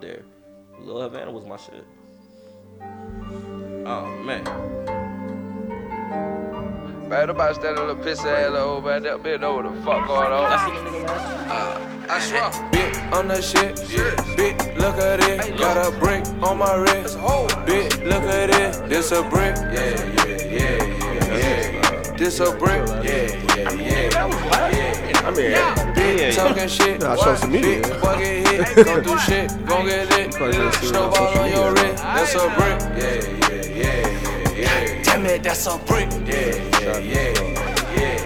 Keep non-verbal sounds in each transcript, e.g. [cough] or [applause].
there. Little Havana was my shit. Oh man. Bad about standing little piss ass old man that bitch know what the fuck going on. I seen this nigga last year. I swear. Bit on the shit, bit look at Hey, it. Got a brick on my It's wrist, a hole. bit look at it. This a brick, yeah, yeah, yeah, yeah. This a brick, yeah, yeah, yeah. I mean, Yeah, Bit yeah. talking shit, Nah, social media. Bit fucking hit, gon' do shit, gon' get lit. probably gonna see it on Snowball social on your media. wrist, that's a brick, yeah, yeah, yeah, yeah, yeah. Damn it, that's a brick, yeah, yeah, yeah, yeah.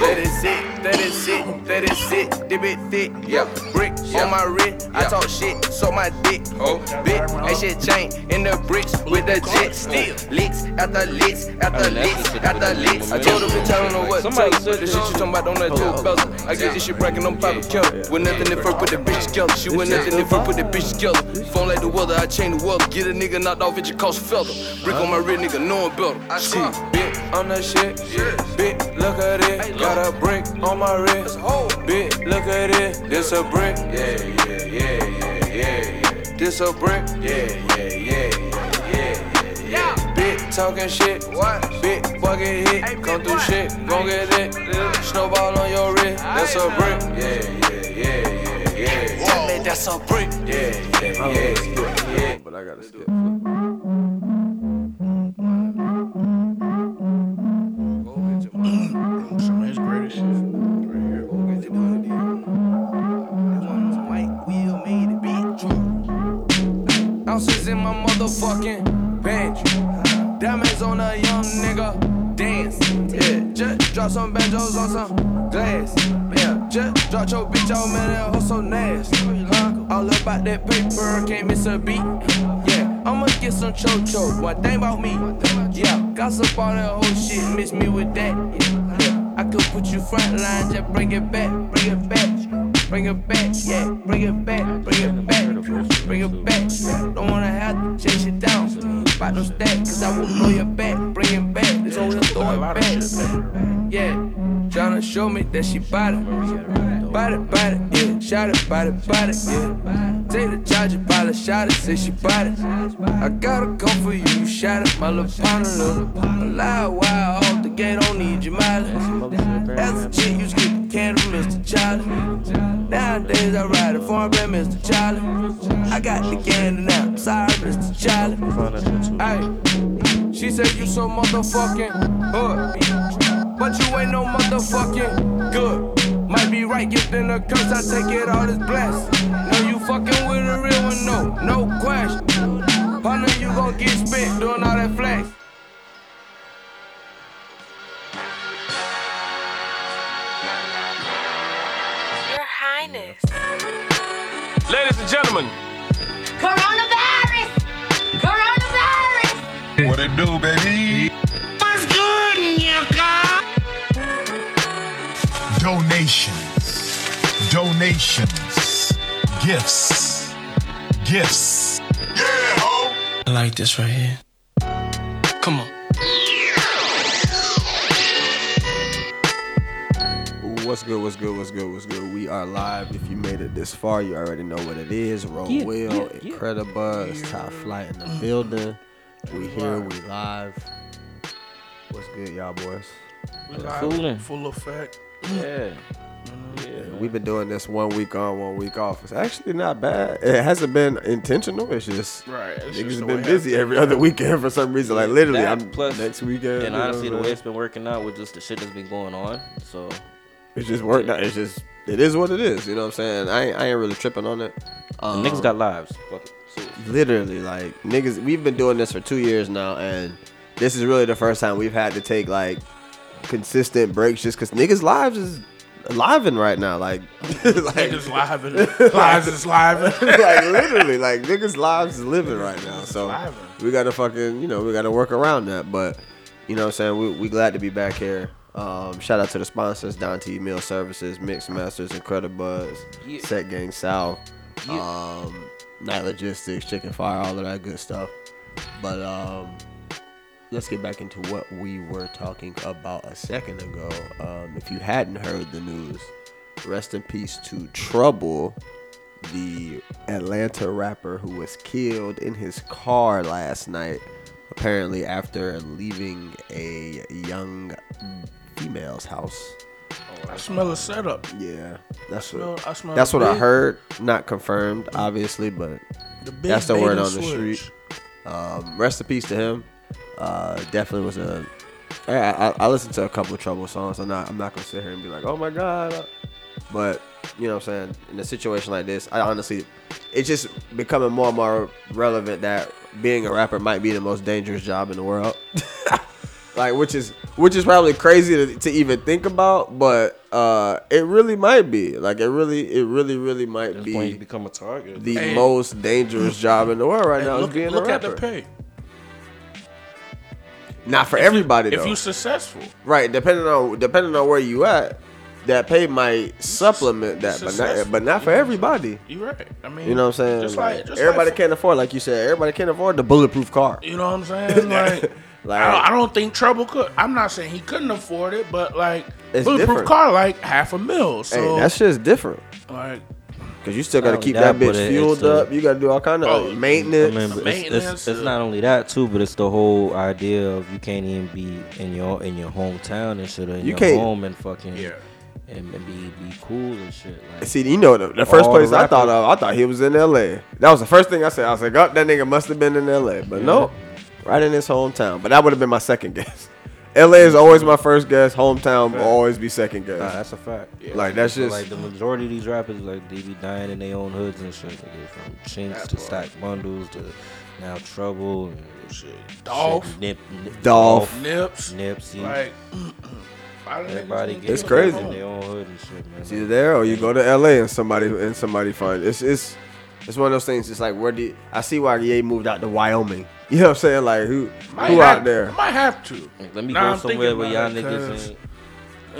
That is it, that is it, that is it. The bit thick, Yeah. Brick Yeah. on my wrist, I Yeah. talk shit, so my dick. Oh. Oh, bitch, that shit chain in the bricks with the jet still. Licks after licks mean, after that's the licks shit after that we licks. do I told when him we bitch, I don't know what to tell Somebody her. The said shit you talking about on that two belter. I get this shit bragging on pop killer. With nothing if I put the bitch together. She went nothing if I put the bitch together. Phone like the weather, I change the weather. Get a nigga knocked off, it just cost a feather. Brick on my wrist, nigga, knowing better. I Shit, swear. bitch, on that shit. Bitch, look at Hey, it. Got look. a brick on my wrist. hole. Bitch, look at it. This a brick. Yeah, yeah, yeah, yeah, yeah, yeah. This a brick. Yeah, yeah, yeah, yeah, yeah, yeah. yeah. Bitch talking shit. What? Bitch fucking hit. Come through shit. Gon' get it. Snowball on your wrist. That's a brick. Yeah, yeah, yeah, yeah, yeah. Tell me that's a brick. Yeah, yeah, yeah. but I gotta skip. Flip. Some of his greatest shit. Ounces in my motherfucking bench. Diamonds on a young nigga. Dance. Yeah. Just drop some banjos on some glass. Yeah. Just drop your bitch on man that hustle nasty. Huh? All about that paper. Can't miss a beat. Yeah. I'ma get some cho-cho. One thing about me. Yeah. Gossip all that whole shit. Miss me with that. Yeah. Yeah. I could put you front line. Just bring it back. Bring it back. Bring it back. Yeah. Bring it back. Bring it back. Bring it back. Don't wanna have to chase it down. Spot them stacks, cause I will blow your back. Bring it back. This only throw it back. Yeah. Tryna show me that she bought it. Bought it, bought it, yeah. Shot it, bought it, bought it, yeah. Take the charger, bought it, shot it, say she bought it. I gotta come for you, you shot it, my little partner, little. A lie, why off the gate, don't need your mileage. As a chick, you skip the candy, Mr. Charlie. Nowadays, I ride it for a brand, Mr. Charlie. I got the candy now, I'm sorry, Mr. Charlie. Found that shit too. Ayy, she said you so motherfucking hood, but you ain't no motherfucking good. Might be right, gifting a curse, I take it all as blessed. No, you fucking with a real one, no, no question. Partner, you gon' get spent doing all that flex. Your Highness. Ladies and gentlemen, Coronavirus! Coronavirus! What it do, baby? What's good, nigga? Donations. Donations. Gifts. Gifts. I like this right here. Come on. What's good? What's good? What's good? What's good? We are live. If you made it this far, you already know what it is. Roll Yeah, Will, yeah, yeah. Mm. Incredibuzz, Top Flight in the building. We here. We live. What's good, y'all boys? We Coolin'. live, full effect. Yeah. We've been doing this one week on, one week off. It's actually not bad. It hasn't been intentional. It's just Right. it's niggas just the been way busy I- every other [laughs] weekend for some reason. Like literally, That I'm plus- next And weekend. you know honestly, the what way I'm it's been working out with just the shit that's been going on, so It's just worked out. It's just it is what it is. You know what I'm saying? I ain't, I ain't really tripping on it. the Um, niggas got lives. Fuck it. So, literally like niggas. We've been doing this for two years now, and this is really the first time we've had to take like consistent breaks just because niggas' lives is living right now. Like, [laughs] like, Niggas live [laughs] and lives is live. [laughs] like literally, like niggas' lives is living right now. So living. we gotta fucking, you know, we gotta work around that. But you know what I'm saying? We we glad to be back here. Um, shout out to the sponsors, Dante Meal Services, Mixed Masters, Incredibuzz, Yeah. Set Gang South, Yeah. um, Night Logistics, Chicken Fire, all of that good stuff. But um let's get back into what we were talking about a second ago. Um, if you hadn't heard the news, rest in peace to Trouble. the Atlanta rapper who was killed in his car last night, apparently after leaving a young female's house. I smell a setup. Yeah, that's smell- what I smell that's a what I big- heard. Not confirmed, obviously, but The big that's the bait word and on the switch. street. Um, rest in peace to him. Uh, definitely was a. I, I, I listened to a couple of trouble songs. I'm not. I'm not gonna sit here and be like, oh my god. But you know what I'm saying. In a situation like this, I honestly, it's just becoming more and more relevant that being a rapper might be the most dangerous job in the world. like, which is which is probably crazy to, to even think about, but uh, it really might be. Like, it really, it really, really might That's be when you become a target. the Hey. most dangerous job in the world right And now look is being look a at rapper. the pay. Not for everybody If though. you successful, right, depending on depending on where you at, that pay might supplement that, but not successful. but not for everybody. you right. I mean, You know what I'm saying? Just Like, like, just everybody like, can't afford, like you said, everybody can't afford the bulletproof car. You know what I'm [laughs] saying? Like, Like- I, don't, I don't think Trouble could. I'm not saying he couldn't afford it, but like, It's bulletproof different. car, like half a mil. Hey, So that shit's different like, because you still gotta Not keep only Oh, that that, bitch but it- fueled it's a- up. You gotta do all kind of Oh, like, I maintenance. mean, but it's, maintenance, it's, it's uh, not only that too, but it's the whole idea of you can't even be in your in your hometown and shit, or in You your can't- home and fucking Yeah. and, and be be cool and shit. Like, See, you know, the, the first All place the I thought rappers- of, I thought he was in L.A. That was the first thing I said. I was like, oh, that nigga must have been in L.A. But no, right in his hometown. But that would have been my second [laughs] guess. L.A. is always my first guess. Hometown will always be second guess. nah, that's a fact. Like that's So, just like the majority of these rappers, like they be dying in their own hoods and shit. Like, from chinks to stack bundles to now trouble and shit. Dolph. nip, nip, Dolph. nips, Nipsey. like. I don't think everybody gonna gets It's get crazy. in home. their own hood and shit, man. it's either there or you go to L.A. and somebody and somebody find it's it's it's one of those things. It's like where do you, I see why Ye moved out to Wyoming? [laughs] You know what I'm saying? Like who Might who have- out there? Might have to. Like, let me Nah, go I'm thinking somewhere where y'all about it, niggas 'cause- ain't.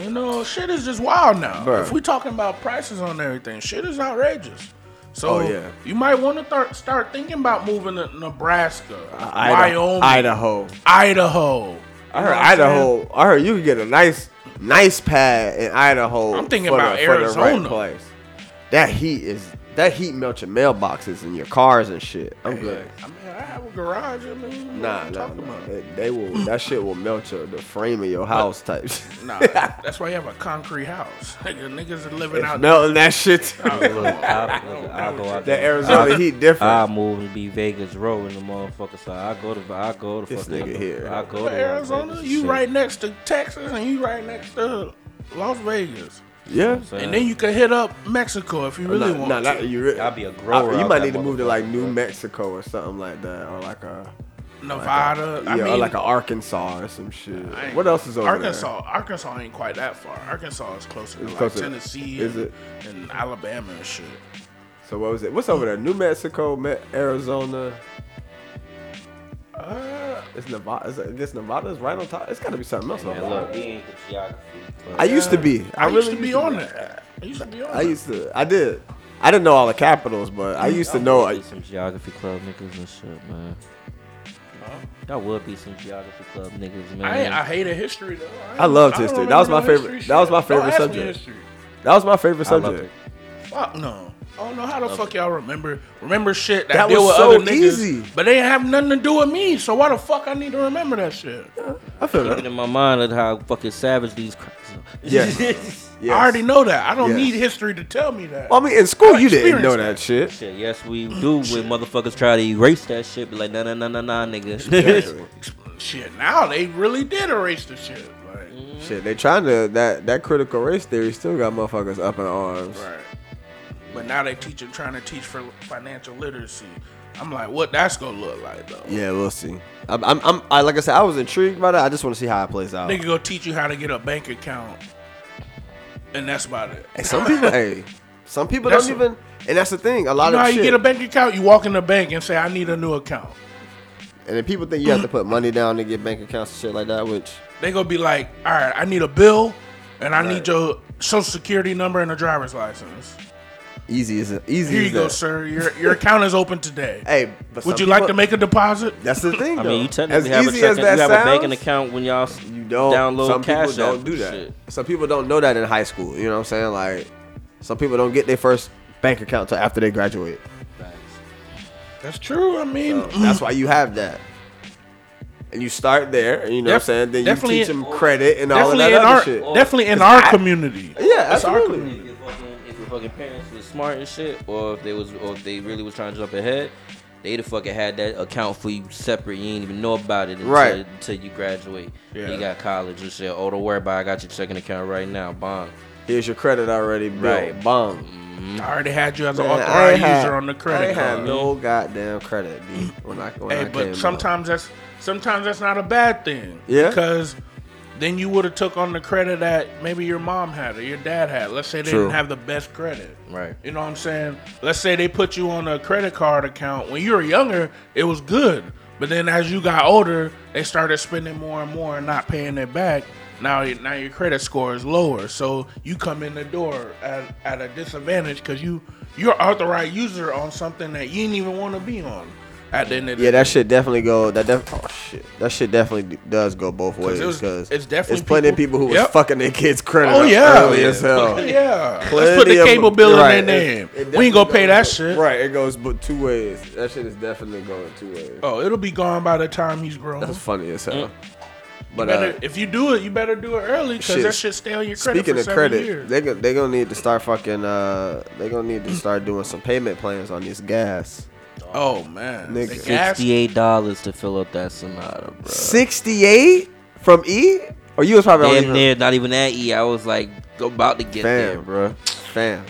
You know, shit is just wild now. Bruh. If we talking about prices on everything, shit is outrageous. So Oh, yeah. you might want to th- start thinking about moving to Nebraska, Idaho. Wyoming, Idaho. Idaho. I You know heard what I'm saying? Idaho. I heard you could get a nice, nice pad in Idaho. I'm thinking for about the, for the right Arizona. place. That heat is that heat melt your mailboxes and your cars and shit. I'm good. I mean, I have a garage. I mean, Nah, what nah, nah, nah. about? They, they will. That shit will melt your the frame of your [laughs] house types. [laughs] Nah, that's why you have a concrete house. [laughs] Nigga, niggas are living It's out. melting that shit. Oh, come on. Look, I, look, I go out [laughs] The there. Arizona heat I Um, different. move and be Vegas row in the motherfucker side. I go to I go to This fucking nigga here. I go But to Arizona, you right next to Texas, and you right next to Las Vegas, Yeah. and then you can hit up Mexico if you really Nah, want nah, to. nah, you re- I'll be a I- grower you out might that need to move to like New motherfucker. Mexico or something like that, or like a Nevada. yeah, I or mean, like a Arkansas or some shit. I ain't- What else is over Arkansas? Arkansas ain't quite that far. Arkansas is closer to It's like closer. Tennessee Is and, it? and Alabama and shit. there? So what was it? What's over there? New Mexico, Me- Arizona. Uh, It's Nevada. It's, I guess Nevada's right on top. It's got to be something else. Man, over look, there. we ain't the geography. but- I used to be. I, used really to be on that. I used to be on I that. used to. I did. I didn't know all the capitals, but I used to Y'all know. would be I, some geography club niggas and shit, man. Y'all would be some geography club niggas, man. I, ain't- I hated history though. ain't- I loved don't history. That remember was my no favorite- history that was shit. my Don't favorite ask me subject. history. that was my favorite I loved subject. it. Fuck no. I don't know how the fuck y'all remember remember shit that, That deal was with so other niggas, easy. but they ain't have nothing to do with me. So why the fuck I need to remember that shit? I feel Keep it that. in my mind of how fucking savage these cracks are. [laughs] Yes. Yes. I already know that. I don't Yes. need history to tell me that. Well, I mean, in school I you didn't know experienced that that. shit. Shit, yes, we do. When motherfuckers try to erase that shit, be like, nah, nah, nah, nah, nah, [laughs] nigga. Exactly. shit, now they really did erase the shit. Like, Shit, they trying to that that critical race theory still got motherfuckers up in arms. Right. But now they teaching trying to teach for financial literacy. I'm like, what that's gonna look like though. Yeah, we'll see. I'm, I'm, I'm I, like I said, I was intrigued by that. I just want to see how it plays out. Nigga gonna teach you how to get a bank account. And that's about it. Hey, some people, [laughs] hey, some people That's don't a- even, and that's the thing. A lot You know of how shit, you get a bank account? You walk in the bank and say, I need a new account. and then people think you have to put money down to get bank accounts and shit like that. Which They gonna be like, All right, I need a bill and I need your social security number and a driver's license. easy is easy. Here you as go, that. sir. Your your account is open today. Hey, but Would some you like people- to make a deposit? That's the thing. I though. mean, you technically as have a easy second, you as have that a banking sounds, account when y'all s- You don't. download some cash people don't App do and that. shit. Some people don't know that in high school. You know what I'm saying? Like, some people don't get their first bank account until after they graduate. That's true. I mean, mm, That's why you have that. And you start there, and you know Def- what I'm saying? Then you definitely- teach them credit and all of definitely that in other our shit. definitely in our community. Yeah, That's our absolutely. If community. your fucking, if your fucking parents was smart and shit, or if they was, or if they really was trying to jump ahead, they'd have fucking had that account for you separate. You ain't even know about it until, Right. until you graduate. Yeah. You got college and shit. Oh, don't worry about. it. I got your checking account right now. Bond. Here's your credit already, built. Right. Bomb. I already had you as an Man, I authorized ain't had- user on the I credit ain't had card. no goddamn credit, B, when I, when I Hey, came but out. sometimes that's sometimes that's not a bad thing. Yeah. Because then you would have took on the credit that maybe your mom had or your dad had. Let's say they True. didn't have the best credit. Right. You know what I'm saying? Let's say they put you on a credit card account. When you were younger, it was good. But then as you got older, they started spending more and more and not paying it back. Now, now your credit score is lower, so you come in the door at, at a disadvantage because you you're authorized user on something that you didn't even want to be on. At the end of the Yeah, day. that shit definitely go. That def- oh shit, that shit definitely d- does go both ways it was- because it's definitely it's plenty of people- people who Yep. was fucking their kids credit. Oh up yeah, [laughs] early yeah. as hell. Oh, Yeah, let's Plenty put the of- cable bill right, in their name. it- it we ain't gonna definitely pay that goes- shit. Right, it goes but two ways. That shit is definitely going two ways. Oh, it'll be gone by the time he's grown. That's funny as hell. You But better- uh, if you do it, you better do it early because shit, that shit stay on your credit speaking for of seven credit, years. they go- they gonna need to start fucking. Uh, they gonna need to start doing some payment plans on this gas. oh man, Nigga. The gas- Sixty-eight dollars to fill up that Sonata, bro. Sixty eight from E, or you was probably on Damn near, not even at E. I was like about to get there, fam, bro. bro, fam.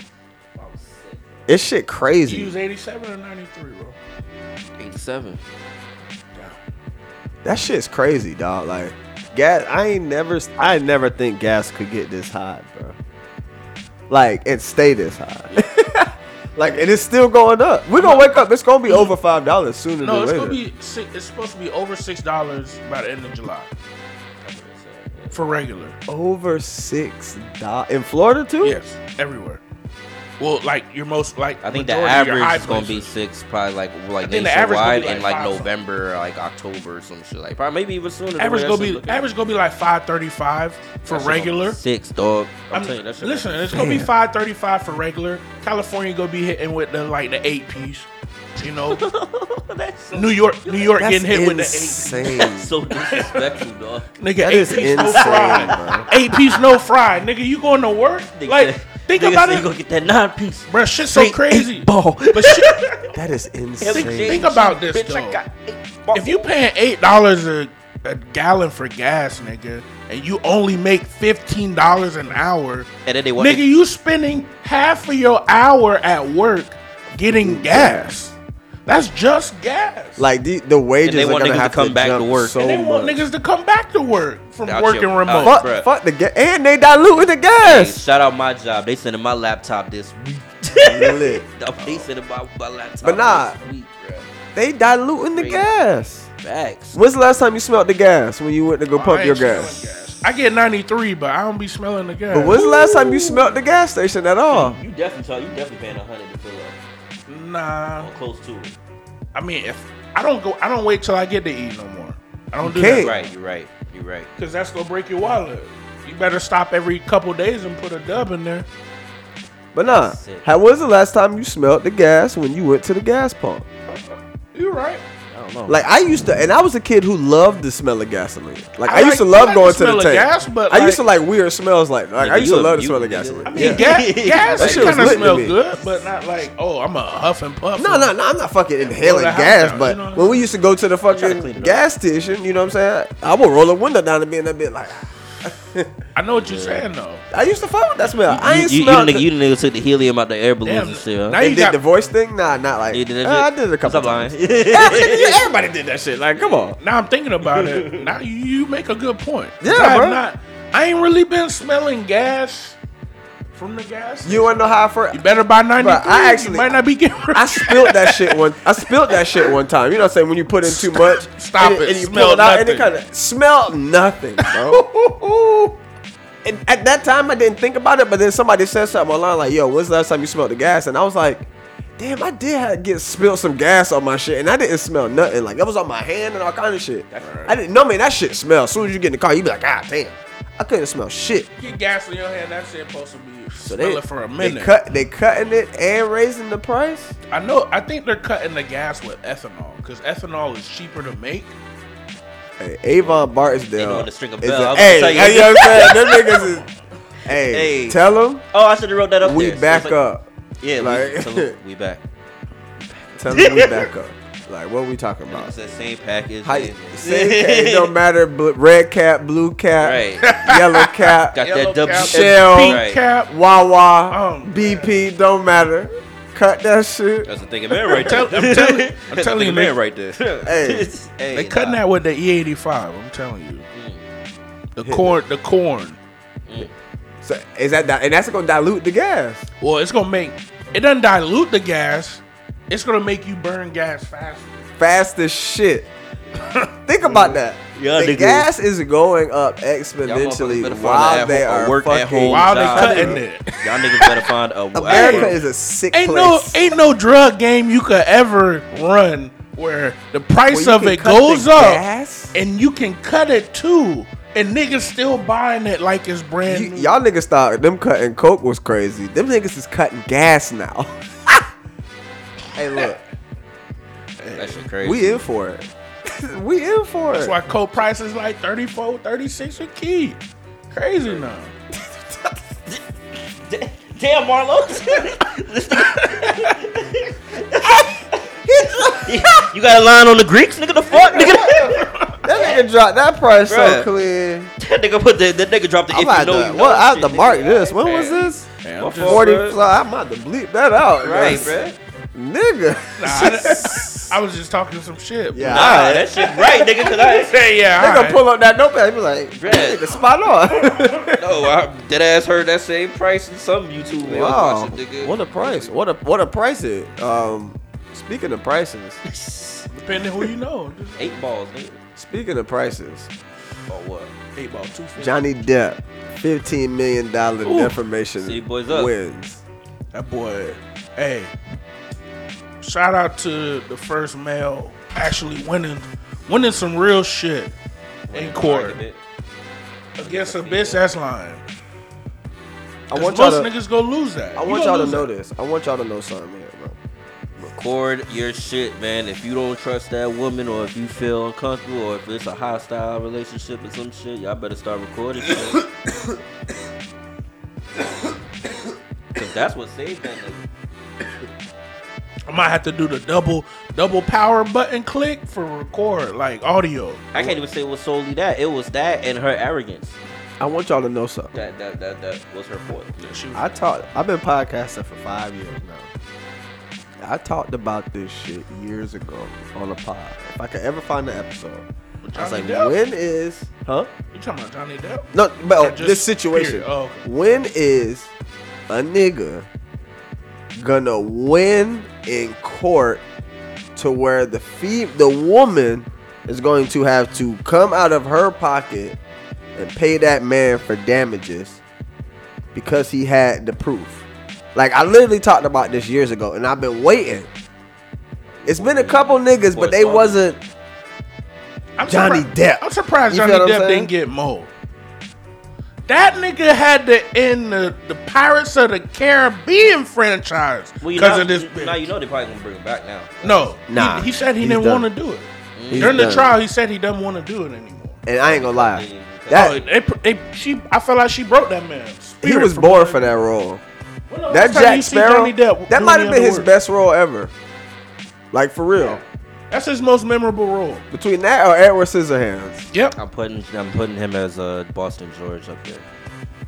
It's shit crazy. You use eighty-seven or ninety-three, bro. Eighty-seven. That shit's crazy, dog. Like gas, I ain't never, I never think gas could get this high, bro. Like and stay this [laughs] high. like and it's still going up. We gonna wake up. It's gonna be over five dollars sooner No, than it's later. gonna be. si- It's supposed to be over six dollars by the end of July for regular. over six dollars in Florida too. Yes, everywhere. Well, like your most like I think the majority of your high average is gonna be places. six, probably like like think the average gonna nationwide be in like like five something. November, or like October, or some shit like. Probably maybe even sooner. the way Average that gonna shit be looking. average gonna be like five thirty-five for That shit gonna be regular. six, dog. I'm, I'm, telling you, that shit. listen, it's gonna be five thirty-five for regular. California gonna be hitting with the like the eight piece, [laughs] you know. New York, New York That's getting hit with the eight. [laughs] insane. so disrespectful, [laughs] dog. Nigga, That eight is piece no insane, fry. Eight piece no fry, nigga. You going to work? Nigga Like, said- think nigga about said it, You gonna get that nine piece. bruh. Shit's so straight crazy. eight ball. But shit, that is Think, insane. think about this Bitch, I got though. If you paying eight dollars a, a gallon for gas, nigga, and you only make fifteen dollars an hour, And then they want nigga, you spending half of your hour at work getting gas. That's just gas. Like the, the wages And they are want gonna niggas to have come back to jump work. so and they want much. niggas to come back to work from Out working your- remote. out. fuck, Bruh. fuck the gas, and they diluting [laughs] the gas. shout out my job. They sending my laptop this week. Lit. They sending my, my laptop. But nah. this week, bruh. They diluting the Crazy. gas. Facts. When's the last time you smelled the gas when you went to go I pump ain't your smelling gas? I get ninety three, but I don't be smelling the gas. But when's the last time you smelled the gas station at all? You definitely talk, you definitely paying a hundred to fill up. Nah, Or close to it. I mean, if I don't go, I don't wait till I get to eat no more. I don't do can't. that. Right, you're right. You're right. Cause that's gonna break your wallet. You better stop every couple days and put a dub in there. But nah, Sick. how was the last time you smelled the gas when you went to the gas pump? You right. I don't know. Like I used to, and I was a kid who loved the smell of gasoline. Like I I, used to like- I love like going the to smell the of tank. gas, but, I used to like- like weird smells. Like, like Yeah, I used you to a- love the you- smell of you- gasoline. I I mean, Yeah. [laughs] gas, gas That shit kind of was lit to smell me. good, but not like, oh, I'm a huff and puff. No, no, no, I'm not fucking inhaling the house gas, down, but you know what I'm when we used to go to the to fucking clean it up. gas station, you know what I'm saying? I would roll a window down and be in that bit like, I know what you're saying though. I used to fuck with that smell. I you, ain't you, you, smelled nigga, the- you nigga took the helium out the air balloons Damn, and shit. Huh? now They you did got- the voice thing? Nah, not like. You did that Uh, I shit? did it a couple Stop lying. [laughs] times. Yeah, nigga, everybody did that shit. Like, come on. Now I'm thinking about [laughs] it. Now you, you make a good point. 'Cause Yeah, I've bro. Not, I ain't really been smelling gas from the gas. You wanna know how I first? You better buy 93. I actually- you might not be getting. [laughs] I spilled that shit one. I spilled that shit one time. You know what I'm saying? When you put in too much, Stop and, it. and you Smell pull it out, and it nothing. kind of smelled nothing, [laughs] bro. and at that time, I didn't think about it, but then somebody said something online like, "Yo, when's the last time you smelled the gas?" And I was like. Damn, I did have get spilled some gas on my shit, and I didn't smell nothing. Like that was on my hand and all kind of shit. I didn't. No man, that shit smells. As soon as you get in the car, you be like, ah, damn. I couldn't smell shit. Get gas in your hand. That shit supposed to be So smell they it for a they minute. cut they cutting it and raising the price. I know. I think they're cutting the gas with ethanol because ethanol is cheaper to make. Hey, Avon Barksdale. on the string of is bell. a- I'm hey, gonna tell hey, you. you know what [laughs] I'm saying? Them niggas is. Hey, Hey. tell them Oh, I should have wrote that up. there. we So it's back like- up. Yeah, Like- we, salute, we [laughs] back. Tell them we back up. Like what we talking about? It's that same package. How, [laughs] yeah. same cap, [laughs] it don't matter. Bl- red cap, blue cap, Right. [laughs] yellow cap, Got Yellow that W cap. Shell. Pink Right. cap. Wawa, Oh, BP, don't matter. Cut that shit. That's a thinking man right there. Tell- I'm telling- [laughs] I'm That's a telling thinking you, man man. right there. Hey. [laughs] Hey, They cutting nah. that with the E85. I'm telling you. Mm. The corn. The corn. So is that di- and that's gonna dilute the gas? Well, it's gonna make it doesn't dilute the gas. It's gonna make you burn gas faster. Fast as shit. Think about that. Yeah, the niggas. gas is going up Y'all motherfuckers better exponentially find while a they at- a are work at fucking. home While they job, cutting bro. it. Y'all niggas better find [laughs] a America I- is a sick Ain't no place. ain't no drug game you could ever run where the price Where you of can it cut the goes up gas? and you can cut it too. And niggas still buying it like it's brand You- new. y'all niggas thought them cutting coke was crazy. Them niggas is cutting gas now. [laughs] hey, look, That shit crazy. we in for it. [laughs] we in for That's it. why coke prices like 34, 36 a key. Crazy now. [laughs] Damn, Marlo. [laughs] you got a line on the Greeks, nigga. The fuck, nigga. That nigga dropped that price so Bruh. clear. that nigga put the that nigga dropped the. I'm if about you know, to, you know what, I have shit, to nigga. mark this. When Man. was this? Man, I'm just- 40. So I'm about to bleep that out. Right, bruh. bruh. Nah, Nigga. [laughs] I, I was just talking some shit. Yeah. [laughs] Nah, that shit right, nigga. Cause I ain't Yeah, yeah. Nigga alright. pull up that notepad. He be like, Bruh. nigga, spot [laughs] on. no, I dead ass heard that same price in some YouTube. video. wow. Watch it, nigga. What a price. What a what a price it. Um speaking of [laughs] prices. Depending who you know. Just Eight balls, nigga. Speaking of prices. Or Oh, what? eight ball, two fifty. Johnny Depp, fifteen million dollar Ooh. defamation See, boys up. wins. That boy, hey, shout out to the first male actually winning, winning some real shit in court Argument. against a bitch ass line. I Most want y'all to, niggas go lose that. I You want gonna y'all to lose know that. this. I want y'all to know something here, bro. Record your shit, man. If you don't trust that woman, or if you feel uncomfortable, or if it's a hostile relationship or some shit, y'all better start recording. [coughs] shit. Cause that's what saved that nigga. I might have to do the double double power button click for record like audio. I can't even say it was solely that. It was that and her arrogance. I want y'all to know something. That that that, that was her fault. I taught. I've been podcasting for five years now. I talked about this shit years ago on a pod. If I could ever find the episode, I was like, Johnny Depp? when is huh? You talking about Johnny Depp? No, but Or oh, just this situation. period? Oh, okay. When is a nigga gonna win in court to where the fee the woman is going to have to come out of her pocket and pay that man for damages because he had the proof. Like I literally talked about this years ago, and I've been waiting. It's been a couple niggas, but they wasn't. I'm Johnny surpri- Depp. I'm surprised You feel Johnny what I'm Depp saying? didn't get more. That nigga had to end the, the Pirates of the Caribbean franchise because Well, you know, of this bitch. Now you know they probably gonna bring it back now. no, Nah, he, he said he he's didn't done. want to do it He's during the done. trial. He said he doesn't want to do it anymore. And I ain't gonna lie, Oh, that they, they, she, I felt like she broke that man. he was born for that role. That Jack Sparrow, that might have been his best role ever. Like for real. That's his most memorable role. Between that or Edward Scissorhands, Yep. I'm putting I'm putting him as uh, Boston George up there.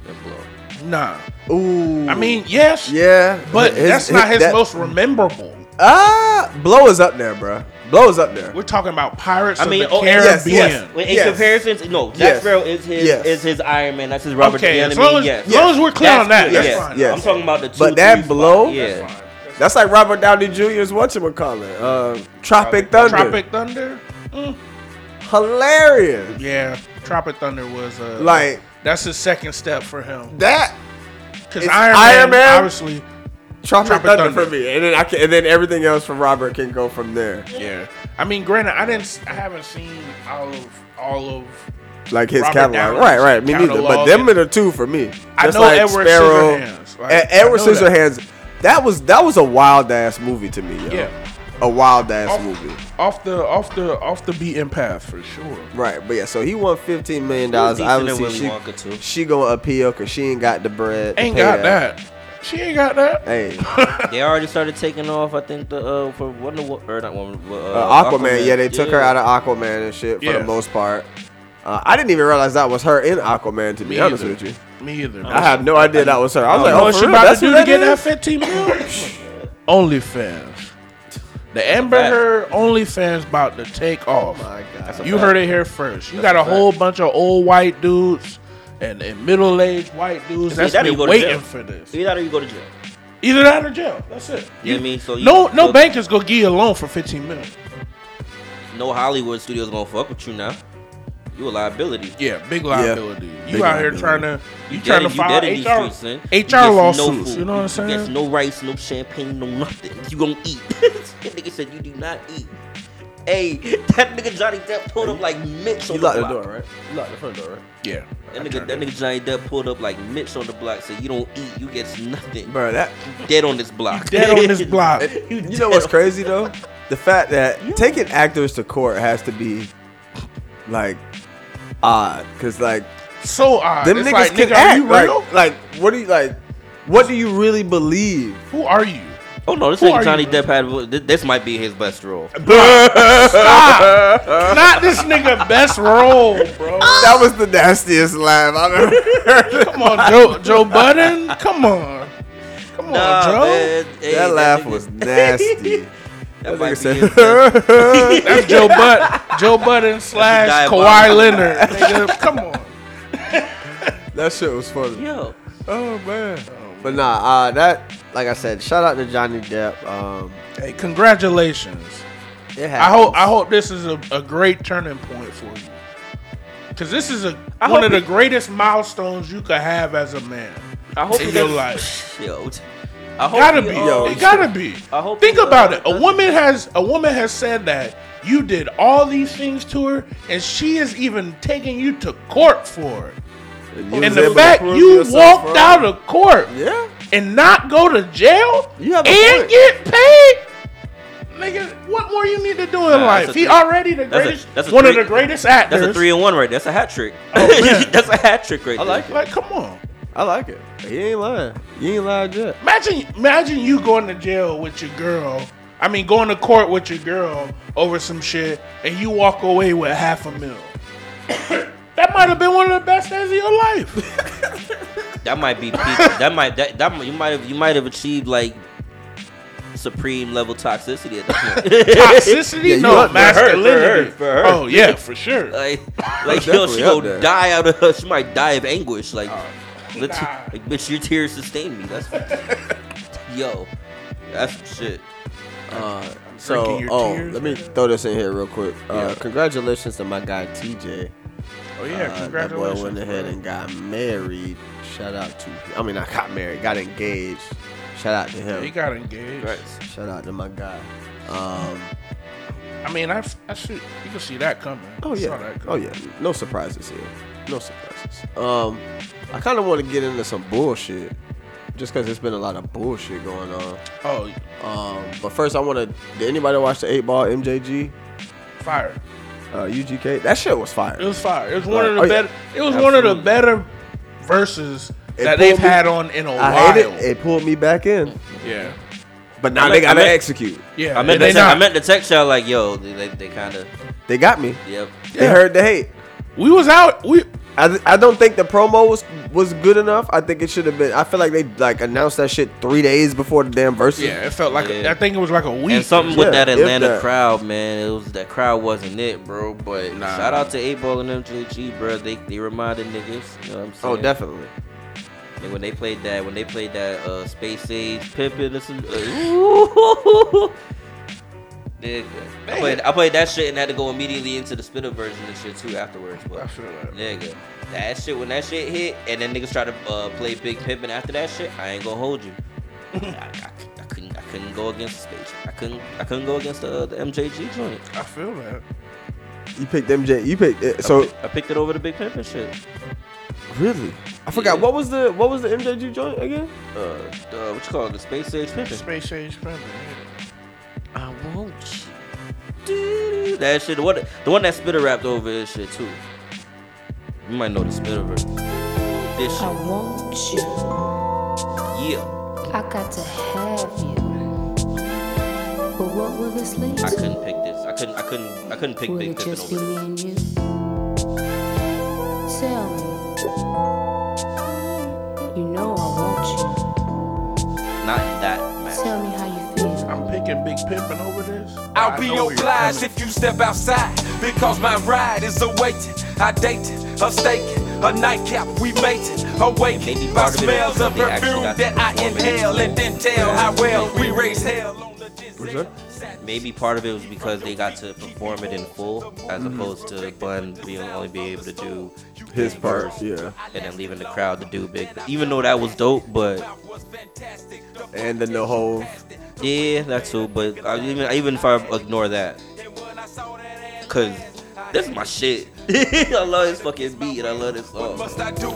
And blow. Nah. ooh, I mean, yes. yeah, But his- that's not his that- most memorable. Ah, blow is up there, bruh. Blow is up there. We're talking about Pirates I mean, of the oh, Caribbean. yes, yes. Wait, In Yes. comparison, no, Jack Yes. Sparrow is his Yes. is his Iron Man. That's his Robert Okay, De as Niro. long as- yes. as long as we're clear on that, Yes. that's yes. fine. I'm talking about the two. But that three spot. blow- yeah. That's like Robert Downey Jr.'s whatchamacallit, uh, Tropic Thunder. Tropic Thunder. Mm. Hilarious. Yeah, Tropic Thunder was uh, Like- that's his second step for him. That Because it's Iron, Iron Man, Man. obviously, Tropic, Tropic Thunder, Thunder. for me, and then I can, and then everything else from Robert can go from there. yeah. I mean, granted, I didn't, s- I haven't seen all of all of like his Robert catalog. Downey's Right, right. Me neither. catalog But them and- are the two for me. I Just know like Edward Sparrow Scissorhands. Like, and I Edward know that. Scissorhands. That was that was a wild ass movie to me. Yo. Yeah. A wild ass Off- movie. off the off the off the beaten path for sure. Right, but yeah, so he won fifteen million He was dollars. decent in Obviously, Willy she, Wonka, too. she gonna appeal because she ain't got the bread. to Ain't pay got that. She ain't got that. [laughs] Hey, uh, They already started taking off. I think the uh, for Wonder Wo- or not Wonder Wo- uh, Aquaman, Yeah, they took her out of Aquaman and shit for Yeah. the most part. Uh, I didn't even realize that was her in Aquaman. To be Me honest either. with you, Me either. I had no idea that was her. I was like, know oh, what for she real? about That's to who do to that get that is? 15 million? [laughs] OnlyFans. The Amber fact. Heard OnlyFans about to take off. Oh My God. You heard it here first. You got a whole bunch of old white dudes and, and middle aged white dudes See, that's that'd been go to jail. waiting for this. Either that or you go to jail. Either that or jail. That's it. You know what I mean? So you- no no so- bank is gonna give you a loan for 15 million. No Hollywood studios gonna fuck with you now. You a liability. Yeah, big liability. You Big out here liability. trying to you, dead- trying to you file dead in these HR, streets, son. HR gets no lawsuits. food. you know what I'm saying? gets no rice, no champagne, no nothing. You gonna eat? [laughs] that nigga said you do not eat. Hey, that nigga Johnny Depp pulled up like Mitch on You locked the the block. door, right? You locked the front door, right? yeah. That nigga, that nigga Johnny Depp pulled up like Mitch on the block. Said you don't eat, you gets nothing. Bro, that Dead on this block. Dead [laughs] on this block. you [laughs] know what's crazy though? The fact that taking actors to court has to be like odd, cause like So odd. them it's niggas like, can nigga, act. are you like- real? Like, what do you like? What do you really believe? Who are you? Oh no, this Who nigga are Johnny you? Depp had this, this might be his best role. Uh. Not this nigga best role, bro. That was the nastiest laugh I've ever [laughs] heard. Come on, Joe Joe Budden. Come on. Come on, Nah, Joe. man. Hey, that laugh nigga- was [laughs] nasty. [laughs] That might Nigga be said, his best. That's [laughs] Joe Bud Joe Budden slash diabolical. Kawhi Leonard. nigga. Come on. [laughs] [laughs] that shit was funny. Yo, Oh man. But nah, uh, that like I said, shout out to Johnny Depp. Um, Hey, congratulations. it I hope I happens. hope this is a, a great turning point for you. Cause this is a I one hope of the it- greatest milestones you can have as a man. I hope In he your does- life. Yo, I hope gotta he, be. uh, it gotta be. I hope Think he, uh, about it. A does woman has a woman has said that you did all these things to her, and she is even taking you to court for it. You was and able the to fact prove you yourself walked wrong. out of court Yeah. and not go to jail You have a and point. get paid. Nigga, what more you need to do in Nah, that's life? a He three- already the that's a- greatest, that's a one of three- the greatest actors. That's a three and one right there. That's a hat trick. Oh, [laughs] man. That's a hat trick right there. Like, come on. I like it. He ain't lying. He ain't lying yet. Imagine, imagine you going to jail with your girl. I mean, going to court with your girl over some shit, and you walk away with half a mil. [coughs] that might have been one of the best days of your [laughs] life. That might be peak. [laughs] that might that that might- you might have you might have achieved like supreme level toxicity at that point. [laughs] [laughs] Toxicity, Yeah, you no up there. For her, for her, masculinity. for her. Oh yeah, [laughs] for sure. like like yo, Definitely she up gonna there. die out of her. She might die of anguish. Like, lit- Oh. nah. like bitch, your tears sustain me. [laughs] That's yo, that's some shit. Uh, so, Drinking your oh, tears let me throw this in here real quick. Uh, Congratulations to my guy TJ. oh yeah, Uh, that boy congratulations. went ahead and got married. Shout out to I mean, I got married, got engaged. Shout out to bro. he him. got engaged. Shout out to my guy. Um, I mean, I, I should, you can see that coming. oh I saw yeah, that oh coming. yeah. No surprises here. No surprises. Um, I kind of want to get into some bullshit, just because there's been a lot of bullshit going on. Oh, Um, but first, I want to. Did anybody watch the Eight Ball MJG fire! uh, UGK? That shit was fire. It was fire. It was one of the Oh, yeah. better. It was one of the Absolutely. better verses It that they've pulled me- had on in a I while. hate it. It pulled me back in. Yeah. But now Mm-hmm. I meant- they I gotta meant- execute. Yeah. I meant they the te- I not- meant the text y'all like yo. They they, they kind of They got me. yep. They heard the hate. we was out. We I, th- I don't think the promo was was good enough. I think it should have been. I feel like they like announced that shit three days before the damn versus. yeah. It felt like a, Yeah. I think it was like a week. And something with Yeah, that if Atlanta that. crowd, man. It was that crowd wasn't it, bro. But Nah. shout out to A Ball and MJG, bro. They they reminded niggas. You know what I'm saying? Oh, definitely. And when they played that, when they played that uh, Space Age Pippin or some, uh, [laughs] nigga. I played, I played that shit and had to go immediately into the spinner version and shit too afterwards. But I feel that. nigga, that shit when that shit hit, and then niggas try to uh, play Big Pippin after that shit. I ain't gonna hold you. I, I, I couldn't, I couldn't go against the Space. I couldn't, I couldn't go against the, uh, the MJG joint. I feel that. You picked MJ. You picked uh, so I picked it over the Big Pimpin' shit. really. I forgot Yeah. what was the what was the MJG joint again? Uh, uh, what you call it? The Space Age Pimpin'. Space Age Pimpin'. I won't. That shit. The one, the one that spitter wrapped over this shit too. You might know the spitter verse. This shit. I want you. Oh. Yeah. I got to have you. But what will this lead to? I couldn't pick this. I couldn't. I couldn't. I couldn't pick will Big it Pimpin' just be over. me and you? Tell me. You know I want you. Not in that match. Tell me how you feel. I'm picking Big Pimpin' over this. I'll be obliged if you step outside because my ride is awaiting. I date it, a steak, a nightcap, we mate it, awakened by part of it smells is of they actually perfume got that the I performance. inhale and then tell how well we raise hell. Maybe part of it was because they got to perform it in full, as opposed to Bun being only be able to do Mm-hmm. His big part, verse, yeah. and then leaving the crowd to do big. Even though that was dope, but and then the whole yeah, that too. But I, even even if I ignore that, cause this is my shit. [laughs] I love this fucking beat. and I love this song. Must I do?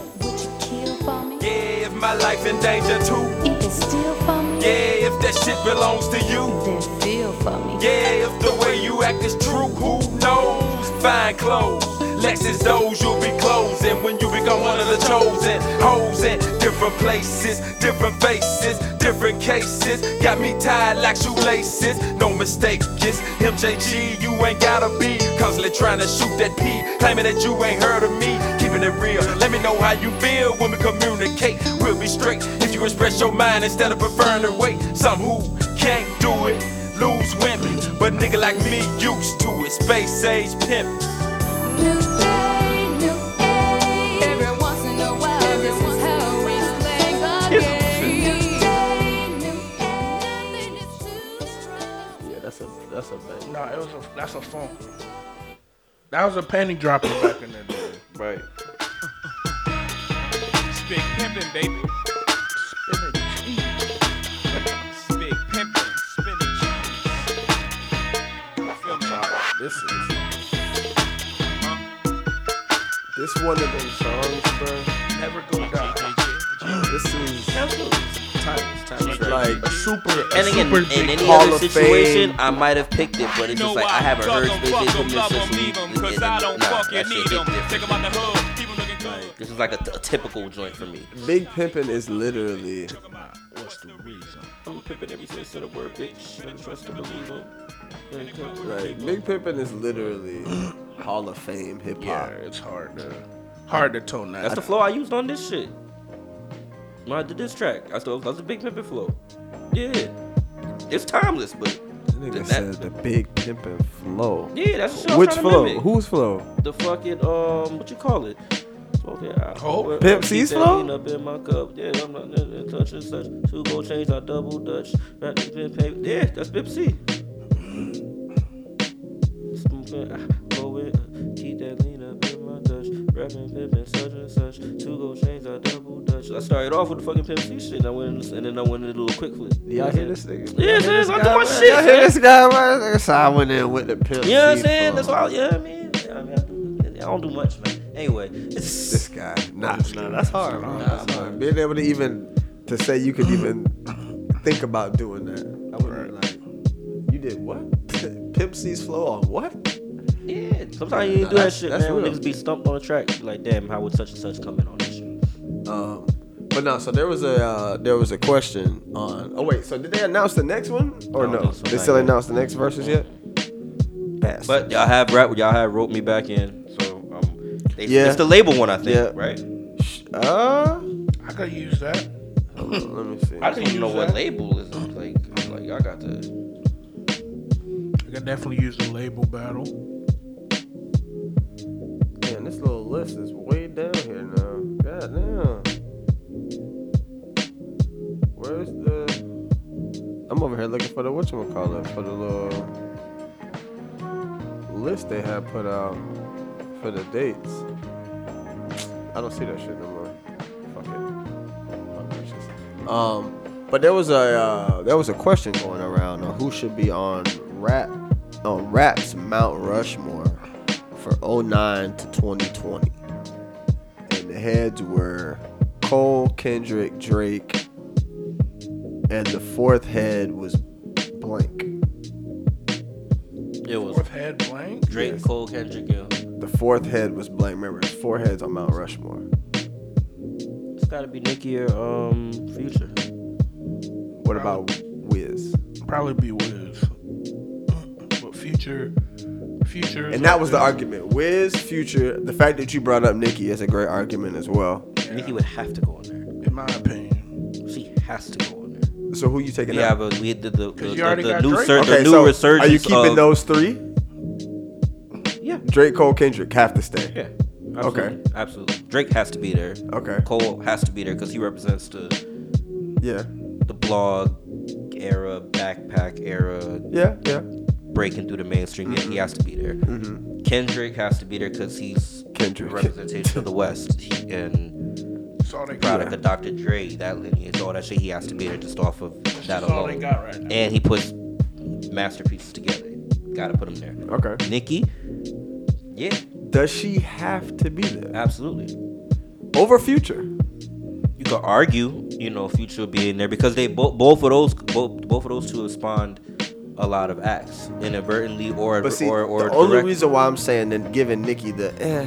Yeah, if my life in danger too. It's still for me. Yeah, if that shit belongs to you. Then feel for me. Yeah, if the way you act is true, who knows? Fine clothes, Lexus those you'll be closing when you become one of the chosen. Hoes in different places, different faces, different cases. Got me tied like shoelaces. No mistake, it's MJG. You ain't gotta be constantly trying to shoot that P, claiming that you ain't heard of me. Keeping it real. Let me know how you feel when we communicate. We'll be straight if you express your mind instead of preferring to wait. Some who can't do it lose women. But nigga like me used to it. Space age pimp. yeah, that's a that's a bang. No, it was a, that's a phone. That was a penny dropper back in the day. Right. It's Big pimpin', baby. It's Big pimpin', spinach. Feel me? This is this one of them songs, bro. Never go down. This is Like, like super. And again, super in big any Hall other of Fame. situation, I might have picked it, but it's know just like why. I haven't Fuck heard 'em, space fuck age 'em, from love this 'em, leave 'em, system. 'cause and- I and- don't nah, fucking that shit need hit 'em. different. Take 'em out the hood, keep 'em looking good. This is like a, t- a typical joint for me. Big Pimpin' is literally What's the reason? I'm pimping every sense of the word, bitch. And trust to believe him. like Big Pimpin' is literally Hall of Fame hip hop. Yeah, it's hard to hard to tone that. That's the flow I used on this shit. When I did this track, I still that's a big pimping flow. Yeah, it's timeless, but Nigga that- said the Big Pimpin' flow. yeah, that's what I was Which trying to flow? mimic. Who's flow? the fucking um, what you call it? Smoking alcohol. Coke? Pimp Keep C's that flow? lean Up in my cup. Yeah, I'm not uh, uh, touch and such. Two gold chains, I double dutch. Right, it's been paid. Yeah, that's Pimp C. Smoking, ah, go with, keep that lean up in my Dutch. Rapping, pimping, such and such. Two gold chains, I double dutch. I started off with the fucking Pimp C shit, and I went in, and then I went in a little quick flip. Y'all hear this nigga? Yes, yes, I'm Y'all doing hear- shit. Y'all man. hear this guy? man? That's how I went in with the Pimp You know what I'm C saying? flow. That's why, yeah, I mean, I, mean, I, do, I don't do much, man. Anyway, it's [laughs] This guy. Nah, nah that's hard. bro. That's hard. Being able to even to say you could even think about doing that. I would have been like, you did what? [laughs] Pimp C's flow on what? Yeah, sometimes you Nah, ain't do that that's- shit, that's man. When real. niggas be stumped on a track, be like, damn, how would such and such come in on this shit? Um, but no, so there was a uh, there was a question on. Oh wait, so did they announce the next one or I don't no? think so, They not still yet. announced the next verses yet? Pass. But y'all have rap, y'all have wrote me back in, so um, they, Yeah. it's the label one, I think, Yeah. right? uh, I could use that. hold on, let me see. I just can want to know use what that. label is like. I'm like, y'all got the I could definitely use the label battle. Man, this little list is way down here now. God damn. Where's the? I'm over here looking for the whatchamacallit, for the little list they had put out for the dates. I don't see that shit no more. Fuck it. Fuck that shit. Um, but there was a uh, there was a question going around on who should be on rap on rap's Mount Rushmore for 09 to 2020. And the heads were Cole, Kendrick, Drake, and the fourth head was blank. It was Fourth head blank. [laughs] Drake, Cole, Kendrick, yo. The fourth head was blank. Remember, it's four heads on Mount Rushmore. It's gotta be Nicki or um Future. What about Wiz? Probably be Wiz. But future, future. is And that up was the there. argument. Wiz, Future, the fact that you brought up Nicki is a great argument as well. Nicki would have to go on there. In my opinion, she has to go on there. So who you taking Yeah, out? but we did the the, the, you the- already the got new Drake. sur- the Okay, new so resurgence. Are you keeping of- those three? Yeah. Drake, Cole, Kendrick have to stay. Yeah. Okay. Absolutely, Absolutely. Drake has to be there. Okay. Cole has to be there because he represents the Yeah. the blog era, backpack era, Yeah. Yeah. breaking through the mainstream. Yeah, he has to be there. Kendrick has to be there because he's Kendrick. a representation of the West He- and all they product got. of Dr. Dre, that lineage, all that shit. He has to be there just off of that all alone. they got right now. And he puts masterpieces together. Gotta put him there. Okay. Nikki, yeah, Does she have to be there absolutely. over Future? you could argue, you know, Future being there because they both both of those both both of those two spawned a lot of acts inadvertently or But see, or or the only direct- reason why I'm saying and giving Nikki the eh,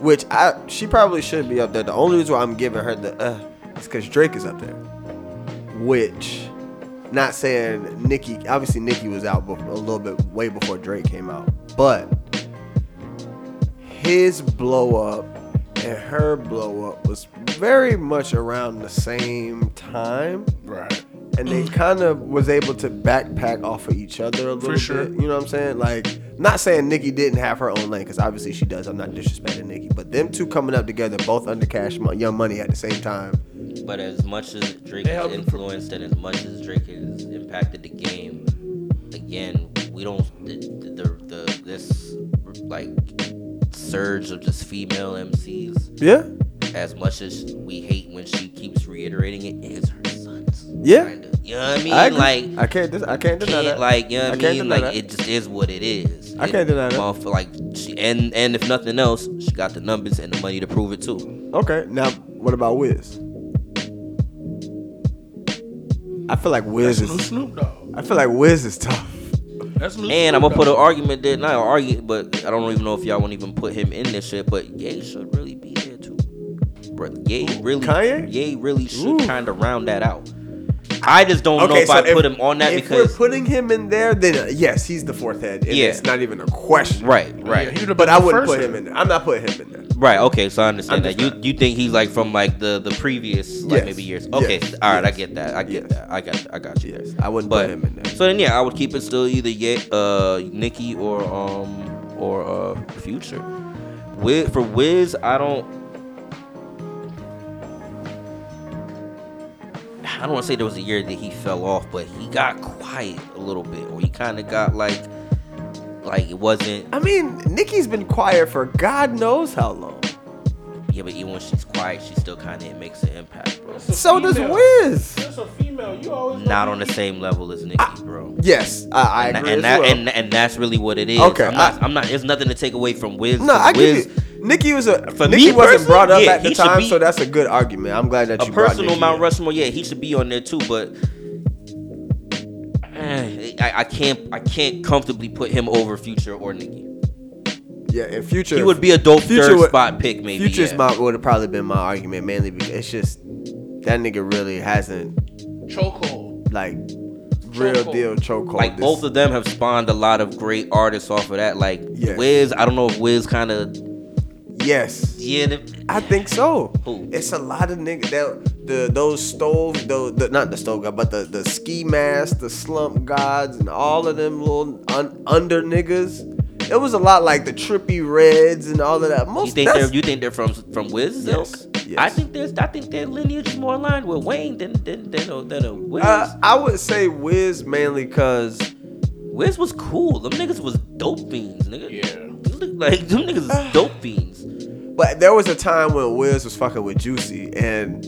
which I she probably should be up there. The only reason why I'm giving her the uh is because Drake is up there. Which, not saying Nikki. Obviously, Nikki was out before, a little bit way before Drake came out, but his blow up and her blow up was very much around the same time Right. and they kind of was able to backpack off of each other a little sure. bit. You know what I'm saying? Like, not saying Nikki didn't have her own lane because obviously she does. I'm not disrespecting Nikki, but them two coming up together, both under Cash Money, Young Money at the same time. But as much as Drake They is helped him pro- influenced and as much as Drake has impacted the game, again, we don't the the, the, the this like surge of just female MCs. Yeah, As much as we hate when she keeps reiterating it, it's her sons. Yeah. Kinda. You know what I mean? I agree. like I can't, dis- I can't deny can't that. like you know I what I can't mean. deny Like that. it just is what it is. I It- can't deny that. motherf- Like she and and if nothing else, she got the numbers and the money to prove it too. Okay, now what about Wiz? I feel like Wiz New is. Snoop Dogg. I feel like Wiz is tough. That's new. And I'm Snoop gonna put an Dogg. argument there, not an argument, but I don't even know if y'all won't even put him in this shit. But Ye should really be there too. Bro, Ye really, Kanye? Ye really Ooh. should kind of round that out. I just don't know Okay, if so I if, put him on that if because we're putting him in there, then uh, yes, he's the fourth head. and Yeah. it's not even a question. right, Yeah, right. he would've But been I the wouldn't first put one. him in. there. I'm not putting him in there. Right. Okay. So I understand that. You Understand. you think he's like from like the the previous like Yes, maybe years? Okay. yes, All right. I yes, get that. I get yes. that. I got. I got you. Yes, there. I wouldn't put but him in there. so then yeah, I would keep it still either Ye, uh Nikki or um or uh Future. Wiz, for Wiz, I don't. I don't want to say there was a year that he fell off, but he got quiet a little bit, or he kind of got like, like it wasn't. I mean, Nikki's been quiet for God knows how long. Yeah, but even when she's quiet, she still kind of makes an impact, bro. That's a So does female. Wiz. That's a female. You always not gonna on the be- same level as Nicki, bro. Yes, I, I And, agree and as that well. and, and that's really what it is. Okay, I'm not. I- I'm not. It's nothing to take away from Wiz. no, 'cause I Wiz, get you. Nikki was a For Nikki me wasn't personally, brought up yeah, at the he should time, be- so that's a good argument. I'm glad that a you brought personal Nicki Mount in. Rushmore. Yeah, he should be on there too, but. eh, I, I can't I can't comfortably put him over Future or Nicki. Yeah, in future He would be a dope third would- spot pick, maybe. Future's yeah. my would have probably been my argument mainly because it's just that nigga really hasn't chokehold. like real Chokehold. deal chokehold. like this- both of them have spawned a lot of great artists off of that. Like Yes. Wiz, I don't know if Wiz kind of yes, yeah. the- I think so. Who? It's a lot of niggas that the those stove the, the not the stove guy, but the the ski mask, the slump gods, and all of them little un, under niggas. It was a lot like the trippy reds and all of that. Most You think that's- they're you think they're from from Wiz? Yes, Ilk? yes. I think there's I think their lineage is more aligned with Wayne than than than a, than a Wiz. uh, I would say Wiz mainly cause Wiz was cool. Them niggas was dope fiends, nigga. Yeah. Like them niggas [sighs] is dope fiends. but there was a time when Wiz was fucking with Juicy and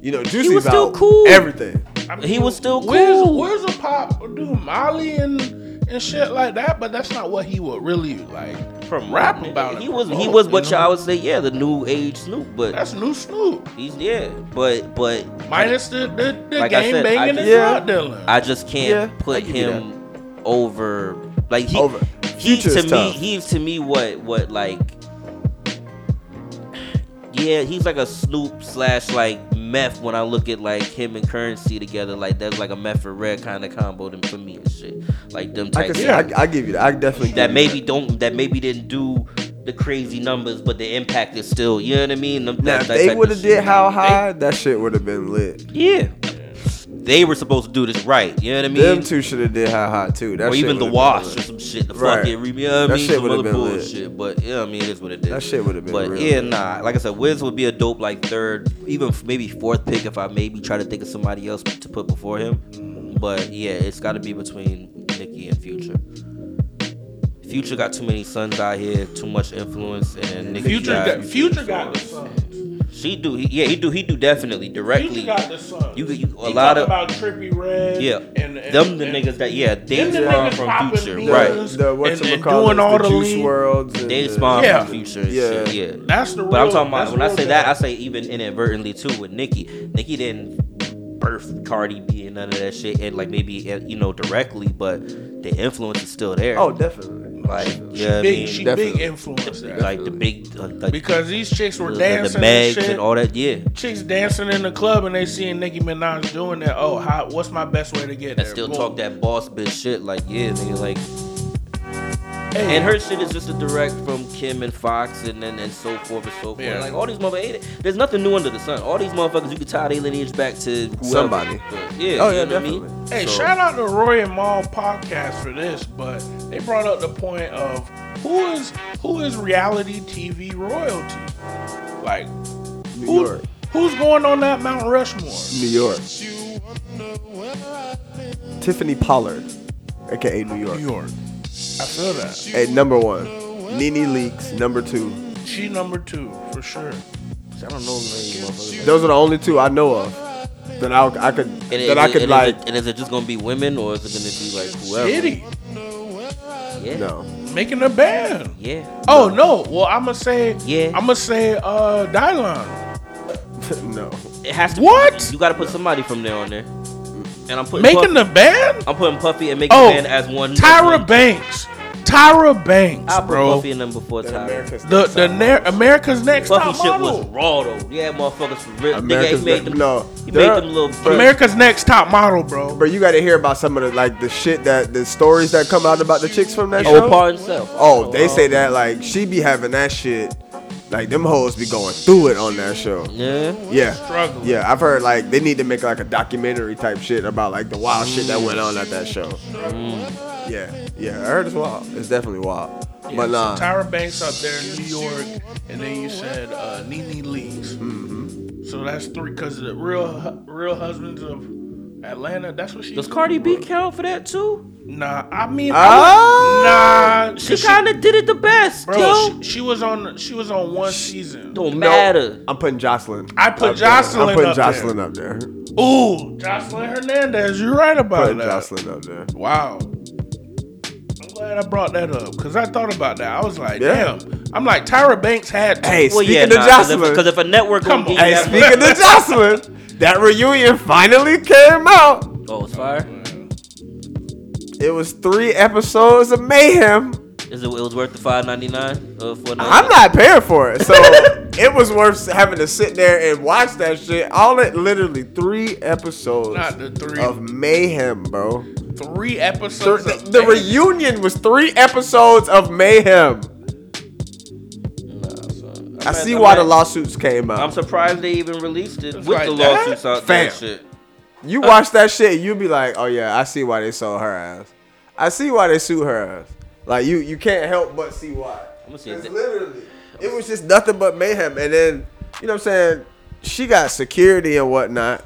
you know Juicy was still about cool. everything. I mean, He was still Wiz, cool. Wiz a pop dude, Molly and and and shit like that. But that's not what he would really like From rap about. He and was he promote, was you what know? y'all would say, yeah, the new age Snoop, but That's new Snoop. He's yeah, but but Minus the the, the like I game said, I banging just, and drug dealing. I just can't Yeah, I put give you him over like he he Future to is me tough. he's to me what what like yeah he's like a Snoop slash like meth when I look at like him and Currency together like that's like a meth and red kind of combo them for me and shit like them I type can see, I, I give you that. I definitely give that you maybe don't that maybe didn't do the crazy numbers but the impact is still you know what I mean Them- that- Now, if that they type of would have shit. did how high, that shit would have been lit. Yeah. They were supposed to do this right. You know what I mean? Them two should have did how high too. or That shit even the would've been wash lit. or some shit. The Right. fucking you know what I That mean? shit Some would've other been lit. bullshit. But yeah, I mean it is what it is. That shit would've been But real yeah, lit. nah. Like I said, Wiz would be a dope like third, even f- maybe fourth pick if I maybe try to think of somebody else to put before him. But yeah, it's got to be between Nicki and Future. Future got too many sons out here, too much influence, and then Nicki Future got- got, Future got the song. she do, he, yeah, he do, he do definitely directly. Future got the song. You, could- you a He lot talk of about Trippy Red. yeah, and, and them the niggas that yeah they Them the spawn niggas from popping Future, pills right? The what's and- and doing all the, juice lean- worlds. and They the- spawn Yeah. from Future, and shit, Yeah. yeah. That's the But I'm real- talking that's about the when I real say that, deal. I say even inadvertently too with Nicki. Nicki didn't birth Cardi B and none of that shit, and like maybe uh, you know directly, but the influence is still there. Oh, definitely. Like yeah, big, I mean, she Definitely. big influence. like the big uh, like because these chicks were the, dancing the Megs and, shit. and all that. Yeah, Chicks dancing in the club and they seeing Nicki Minaj doing that. Oh, how, what's my best way to get and there? still Boom. talk that boss bitch shit. Like yeah, nigga, like. Hey. And her shit is just a direct from Kim and Fox and then and so forth and so forth. Yeah. Like all these motherfuckers, there's nothing new under the sun. All these motherfuckers, you can tie their lineage back to whoever. Somebody. Yeah. Oh, you know yeah, what I mean? Hey, So- shout out to Roy and Maul podcast for this, but they brought up the point of who is who is reality TV royalty? Like New who, York. who's going on that Mount Rushmore? New York. Tiffany Pollard, aka New York. New York. I feel that. At number one, Nene Leaks. Number two. She number two for sure. I don't know many motherfuckers. Those are the only two I know of that I, I could And that is I it- could and like. Is it, and is it just gonna be women or is it gonna be like whoever? Diddy Yeah. No. [laughs] making a band. Yeah. Oh no! Well, I'm gonna say Yeah. I'm gonna say uh Dylon no. It has to. What? you gotta put somebody from there on there. And I'm putting making the Puff- band. I'm putting Puffy and making Oh, the band as one. Tyra Banks. Tyra Banks, I put bro. Puffy in number four. Tyra. The the ner- America's Next Top Puffy shit was Model. raw though. Yeah, motherfuckers for real. Nigga, America's he made Ne- them. no. He made There are- them little. Bro. America's Next Top Model, bro. But you got to hear about some of the like the shit that the stories that come out about the chicks from that show. Old part himself. Oh, they say that like she be having that shit. Like them hoes be going through it on that show. Yeah. Yeah. Struggling. Yeah, I've heard like they need to make like a documentary type shit about like the wild shit that went on at that show. Yeah, yeah, I heard it's wild. It's definitely wild. Mm. Yeah, but so nah, Tyra Banks up there in New York, and then you said uh, Nene Leaks. Mm-hmm. So that's three because the real Hu- real husbands of Atlanta. That's what she Does do, Cardi B bro. count for that too? Nah, I mean, Ah! I would- nah, She 'cause kind of did it the best, yo. Bro, she, she was on. She was on one season. don't No. matter. I'm putting Jocelyn. I put up there. Jocelyn I'm putting up there. Jocelyn up there. Ooh, Jocelyn Hernandez. You're right about Putting that. Jocelyn up there. Wow. I'm glad I brought that up because I thought about that. I was like, Yeah. damn. I'm like Tyra Banks had. To. Hey, Well, speaking yeah, of because if, Jocelyn, 'cause if a network Come gonna give on. you hey, that speaking of Jocelyn, that reunion finally came out. much- oh, it's fire. It was three episodes of mayhem. Is it? It was worth the five ninety nine. Uh, four I'm not paying for it, so it was worth having to sit there and watch that shit. All it literally three episodes Not the three. of mayhem, bro. three The, episodes. the- of the Bang. reunion was three episodes of mayhem. I see why the lawsuits came I'm out. surprised they even released it It's with like the that? lawsuits out there. and Fam. Shit. You watch that shit, you be like, oh yeah, I see why they sold her ass. I see why they sued her ass. Like you, you can't help but see why. I'ma see It's that- literally, it was just nothing but mayhem. And then, you know what I'm saying? She got security and whatnot.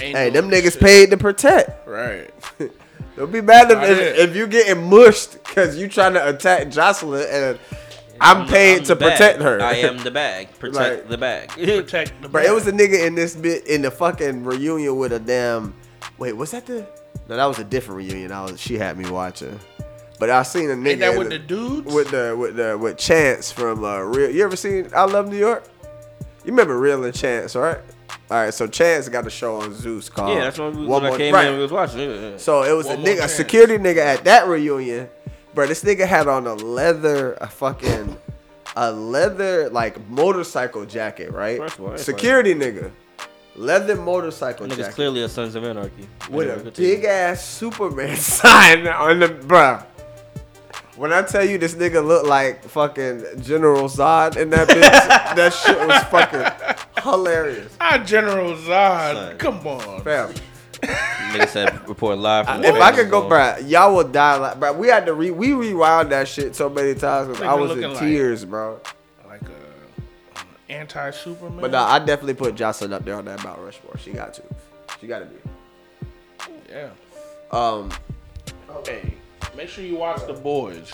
Ain't Hey, no them niggas shit. paid to protect. Right. [laughs] Don't be mad if, I did. if, if you getting mushed because you trying to attack Jocelyn and I'm paid I'm to the bag. protect her. I [laughs] am the bag. Protect Like- the bag. [laughs] Protect the Bro, it was a nigga in this bit in the fucking reunion with a damn. Wait, was that the? No, that was a different reunion. I was. She had me watching. But I seen a nigga that in with the dudes with the with the with Chance from uh, Real. You ever seen I Love New York? You remember Real and Chance, right? All right, so Chance got a show on Zeus called yeah, that's what we, Uh, One when I More- came right. in. We was watching. Yeah, yeah. So it was One a more nigga, a chance. security nigga at that reunion, bro. This nigga had on a leather, a fucking, a leather like motorcycle jacket, right? First of all, that's security nigga, leather motorcycle That nigga's jacket clearly a Sons of Anarchy. with Anyway, a continue. big ass Superman [laughs] sign on the bruh. When I tell you this nigga looked like fucking General Zod in that [laughs] bitch, that shit was fucking hilarious. Ah, General Zod. Son. Come on. Fam. Nigga said report live from. the If I Vegas could go, Bowl. bruh, y'all would die. Like, bruh, we had to re we rewound that shit so many times 'cause Nigga I was looking in like- tears, bro. uh, Anti Superman. But nah, I definitely put Jocelyn up there on that Mount Rushmore. She got to. She got to be. Yeah. Um. Hey, make sure you watch The Boys.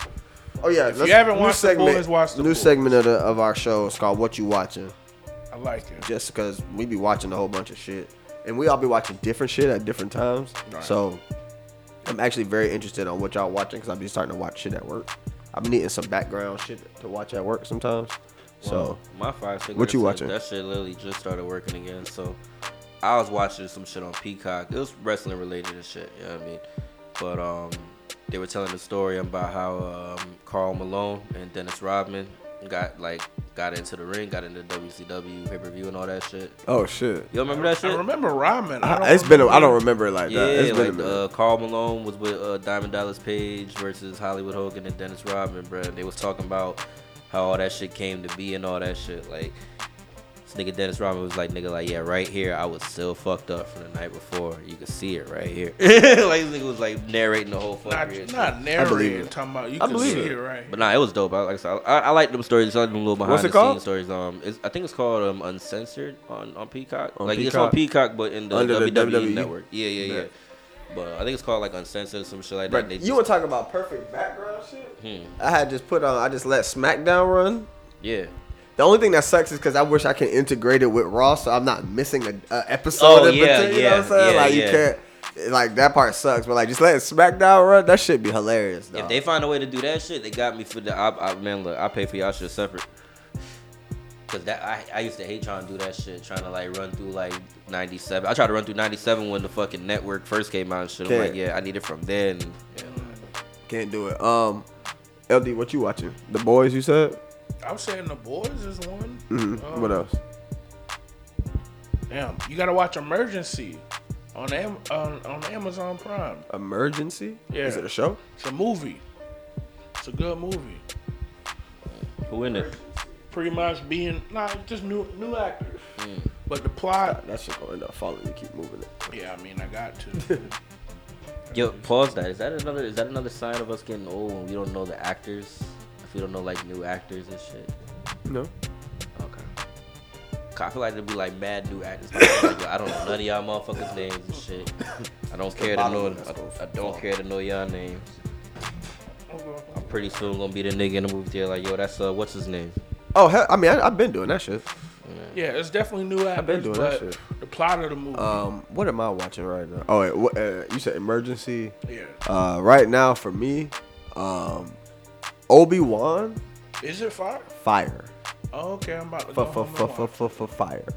Oh yeah. If let's- you haven't new watched The Boys, watch The new Boys. segment of the, of our show is called "What You Watching." I like it. Just because we be watching a whole bunch of shit, and we all be watching different shit at different times. Right. So I'm actually very interested on what y'all watching because I've been starting to watch shit at work. I've been needing some background shit to watch at work sometimes. So my five cigarettes. what you in, watching? That shit literally just started working again. So I was watching some shit on Peacock. It was wrestling related and shit. You know what I mean? But um, they were telling the story about how um, Carl Malone and Dennis Rodman got like got into the ring, got into WCW pay per view and all that shit. Oh shit. You remember that shit? I remember Ramen. I don't I, it's been. A, I don't remember- remember it like yeah, that. It's been a like minute. uh, Carl Malone was with uh, Diamond Dallas Page versus Hollywood Hogan and Dennis Rodman, bro. They was talking about how all that shit came to be and all that shit. Like this nigga Dennis Rodman was like, nigga, like yeah, right here, I was still fucked up from the night before. You can see it right here. [laughs] like this nigga was like narrating the whole fucking. shit. Not, not narrating. Talking about you can see it right. But nah, it was dope. I like I, said, I, I like them stories. I like them little behind What's it the called? scenes stories. Um, it's, I think it's called um uncensored on, on Peacock. On like it's on Peacock? Peacock, but in the Under the WWE, WWE? network. Yeah, yeah, yeah, Yeah. But I think it's called like uncensored or some shit like that. Bruh, They you were talking about perfect background shit. Hmm. I had just put on. I just let SmackDown run. Yeah. The only thing that sucks is because I wish I could integrate it with Raw, so I'm not missing a, a episode. Oh, in yeah, between, you yeah, know what I'm saying? yeah, like yeah. you can't. Like that part sucks, but like just let SmackDown run. That should be hilarious. Though. If they find a way to do that shit, they got me for the. I, I, man, look, I pay for y'all shit separate. Cause that I, I used to hate trying to do that shit, trying to like run through like '97. I tried to run through '97 when the fucking network first came out and shit. I'm Can't. like, yeah, I need it from then. Yeah. Can't do it. Um, LD, what you watching? The Boys, you said. I'm saying The Boys is one. hmm Um, what else? Damn, you gotta watch Emergency on Am- on, on Amazon Prime. Emergency? Yeah. Is it a show? It's a movie. It's a good movie. Who in it? Pretty much being nah, just new new actors. But the plot. That shit gonna end up falling. You keep moving it. Yeah, I mean I got to. Yo, pause that. Is that another? Is that another sign of us getting old when we don't know the actors? If we don't know like new actors and shit. No. Okay. 'Cause I feel like there'd be like mad new actors. Like, I don't know none of y'all motherfuckers' names and shit. I don't care to know. I, I don't care to know y'all names. I'm pretty soon gonna be the nigga in the movie theater like, yo, that's uh, what's his name? Oh hell! I mean, I, I've been doing that shit. yeah, it's definitely new actors. been doing that but shit. The plot of the movie. Um, what am I watching right now? Oh, wait, what, uh, you said emergency. Yeah. Uh, right now for me, um, Obi Wan is it fire? fire. Oh, okay, I'm about to go F- home f- and f- watch. f- f- f- fire.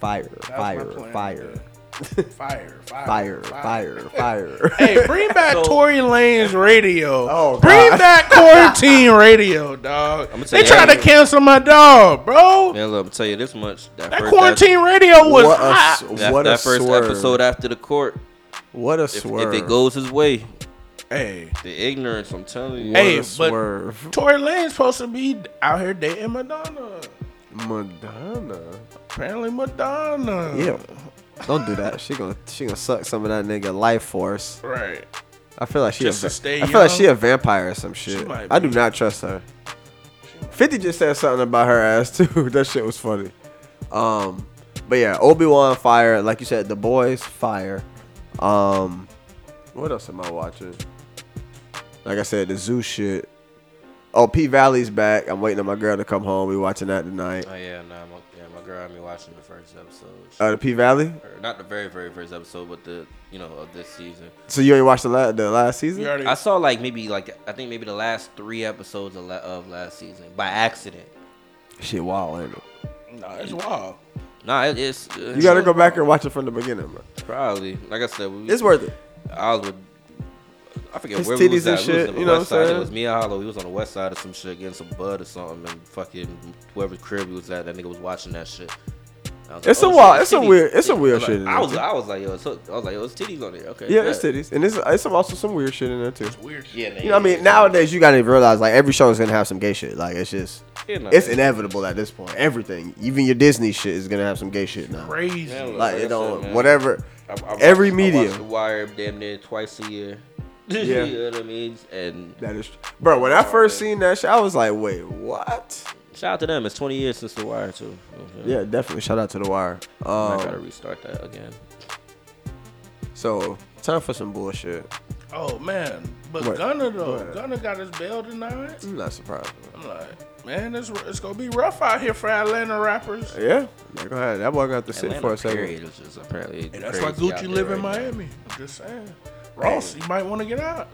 Fire, That's my fire, plan, fire, Fire, fire, fire, [laughs] fire, fire. Hey, bring back Tory Lane's radio. [laughs] Oh, bring God. back quarantine radio, dog. I'ma tell They you tried to that. cancel my dog, bro. Man, look, I'm tell you this much. That, That first- quarantine radio was What a hot. s- That, what that a first swerve. episode after the court. What a If, swerve. if it goes his way, Hey, the ignorance. I'm telling you. What Hey, a but- swerve. Tory Lane's supposed to be out here dating Madonna. Madonna. Apparently, Madonna. Yeah. Don't do that. She gonna she gonna suck some of that nigga life force. Right. I feel like she. Just a, to stay I feel like young? she a vampire or some shit. might I do be. not trust her. Fifty just said something about her ass [laughs] too. that shit was funny. Um, but yeah, Obi Wan fire, like you said, the boys fire. Um, what else am I watching? Like I said, the zoo shit. Oh, P Valley's back. I'm waiting on my girl to come home. We watching that tonight. Oh yeah, nah, my, yeah, my girl had me watching the first episode. Uh, the P Valley. Or not the very, very first episode, but the you know of this season. So you ain't watched the last the last season? I saw like maybe like I think maybe the last three episodes of, la- of last season by accident. Shit, wild, ain't it? Nah, it's wild. Nah, it, it's uh, You gotta go back and watch it from the beginning, bro. Probably, like I said, we, It's worth it. I was with. I forget His where we was titties and at. We was shit, on the you know west what I'm side. saying? It was me and Hollow. We was on the west side of some shit getting some bud or something, and fucking whoever's crib we was at, that nigga was watching that shit. I was oh, It's a shit, wild- there's it's a titties. weird- it's a Yeah, weird I'm like- shit in I there, was, too. I was like, yo, it's, I was like, yo, it's titties on there. Okay, Yeah, it's bet. titties, and it's it's some- also some weird shit in there too. weird. Yeah, You know, what I mean, nowadays you gotta realize like every show is gonna have some gay shit. Like it's just, Yeah, nah, it's yeah. inevitable at this point. Everything, even your Disney shit, is gonna have some gay shit now. Crazy. like I it said, don't, man. whatever. I- I watch- every I medium. watch the Wire damn near twice a year. [laughs] Yeah. you know what I mean. And that is, bro. When I first seen that shit, I was like, wait, what? Shout out to them. It's 20 years since the Wire too. Okay. Yeah, definitely. Shout out to the Wire. I gotta Um, restart that again. so time for some bullshit. Oh man, but What? Gunner though, What? Gunner got his bail denied. I'm not surprised. I'm like, man, it's it's gonna be rough out here for Atlanta rappers. Yeah, go ahead. That boy got to sit Atlanta for a second. period is just apparently And that's why crazy out Gucci there live in right now. Miami. I'm just saying, Ross, you might want to get out.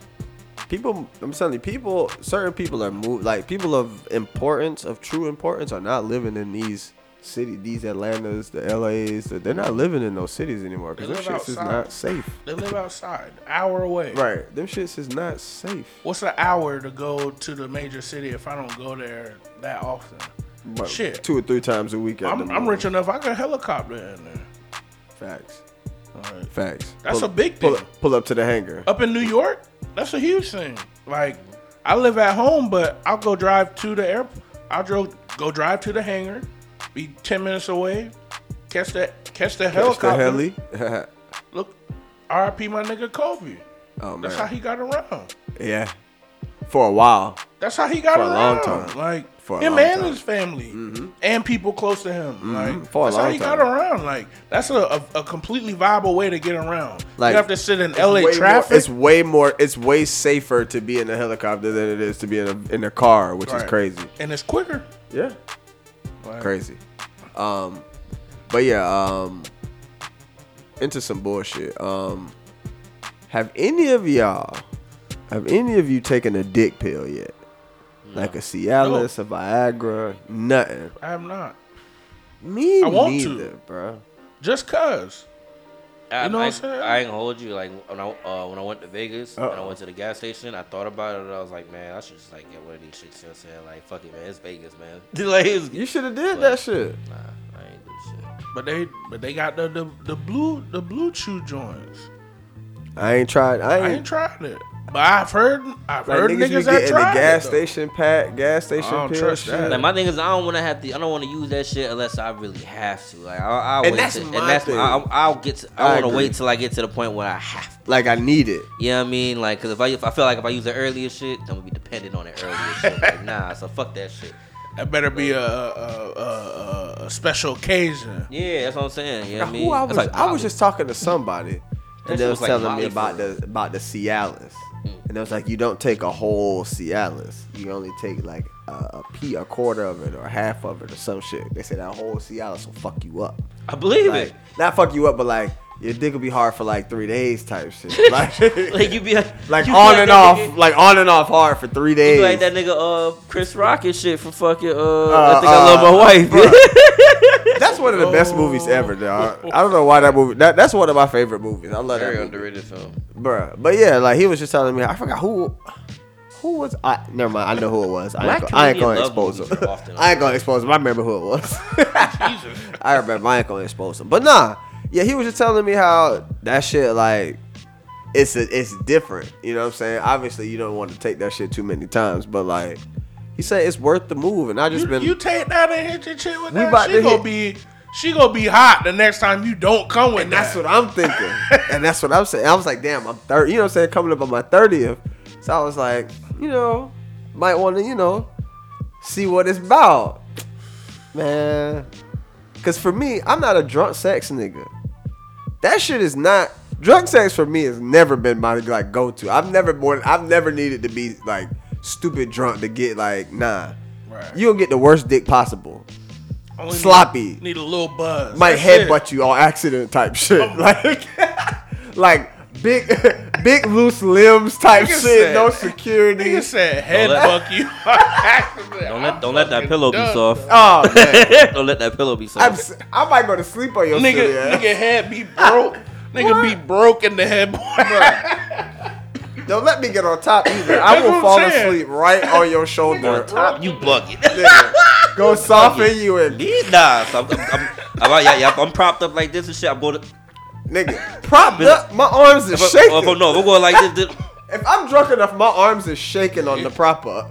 people i'm telling you people certain people are moved like people of importance of true importance are not living in these city these atlantas the las they're not living in those cities anymore because They them live shits is outside. not safe They live outside, hour away. right them shits is not safe What's an hour to go to the major city if I don't go there that often? But Shit. two or three times a week at I'm, the I'm most. rich enough. I can helicopter in there. facts All right. facts That's a big pull, thing. pull up to the hangar Up in New York, that's a huge thing. Like, I live at home, but I'll go drive to the airport. I'll dro- go drive to the hangar, be ten minutes away, catch that catch the Catch helicopter. the heli [laughs] Look, R.I.P. my nigga Kobe. oh man That's how he got around. yeah for a while That's how he got For a long around. time. Like For a him long and time. Mm-hmm. his family and people close to him. Like For a that's how long he got time. around. Like that's a, a, a completely viable way to get around. Like, you have to sit in it's L.A. way traffic. More, it's way more. It's way safer to be in a helicopter than it is to be in a in a car, which Right. is crazy. and it's quicker. Yeah, Like, crazy. Um, but yeah, um, into some bullshit. Um, have any of y'all, have any of you taken a dick pill yet? Like a Cialis, a Viagra, nothing. I am not Me I want to. neither, bro. just cause. [laughs] I, You know I, what I'm saying? I ain't gonna hold you. Like when I uh, when I went to Vegas and I Uh-oh. went to the gas station, I thought about it. and I was like, man, I should just like get one of these shits. You know what I'm saying? Like, fuck it, man. It's Vegas, [laughs] man. like, it was, You should have did But- that shit. nah, I ain't do shit. But they but they got the the, the blue the blue chew joints. I ain't tried. I ain't, I ain't tried it, but I've heard I've like, heard niggas, be niggas getting that the tried gas it, though. station pack, gas station don't pill trust shit. that. Like my thing is, I don't want to have to. I don't want to use that shit unless I really have to. Like I, I And wait that's to- my and that's thing. I, I'll get. To, I I, want to agree. wait till I get to the point where I have Like I need it. You know what I mean? Like, cause if I if I feel like if I use the earlier shit, I'm gonna be dependent on the earlier shit. [laughs] Like, nah, so fuck that shit. That better be a, a, a, a- a special occasion. Yeah, that's what I'm saying. You know what I mean? Who I That's was, like I was Molly. just talking to somebody, shit and they was was, like telling Molly me about for real. Mm. the about the Cialis, and I was like, you don't take a whole Cialis, you only take like a, a p a quarter of it or half of it or some shit. They said that whole Cialis will fuck you up. I believe Like, not fuck you up, but like your dick will be hard for like three days type [laughs] shit. Like, it. Like you be like, [laughs] like you be on like that and off, nigga- like on and off hard for three you days. be like that nigga uh Chris Rock and shit for fucking uh, Uh, I think I love uh, my wife. That's one of the best movies ever, dog. I don't know why that movie. That, that's one of my favorite movies. I love that Very movie. underrated film. bruh. But yeah, like he was just telling me, I forgot who, who was I? Never mind, I know who it was. I ain't, Black go- I ain't comedian gonna love expose movies him. often. [laughs] I ain't gonna expose him. I remember who it was. [laughs] I remember. I ain't gonna expose him. But nah, yeah, he was just telling me how that shit like. It's a, it's different, you know what I'm saying. Obviously, you don't want to take that shit too many times, but like, he said it's worth the move, and I just You, been you take that and hit your chick with We that. about She to gonna hit- be she gonna be hot the next time you don't come with And that. that's what I'm thinking. and that's what I'm saying. I was like, damn, I'm 30. You know what I'm saying? Coming up on my 30th. So I was like, you know, might want to, you know, see what it's about. Man. Because for me, I'm not a drunk sex nigga. That shit is not. Drunk sex for me has never been my like go to. I've never born. I've never needed to be like stupid drunk to get like nah. You'll get the worst dick possible. Only need- Sloppy. Need, a little buzz. Might That's it. Oh. headbutt you on accident type shit. [laughs] Like like big [laughs] big loose limbs type Nigga shit. said- no security. Nigga said headbutt you. [laughs] Don't let don't let that pillow be done. [laughs] soft. Oh, man. don't let that pillow be I'm, soft. s- I might go to sleep on your nigga, silly ass. nigga head be [laughs] broke. nigga be broke in the head. [laughs] Don't let me get on top either. I That's what will I'm fall saying. asleep right on your shoulder. on top, you buggy. Nigga, [laughs] Go soften you and nah, so I'm, I'm, I'm, I'm, out- yeah, yeah, I'm propped up like this and shit. I'm going to. Nigga, propped up. My arms are if I, shaking. If I'm, oh, no, if I'm going like this, [laughs] this If I'm drunk enough, my arms are [laughs] shaking on the prop up.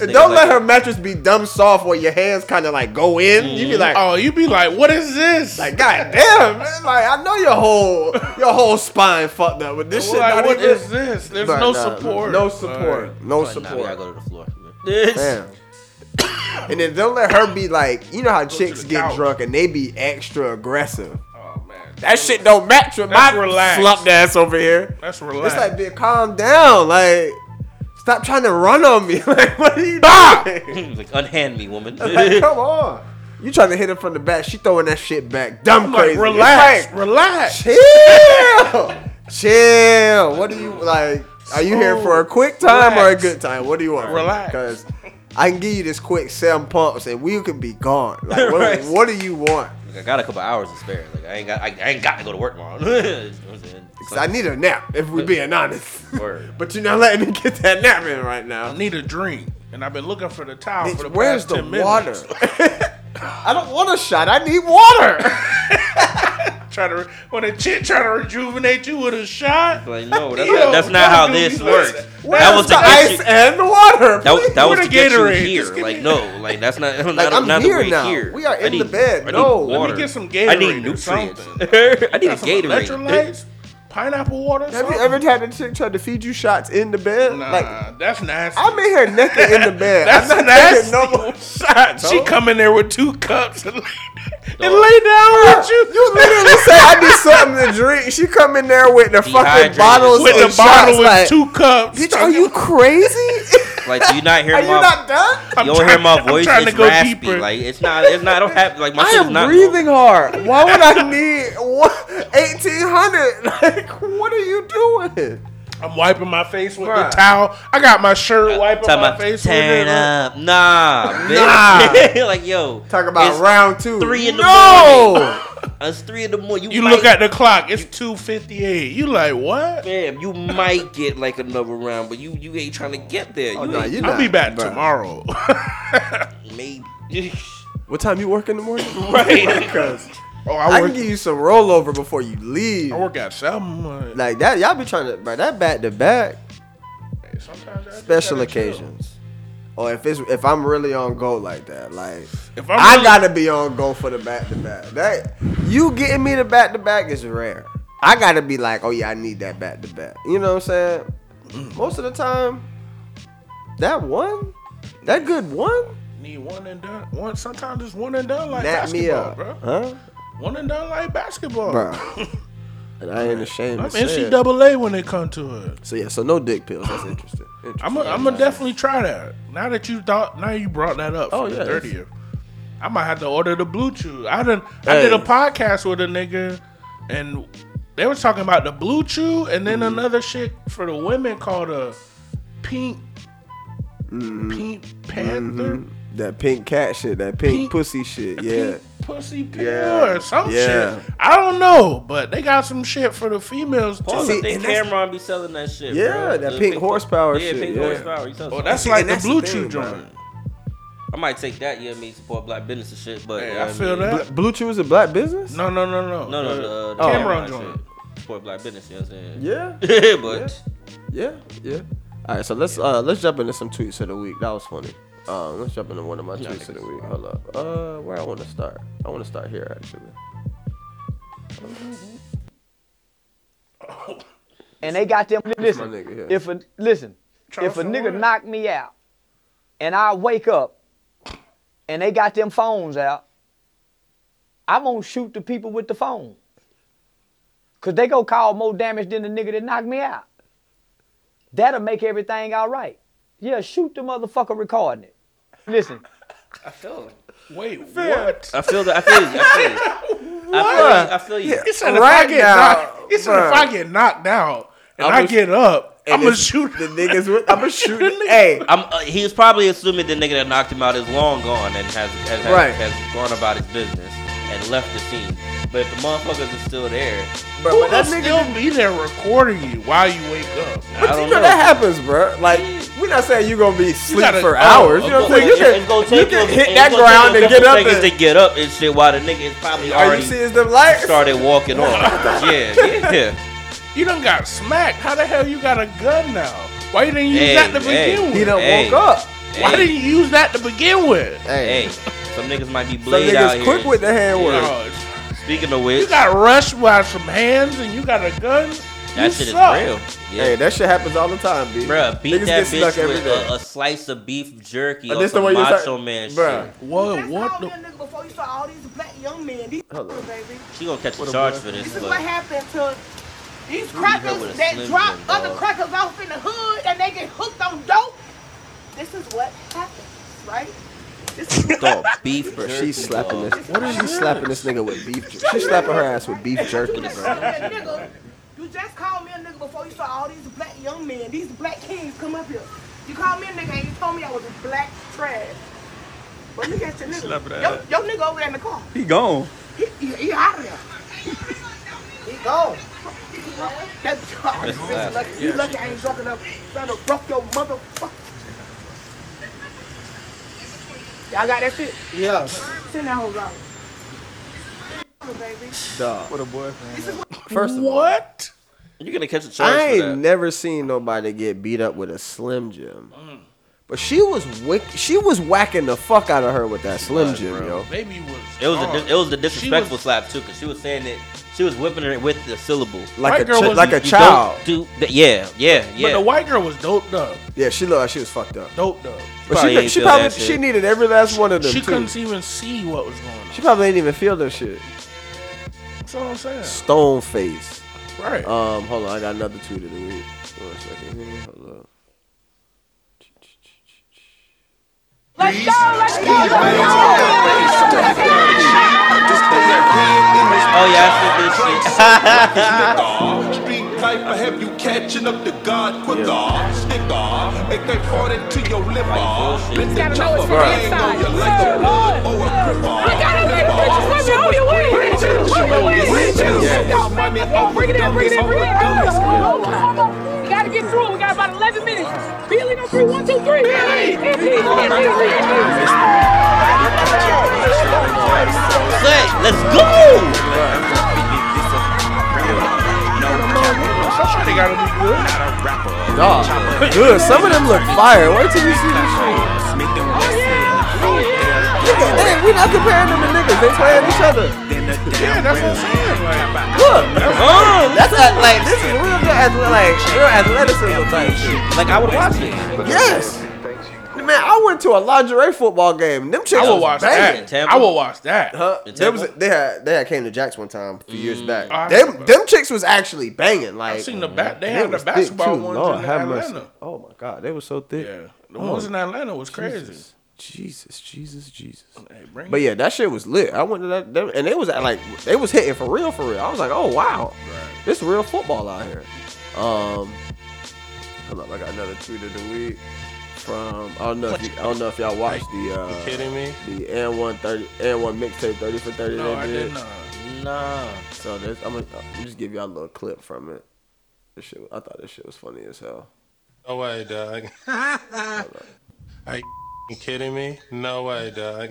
And [laughs] don't let her mattress be dumb soft where your hands kind of like go in. You be like, oh, you be like, what is this? Like, goddamn, man. Like, I know your whole your whole spine fucked up with this shit. Like, not what even- is this? There's Nah, no nah, support. No support. Alright. No Sorry, nah, support. we gotta go to the floor. Damn. [coughs] and then don't let her be like, you know how chicks get drunk and they be extra aggressive. oh, That shit don't match with That's my relaxed. slumped ass over here. That's It's relaxed. like, bitch, calm down. Like, stop trying to run on me. [laughs] like, what are you [laughs] [laughs] doing? like, unhand me, woman. like, come on. You trying to hit her from the back. She throwing that shit back. Dumb I'm like, crazy. relax, Like, relax. chill. chill. What do you like? Are you here for a quick time or a Relax. good time? What do you want? Relax. Because I can give you this quick seven pumps and we could [laughs] be gone. Like, what, Right. what do you want? Like, I got a couple hours to spare. Like I ain't got I, I ain't got to go to work tomorrow. [laughs] You know what I'm saying? 'Cause I need a nap, if we're being honest. [laughs] Word. but you're not letting me get that nap in right now. I need a drink, and I've been looking for the towel Bitch, for the where's past the 10 minutes. [laughs] water? I don't want a shot. I need water. Try to when a chick try to rejuvenate you with a shot. Like no, that's [laughs] Yo, not, that's not how dude, this you- works. [laughs] Where's That was to the get ice you. and the water? That was please? that was Where the to get you Gatorade? here. Just give Like me- no, like that's not. [laughs] Like, not, I'm not here the way now. Here. We are I in the need- bed. I need No. water. Let me get some Gatorade. I need or nutrients. something. [laughs] I need Got some Gatorade. Electrolytes, pineapple water. Have you something? ever had a chick try to feed you shots in the bed? Nah, Like that's nasty. I'm in here naked in [laughs] the bed. That's I'm not nasty. taking no [laughs] more shots. She No. come in there with two cups and, and No. lay down with you. You literally say I need something to drink. She come in there with the fucking Dehydrated. bottles with and a bottle shots, and like, two cups. Bitch, are you [laughs] crazy? Like do you not hear are my you not done? you don't hear my I'm voice. trying to It's go raspy. deeper. Like it's not. It's not. I don't have like my I shit is am not. breathing hard. Why [laughs] would I need eighteen hundred? [laughs] Like, what are you doing? I'm wiping my face with Bruh. the towel. I got my shirt wiping Talking my about face turn with it. up. Nah, bitch. [laughs] Nah. like yo. Talk about it's round two. Three in the no. morning. It's three in the morning. You, You might, look at the clock. It's two fifty eight. You like what? Fam, you might get like another round, but you you ain't trying to get there. You Oh, nah, ain't- you I'll not, be back bruh. tomorrow. [laughs] [laughs] maybe. What time you work in the morning? [laughs] Right. Because oh, I I can work. give you some rollover before you leave. I work at seven. uh, Like that, y'all be trying to, bro. That back to back, sometimes I just special gotta chill. occasions, or if it's if I'm really on go like that, like If I'm I really- gotta be on go for the back to back. That you getting me the back to back is rare. I gotta be like, oh yeah, I need that back to back. You know what I'm saying? Mm. Most of the time, that one, that good one, need one and done. One sometimes it's one and done like nap basketball, me up, bro. Oh. huh? One and done like basketball. Bro, [laughs] and I ain't ashamed. I'm to say it. NCAA when it come to it. So yeah, so no dick pills. That's interesting. Interesting. I'm gonna definitely try that. Now that you thought, now you brought that up. Oh, For yeah, the that's- thirtieth. I might have to order the blue chew. I done. I Hey. did a podcast with a nigga, and they was talking about the blue chew, and then Mm-hmm. another shit for the women called a pink, Mm-hmm. pink panther, That pink cat shit, that pink, Pink- pussy shit, yeah. pink pussy pill Yeah. or some Yeah. shit. I don't know, but they got some shit for the females too. Paul, See, I and think that's- Cameron be selling that shit. Yeah, bro. that The pink horsepower yeah, shit, Pink yeah. horsepower. He sells Oh, that. that's See, like and the that's blue the chew thing, bro. joint. I might take that. Yeah, I mean support black business and shit. But Hey, yeah, I feel mean, that. Bl- Blue Chew is a black business? No, no, no, no. No, no, the, Oh. uh, the Cameron Cameron joint. Shit. Support black business. You know what I'm saying? Yeah, [laughs] but yeah, yeah. All right, so let's uh let's jump into some tweets of the week. That was funny. Um, let's jump into one of my Yeah, tweets of the niggas. week. Hold up. Uh, where I want to start? I want to start here actually. And they got them. Listen, my nigga here. if a listen, if a nigga knock me out, and I wake up, and they got them phones out, I'm gonna shoot the people with the phone. Cause they go call more damage than the nigga that knocked me out. That'll make everything all right. Yeah, shoot the motherfucker recording it. Listen, I feel it. Wait, Fair. what? I feel that. I feel you. I feel you. I feel you. I feel you. He said, if I Right get now, knocked, he said if I bruh. get knocked out and I'm i a- get up, and I'm gonna it's- shoot the niggas. [laughs] With, I'm gonna shoot. Hey, I'm, uh, he was probably assuming the nigga that knocked him out is long gone and has has, has, Right. has gone about his business and left the scene. But if the motherfuckers are still there, Who will still be there recording you while you wake up? I don't you know, that happens, bro. Like we're not saying you're gonna be asleep gotta- for oh, hours. You know what I'm saying? You It's gonna can, you take can a- hit it's that gonna take ground a and get couple up. seconds And, to get up and shit while the nigga is probably are you already serious? Them lights? started walking off. yeah, yeah. You done got smacked. How the hell you got a gun now? Why you didn't use Hey, that to hey, begin with? he done hey, woke up. Why hey. didn't you use that to begin with? Hey, some niggas might be blade niggas out here. quick with the hand Yeah. work. Speaking of which, You got rushed by some hands and you got a gun. That You shit is suck. real. Yeah. Hey, that shit happens all the time, b. Bruh, beat that Niggas get stuck bitch every with day. a, a slice of beef jerky Oh, or this the some one you macho start- man Bruh. shit. What? What? The, nigga before you saw all these black young men. These Hold on. baby. She gonna catch a charge for this, This is what but happened to these Who you got with crackers a that Slim drop Jim, other dog? crackers off in the hood and they get hooked on dope. This is what happens, right? This is dog, beef Bro, jerky. she's slapping dog. this. What is she slapping this nigga with beef? jer- She's slapping her ass with beef jerky, You just bro. called me a nigga. You just called me a nigga before you saw all these black young men, these black kings come up here. You called me a nigga and you told me I was a black trash. But look at your Slap it nigga. out. Your, your nigga over there in the car. He gone. He, he, he out of there. He gone. That's That's God. nasty, Lucky, you yeah. lucky I ain't drunk enough. Trying to rock your motherfucker. Y'all got that shit? Yeah. Send that whole out. Baby. Dog. What a boyfriend. [laughs] First of all, what? You gonna catch a charge I for that? ain't never seen nobody get beat up with a Slim Jim. Mm. But she was wick- she was whacking the fuck out of her with that Slim Jim, yo. Baby was. It was a, gone. dis- it was the She disrespectful slap too, cause she was saying that she was whipping her with the syllables, Like White a girl chi- was- like a child. do that. Yeah, yeah, yeah. But the white girl was doped up. Yeah, she looked like she was fucked up. Doped up. But Probably she, ain't she feel probably that she shit. needed every last one of them. She too. couldn't even see what was going on. She probably didn't even feel that shit. That's what I'm saying. Stone face. Right. Um, hold on, I got another tweet of the week. One second here. Hold up. Let's go, let's go, let's go. Let's go. Oh [laughs] yeah, I said this shit. Street life, I have you catching up to God quicker. Stick off, AK-40 to your lip off. Bend the chopper, bang on you like a blood or a grip off. We Oh, gotta make bitches with me. Hold your way. Hold your way. Bring it in, bring it in, bring it in. Hold on, hold on, hold on. We gotta get through it. We got about 11 minutes. Billy on three, one, two, three. Billy! let's go. Somebody gotta be good. Dog. Good. Some of them look fire. Wait till you see this shit. Nigga, they, we not comparing them to niggas. They playing each other. Yeah, that's what I'm saying. Like, Look, that's at, like this is real good athle- like real athleticism type shit. Like I would watch it. Yes. Man, I went to a lingerie football game. Them chicks I would was watch banging. that. I would watch that. Huh? In There was Tampa? they had they had came to Jacks one time a few years back. Mm. I Them, remember. them chicks was actually banging. Like seen the ba- they they had the was thick, basketball too. ones Lord in have Atlanta. mercy. Oh my god, they were so thick. Yeah, the Oh, ones in Atlanta was crazy. Jesus. Jesus, Jesus, Jesus. Hey, bring But it. yeah, that shit was lit. I went to that, that- and they was at, like they was hitting for real, for real. I was like, oh wow, this real football out here. Um, hold up, I got another tweet of the week from I don't know if you, I don't know if y'all watched the. Uh, You kidding me? The N one thirty N one mixtape thirty for thirty. No, they I uh, did. did not. Nah. So this, I'm gonna I'm just give y'all a little clip from it. This shit, I thought this shit was funny as hell. No way, [laughs] dog. Are you kidding me? No way, dog.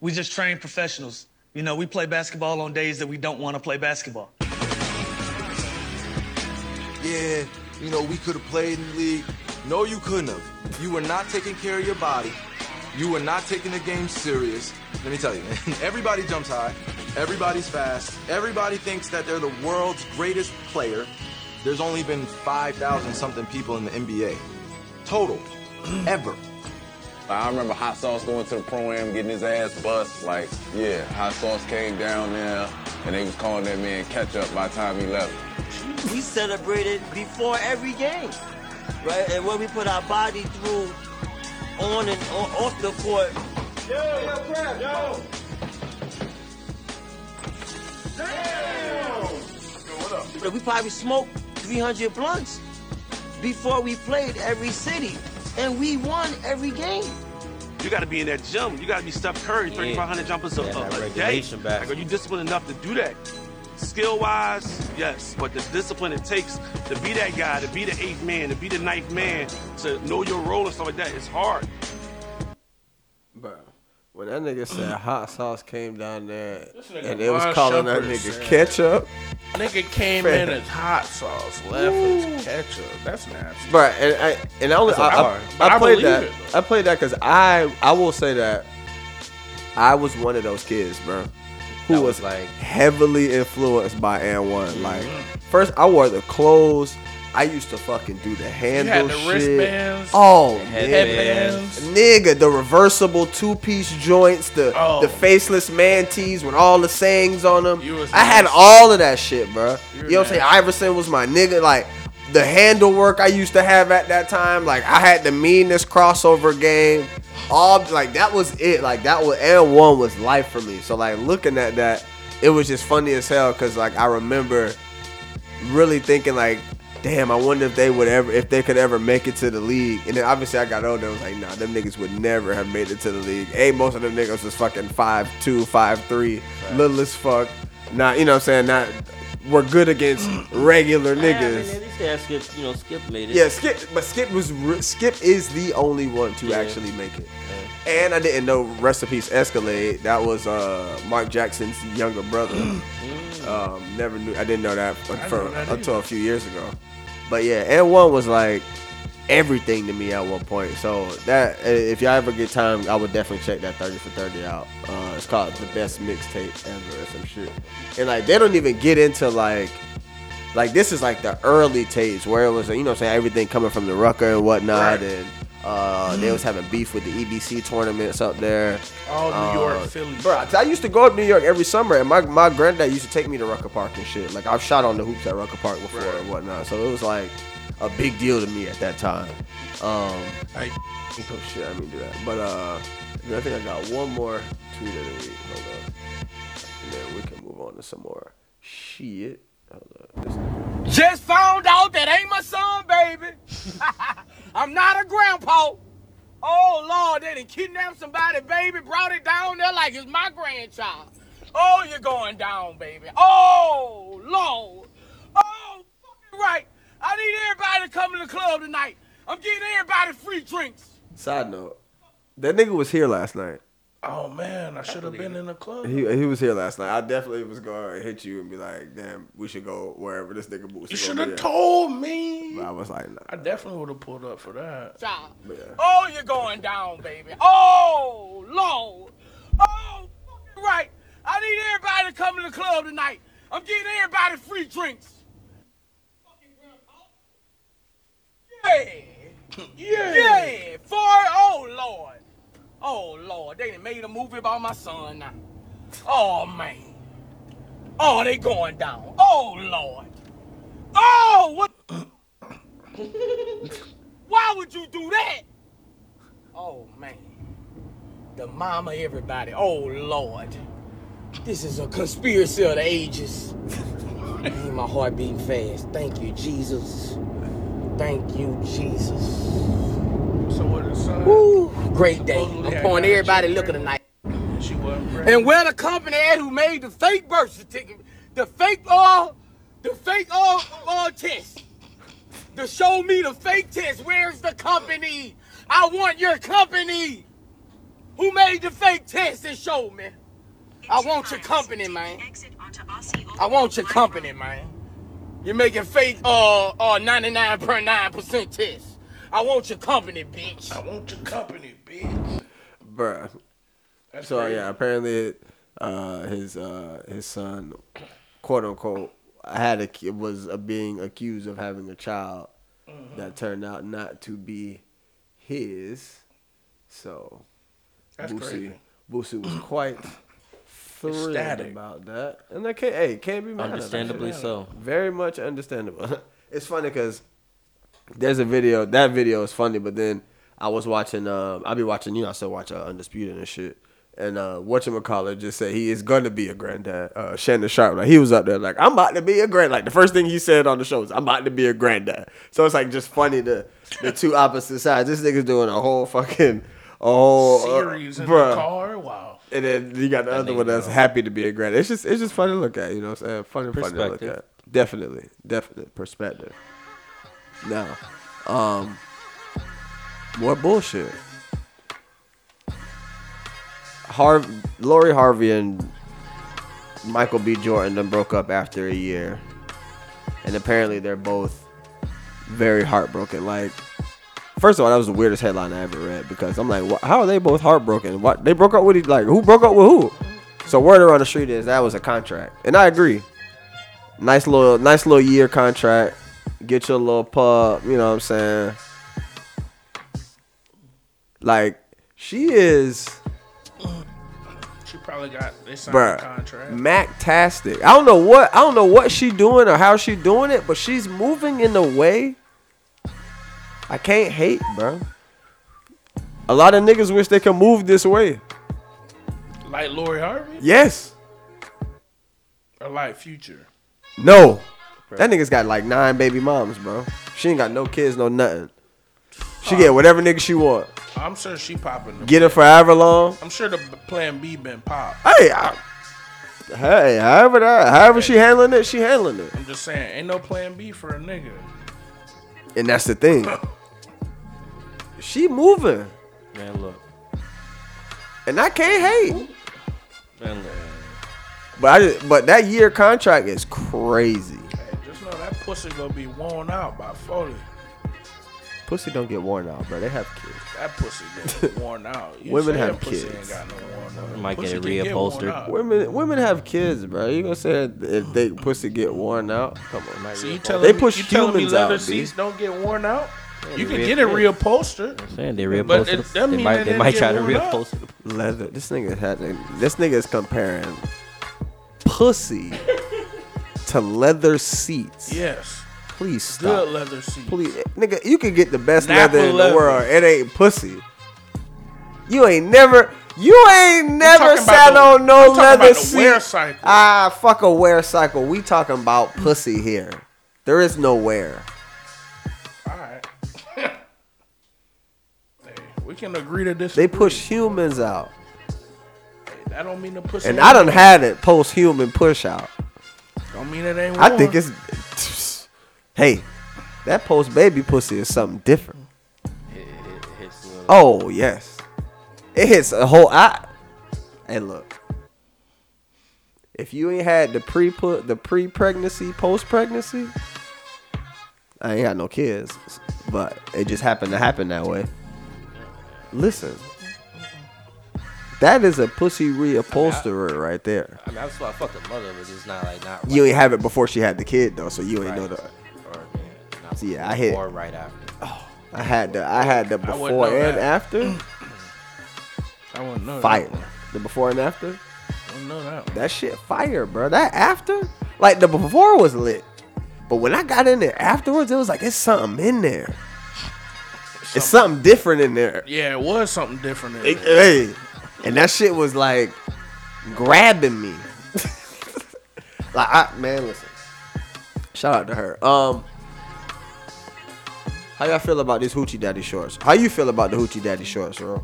we just train professionals. You know, we play basketball on days that we don't want to play basketball. Yeah, you know, we could have played in the league. No, you couldn't have. You were not taking care of your body. You were not taking the game serious. Let me tell you, man, [laughs] everybody jumps high. Everybody's fast. Everybody thinks that they're the world's greatest player. There's only been 5,000 something people in the NBA. Total. [clears throat] Ever. I remember Hot Sauce going to the pro am, getting his ass bust. Like, yeah, Hot Sauce came down there. and they was calling that man catch up by the time he left. We celebrated before every game, right? And what we put our body through on and on, off the court. Yo, yo, crap, yo. But We probably smoked 300 blunts before we played every city, and we won every game. You got to be in that gym. You got to be Steph Curry, 3,500 jumpers a, Yeah, a- that a day. regulation back. Like, are you disciplined enough to do that? Skill wise, yes, but the discipline it takes to be that guy, to be the eighth man, to be the ninth man, to know your role and stuff like that, it's hard. Bro, when that nigga said hot sauce came down there nigga and they was Von calling that Shepard nigga said- ketchup, Nigga came Man. in as hot sauce, left as ketchup. That's nasty. bro. And I and I only That's a I, bar. I- But I I played believe that. it, I played that because I I will say that I was one of those kids, bro, who was, like heavily influenced by and Mm-hmm. one. Like first, I wore the clothes. I used to fucking do the handle the shit. wristbands, oh, the headbands. nigga, the reversible two piece joints, the Oh. the faceless man tees with all the sayings on them. I had nasty. all of that shit, bro. You You, were know what I'm saying? Iverson was my nigga. Like the handle work I used to have at that time. Like I had the meanest crossover game. All like that was it. Like that was and one was life for me. So like looking at that, it was just funny as hell because like I remember really thinking like, damn, I wonder if they would ever, if they could ever make it to the league. And then obviously I got older. I was like, nah, them niggas would never have made it to the league. A, most of them niggas was fucking five two, five three, little as fuck. Not, you know what I'm saying? Not, we're good against regular Yeah, niggas. at least they had Skip, you know, Skip made it. Yeah, Skip, but Skip was re- Skip is the only one to actually make it. And I didn't know Recipes Escalade. That was uh, Mark Jackson's younger brother. um, never knew. I didn't know that, for, I for- didn't know that until a either. few years ago. But yeah, and one was like everything to me at one point. So that uh, if y'all ever get time, I would definitely check that thirty for thirty out. Uh, it's called the best mixtape ever or some shit. And like they don't even get into like like this is like the early tapes where it was you know what I'm saying everything coming from the Rucker and whatnot Right. and uh, they was having beef with the EBC tournaments up there. All Oh, New York, Uh, Philly. Bro, I I used to go up to New York every summer, and my, my granddad used to take me to Rucker Park and shit. Like I've shot on the hoops at Rucker Park before and whatnot, so it was like a big deal to me at that time. Um, I oh shit, I mean do that, but uh, I think I got one more tweet of the week. Hold up, and then we can move on to some more shit. Hold up, this Just found out that ain't my son, baby. [laughs] I'm not a grandpa. Oh Lord, they done kidnapped somebody, baby, brought it down there like it's my grandchild. Oh, you're going down, baby. Oh Lord. Oh, fucking right. I need everybody to come to the club tonight. I'm giving everybody free drinks. side note, that nigga was here last night. Oh man, I should have been in the club. He, he was here last night. I definitely was going to hit you and be like, damn, we should go wherever this nigga boots. You should have told me. But I was like, nah. I definitely would have pulled up for that. Child. But yeah. Oh, you're going down, baby. Oh, Lord. Oh, fucking right. I need everybody to come to the club tonight. I'm giving everybody free drinks. Fucking grandpa. Yeah. yeah. Yeah. For, oh, Lord. Oh, Lord. They done made a movie about my son now. Oh, man. Oh, they going down. Oh, Lord. Oh, what? Why would you do that? Oh man. The mama everybody. Oh Lord. This is a conspiracy of the ages. Man, my heart beating fast. Thank you, Jesus. Thank you, Jesus. So what is son? Woo! Great day. I'm pouring everybody looking tonight. She wasn't ready. And where the company at who made the fake birth certificate, the fake all, the fake all all test, the show me the fake test. Where's the company? I want your company. Who made the fake test and show me? I want your company, man. I want your company, man. You're making fake uh uh 99.9% test. I want your company, bitch. I want your company, bitch. Bruh. so yeah, apparently uh, his uh, his son, quote unquote, had a was uh being accused of having a child that turned out not to be his. So That's Boosie crazy. Boosie was quite thrilled Ecstatic. about that, and that can't, hey, can't be mad. at it. Understandably so. Very much understandable. [laughs] it's funny because there's a video. That video is funny, but then I was watching. Uh, I be watching. You know, I still watch uh, Undisputed and shit. And uh, whatchamacallit just said he is gonna be a granddad. Uh, Shannon Sharp, like he was up there, like I'm about to be a grand. Like the first thing he said on the show was, "I'm about to be a granddad." So it's like just funny the the two opposite sides. This nigga's doing a whole fucking a whole uh, Series in bruh. the car. Wow. And then you got the other one that's happy to be a granddad. It's just it's just fun to look at, you know what I'm saying? Fun funny to look Perspective. at. Definitely. Definite perspective. Now, um more bullshit. Harv Lori Harvey and Michael B. Jordan then broke up after a year. And apparently they're both very heartbroken. Like First of all, that was the weirdest headline I ever read because I'm like, wh- how are they both heartbroken? What they broke up with? each- Like, who broke up with who? So word around the street is that was a contract, and I agree. Nice little, nice little year contract. Get your little pub. You know what I'm saying? Like, she is, She probably got they signed a bruh, contract. mac-tastic. I don't know what, I don't know what she doing or how she doing it, but she's moving in a way I can't hate, bruh. A lot of niggas wish they could move this way. like Lori Harvey Yes. or like Future. No. That nigga's got like nine baby moms, bro. She ain't got no kids, no nothing. She get whatever nigga she want. I'm sure she popping. the- Get it forever long. I'm sure the b- Plan B been pop. Hey, I, hey, however that, however she handling it, she handling it. I'm just saying, ain't no Plan B for a nigga. And that's the thing. She moving, Man, look. and I can't hate. Man, look. But I just, but that year contract is crazy. Just know that pussy gonna be worn out by forty. Pussy don't get worn out, bro. They have kids. That pussy get [laughs] worn out. You Women say have that pussy kids. Ain't got no worn out. Might get Pussy it can worn reupholstered. out. Women, women have kids, bro. You gonna say that if they pussy get worn out? Come on, So you telling they me- push you telling me humans leather out. B. seats don't get worn out? you they can get it reupholstered. reupholstered. I'm saying they reupholstered. But it- it. that They mean might, that they it might get try to worn out. reupholster. it. Leather. This nigga had. This nigga is comparing [laughs] pussy to leather seats. Yes. Please stop. Good leather seats. Please, nigga, you can get the best Napa leather in leather. the world. It ain't pussy. You ain't never. You ain't never talking about sat the- on I'm no talking about leather the seat. wear cycle. Ah, fuck a wear cycle. We talking about pussy here. There is no wear. All right. [laughs] hey, we can agree to this. They push humans out, That don't mean the pussy. and ain't I done worn. had it post human push out. Don't mean it ain't. I think worn. it's. Hey, that post baby pussy is something different. Oh yes, it hits a whole. I and look, if you ain't had the pre put the pre pregnancy post pregnancy, I ain't got no kids, but it just happened to happen that way. Listen, that is a pussy reupholsterer right there. I mean, I just want to fuck the mother, but it's not like not. You right ain't have it before she had the kid though, so you ain't know that. Or, yeah, not So, yeah, before I hit- Or right after. I had the I had the I wouldn't before know and that. [laughs] after I wouldn't know. that fire. one. The before and after Wouldn't know that. one. that shit fire, bro. That after like the before was lit, but when I got in there afterwards, it was like it's something in there. It's something different in there. Yeah, it was something different. in It- there. hey, and that shit was like grabbing me. [laughs] like I man, listen. Shout out to her. Um, how y'all feel about these hoochie daddy shorts? How you feel about the hoochie daddy shorts, bro?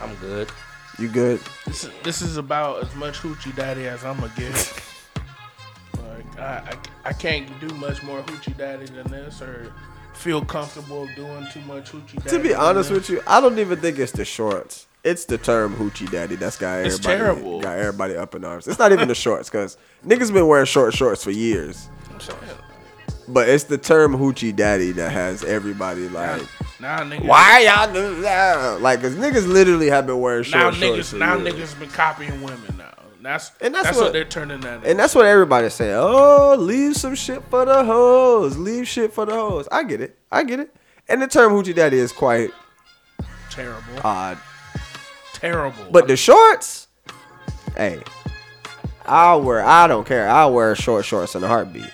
I'm good. You good? This is, this is about as much hoochie daddy as I'm gonna get. [laughs] like I, I I can't do much more hoochie daddy than this, or feel comfortable doing too much hoochie daddy. To be honest with you, I don't even think it's the shorts. It's the term hoochie daddy that's got everybody It's terrible. got everybody up in arms. It's not even the shorts because niggas been wearing short shorts for years, but it's the term hoochie daddy that has everybody like. now niggas, Why y'all do that? Like, cause niggas literally have been wearing now short shorts. niggas for now years. niggas been copying women now. That's And that's that's, what, what- they're turning that. And that's what everybody say. Oh, leave some shit for the hoes. Leave shit for the hoes. I get it. I get it. And the term hoochie daddy is quite into. terrible, odd. terrible. But the shorts, hey, I'll wear. I don't care. I'll wear short shorts in a heartbeat.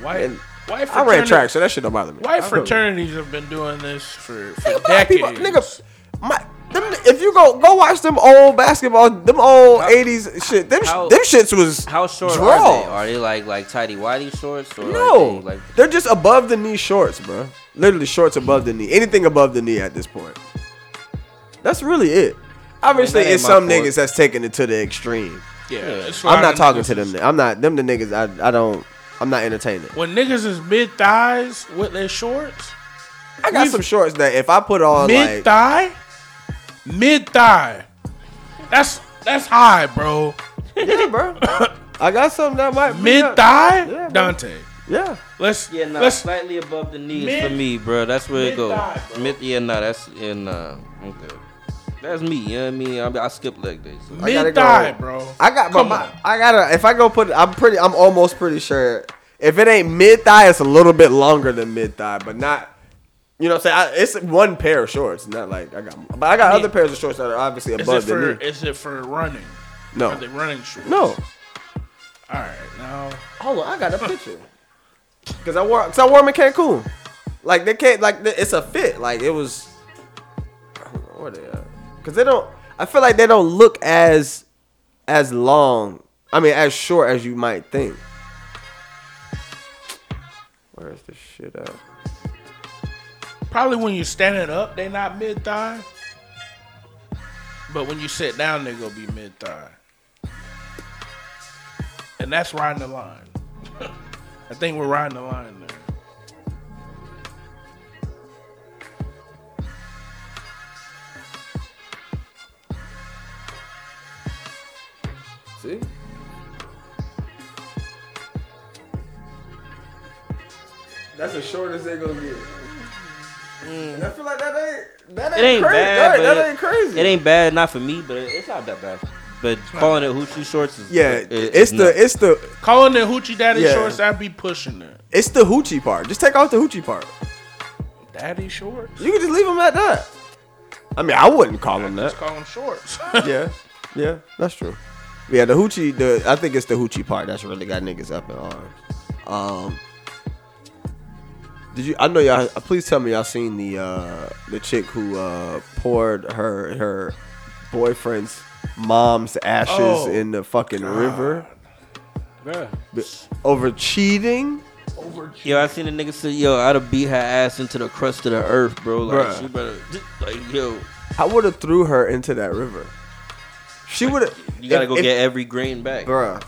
White, white I ran fraterni- track, so that shit don't bother me. White I don't- fraternities have been doing this for, for Black decades. people- nigga, my, them, if you go go watch them old basketball, them old '80s shit, them sh- how- them shits was How short draw. are they? Are they like like tidy whitey shorts or No, like, they, like they're just above the knee shorts, bro. Literally shorts above the knee. Anything above the knee at this point. That's really it. Obviously, that ain't it's my some fault. niggas that's taking it to the extreme. Yeah, it's I'm a lot not of talking niggas to them. I'm not them. The niggas, I, I don't. I'm not entertaining. When niggas is mid thighs with their shorts, I got some shorts that if I put on mid like thigh, mid thigh. That's that's high, bro. Yeah, bro. I got something that might be mid thigh, up. Yeah, bro. Dante. Yeah. Let's yeah, nah, let's slightly above the knees Mid- for me, bro. That's where it goes. mid-thigh, Mid, yeah, nah, that's yeah, nah. Okay. That's me. You know what I mean? I, I skip leg days. So. I gotta go- I got, but my, I gotta. If I go put, I'm pretty. I'm almost pretty sure. If it ain't mid thigh, it's a little bit longer than mid thigh, but not. You know what I'm saying? I, it's one pair of shorts, not like I got. But I got I mean, other pairs of shorts that are obviously Is above it the for knee. is it for running? No. Are they running shorts? No. All right, now Hold on, I got a picture. Cause I wore, cause I wore them in Cancun. Like they can't, like the- it's a fit. Like it was. I don't know where they at. Cause they don't. I feel like they don't look as, as long. I mean, as short as you might think. Where's this shit at? probably when you're standing up, they not mid thigh. But when you sit down, they gonna be mid thigh. And that's riding the line. [laughs] I think we're riding the line there. See? That's as short as they gonna get. I feel like that ain't that Mm. It ain't bad. That, but ain't crazy. It ain't bad, not for me, but it's not that bad. But calling it hoochie shorts is Yeah, it- it- it's nuts. the it's the Calling the hoochie daddy Yeah. shorts, I'd be pushing it. it's the hoochie part. Just take off the hoochie part. Daddy shorts? You can just leave them at that. I mean, I wouldn't call them that. Just call them [laughs] shorts. yeah, yeah, that's true. Yeah, the hoochie. The I think it's the hoochie part that's really got niggas up in arms. Um, did you? I know y'all. uh, Please tell me y'all seen the uh the chick who uh poured her her boyfriend's mom's ashes Oh, in the fucking river Bruh. b- over cheating. Yo, I seen a nigga say, "Yo, I'd have beat her ass into the crust of the earth, bro." Like Bruh. she better, like yo, I would have threw her into that river. She would have. you gotta go get every grain back, Bruh.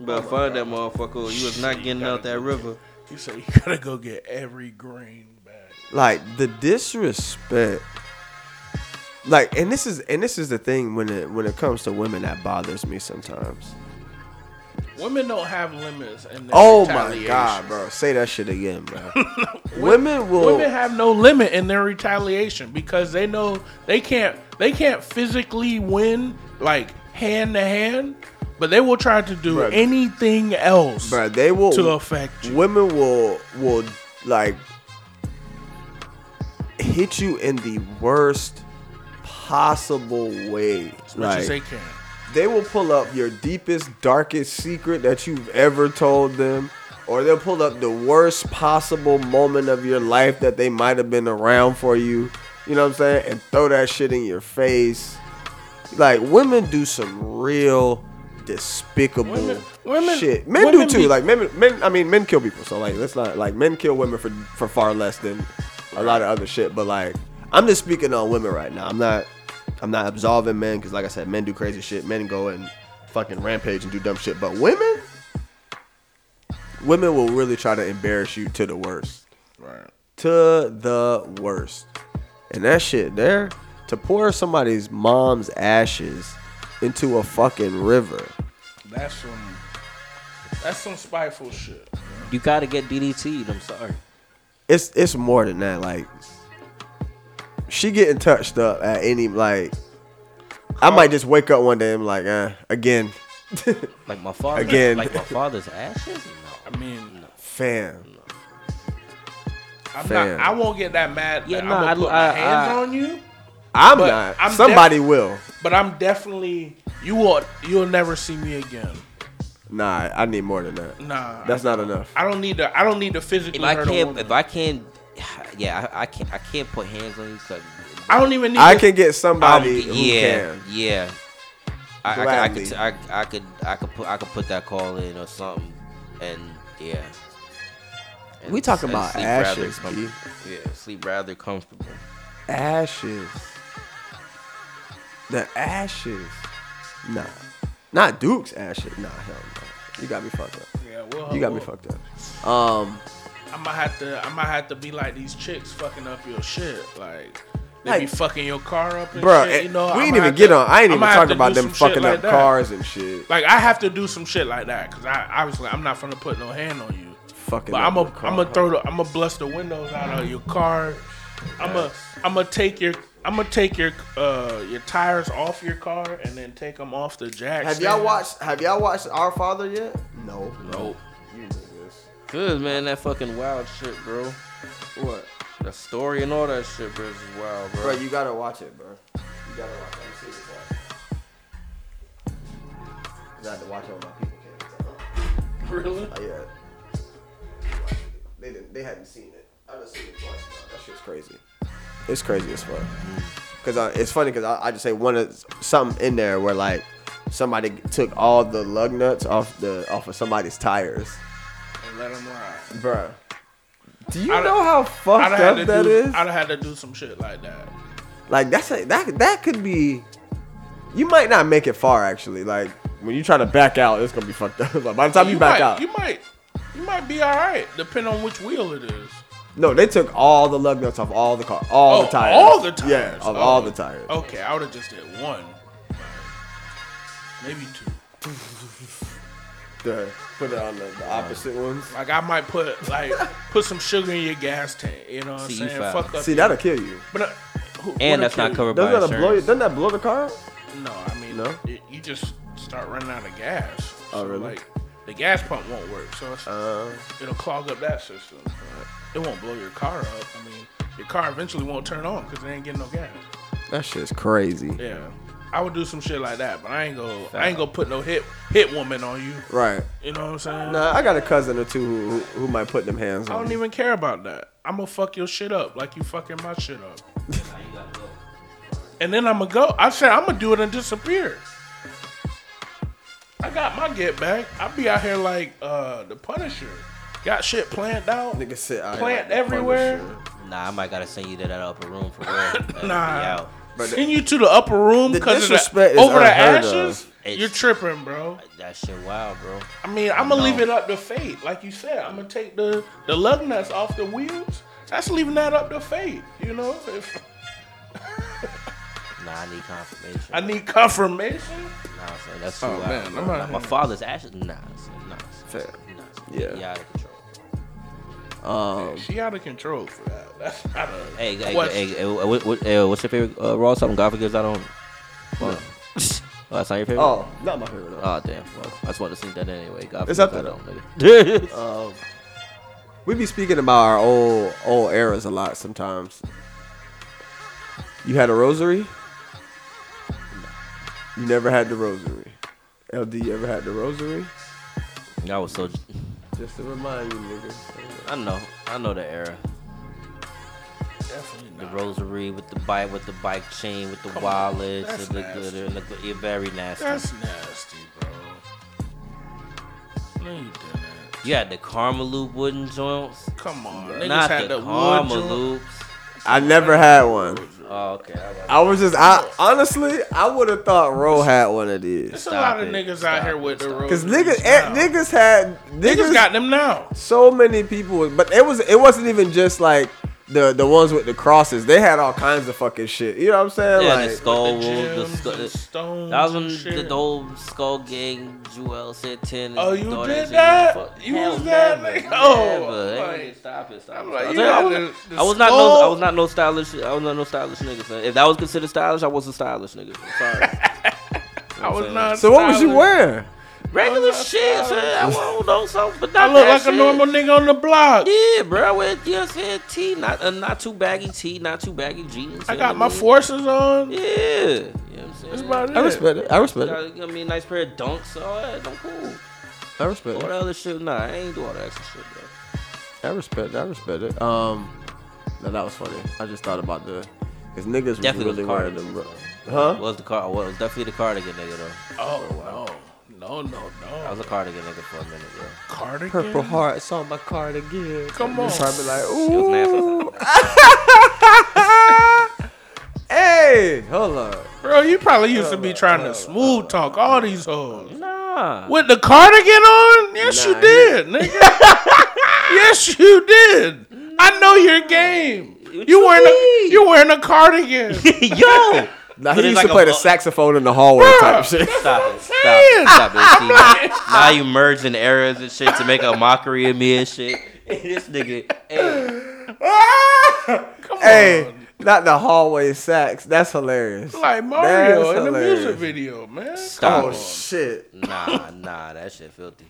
You better find that motherfucker. You was not getting out that river. You say you gotta go get every green. like the disrespect like and this is and this is the thing when it when it comes to women that bothers me sometimes Women don't have limits. And their oh my retaliation. god bro say that shit [laughs] again bro women will Women have no limit in their retaliation because they know they can't they can't physically win like hand to hand, but they will try to do Bruh. anything else. bro they will to affect you. women will will like hit you in the worst possible way as much like as they can. they will pull up your deepest, darkest secret that you've ever told them, or they'll pull up the worst possible moment of your life that they might have been around for you. You know what I'm saying? And throw that shit in your face. Like women do some real despicable Women- women- shit. Men women do too. be- like men, men. I mean, men kill people. So like, let's not like men kill women for for far less than a lot of other shit. But like, I'm just speaking on women right now. I'm not. I'm not absolving men because, like I said, men do crazy shit. Men go and fucking rampage and do dumb shit. But women, women will really try to embarrass you to the worst. Right. To the worst. And that shit there, to pour somebody's mom's ashes into a fucking river. That's some that's some spiteful shit. You gotta get DDT'd. I'm sorry. it's it's more than that. Like she getting touched up at any like. I might just wake up one day and be like, eh, again, Like my father. Again. Like my father's ashes. I mean, fam. I'm Fam. not. I won't get that mad. Yeah, that nah, I'm I- gonna put I- my hands I- on you. I'm But not. I'm Somebody def- will. But I'm definitely you will you'll never see me again. Nah, I need more than that. Nah. that's not enough. I don't need to I don't need to physically If I hurt a can't, woman. if I can't, [sighs] yeah, I, I can't, I can't put hands on you. 'cause- I don't even need I to- can get somebody I don't- who yeah, can. yeah. I, I, could- I could, Gladly. I, I could, I could put, I could put that call in or something, and yeah. We talking about sleep rather ashes, com- B. yeah, sleep rather comfortable. Ashes. The ashes. Nah. Not Duke's ashes. Nah, hell no. You got me fucked up. Yeah, we'll- You got me we'll- fucked up. Um, I might have to I might have to be like these chicks fucking up your shit. Like they be Like- fucking your car up and Bruh, eh, shit. You know, we I ain't might even have get to- on- I ain't even might have talking to about do them some fucking shit up that. cars and shit. Like I have to do some shit like that because I obviously I'm not gonna put no hand on you. fucking. But up I'm a your car. I'm gonna throw the I'm gonna bless the windows out of your car. I'm a I'm gonna take your I'm gonna take your uh your tires off your car and then take them off the jack. Have y'all stand. watched? Have y'all watched Our Father yet? No. Nope. Good man, that fucking wild shit, bro. What? The story and all that shit, bro, is wild, bro. Bro, you gotta watch it, bro. You gotta watch it. Let me see this one. 'Cause I had to watch it on my people cam. Really? Oh, yeah. They didn't, they hadn't seen it. I just seen it twice. Now. That shit's crazy. It's crazy as fuck. Cause I, it's funny because I, I just say one of something in there where like somebody took all the lug nuts off the off of somebody's tires, And let 'em ride. Bruh. Do you I'da- know how fucked I'da had to up that do, is? I'd have had to do some shit like that. Like that's a, that that could be. You might not make it far actually. Like when you try to back out, it's gonna be fucked up. [laughs] Like, by the time you, back might, out, you might you might be all right depending on which wheel it is. no, they took all the lug nuts off all the car, all Oh, the tires, all the tires. yeah, of Oh. all the tires. Okay, I would have just did one, maybe two. The- put it on the, the opposite ones. Like I might put [laughs] like put some sugar in your gas tank. You know what See, you I'm saying? foul. Fuck up. See, your- that'll kill you. But uh, who- what'll And that's kill not you? covered by Doesn't that blow? insurance. Doesn't that blow the car? No, I mean, No? you, you just start running out of gas. Oh, really? Uh. Like, the gas pump won't work, so it's, it'll clog up that system. It won't blow your car up. I mean, your car eventually won't turn on because it ain't getting no gas. That shit's crazy. Yeah, I would do some shit like that, but I ain't go. I ain't gonna put no hit hit woman on you. Right. You know what I'm saying? Nah, I got a cousin or two who who, who might put them hands I on. don't me. even care about that. I'm gonna fuck your shit up like you fucking my shit up. and then I'm gonna go. I said I'm gonna do it and disappear. I got my get back. I be out here like uh the Punisher. Got shit planned out. Nigga sit out here plant like the everywhere. Nah, I might gotta send you to that upper room for real. That'd be Nah. out. Send you to the upper room The because of the, disrespect is over the unheard of. ashes. You're tripping, bro. That shit wild, bro. I mean, I'm gonna No. leave it up to fate, like you said. I'm gonna take the the lug nuts off the wheels. That's leaving that up to fate, you know. If Nah, I need confirmation. I need confirmation, Nah, son, that's too Oh, wild. man, bro. I'm out Nah, my here. father's ashes. Nah, son, nah, son, nah. son. Yeah. You out of control. Um, she out of control for that. That's not a Hey, hey, question. hey, hey, what, what, uh, what's your favorite uh, Raw something God forgives I don't. What? [laughs] Oh, that's not your favorite. Oh, not my favorite, no. Oh damn! Well, I just wanted to sneak that in anyway. God forgives It's up I there. don't. Uh, though. [laughs] um, we be speaking about our old old eras a lot sometimes. You had a rosary. You never had the rosary. LD, you ever had the rosary? nigga. I was so. Just to remind you, nigga. I know. I know the era. Definitely The rosary with the bike, with the bike chain, with the Come on, wallets, that's and the nasty. glitter, and the gl- you're very nasty. That's nasty, bro. No, you didn't. You had the Karma Loop wooden joints. Come on, niggas not had the, the wood Karma joint. Loops. I never had one. Oh, okay. I like I was just, I honestly, I would have thought Ro had one of these. There's a lot of niggas out here with the road. Cause niggas, eh, niggas had niggas, got them now. So many people, but it was it wasn't even just like the the ones with the crosses. They had all kinds of fucking shit. You know what I'm saying? Yeah, like the skull, the wound, the, gems skull, and stones That was when and the, shit. the whole skull gang, Jewel said ten. Oh, you daughter did said, that? fuck- You Hell, was that never, nigga? Oh, never. I'm Hey, like- stop it, stop I'm it. like, stop it. you I had was, the- the I was not no, I skull? was not no stylish. I was not no stylish nigga. Son. If that was [laughs] considered stylish, I was a stylish nigga. I'm sorry. I was not. So what was you stylish. wearing? Regular shit, son. I don't know something, but not I look that like a shit. normal nigga on the block. Yeah, bro. I wear, you know what I'm saying? T, not, uh, not too baggy T, not too baggy jeans. I you know got what my mean? forces on. Yeah. You know what I'm saying? That's about it. I respect it. I respect it. Got, I mean, nice pair of dunks. All that. I'm cool. I respect All it. that other shit, nah, I ain't do all that extra shit, bro. I respect it. I respect it. Um, no, that was funny. I just thought about the because niggas was Definitely really the wearing them. cardigan. bro- Huh? Was the car? Well, it was definitely the cardigan nigga though. Oh no, no, no, I no. was a cardigan nigga for a minute, bro. Cardigan. Purple heart. It's on my card again. Come on. Probably like, It was nasty. ooh. hey, hold on. Bro, you probably used to be trying to smooth talk all these hoes. Nah. With the cardigan on? Yes, Nah, you did, nigga. yes, you did. I know your game. You wearing a, you wearing a cardigan. [laughs] Yo. Now So he there's used like to a play the bu- saxophone in the hallway type shit. Stop it. Stop it. Stop it. See, now you merging eras and shit to make a mockery of me and shit. [laughs] this nigga, hey, [laughs] hey, not the hallway sax. That's hilarious. like Mario That's in the music hilarious. video, man. Stop. Oh shit. nah, nah, that shit filthy.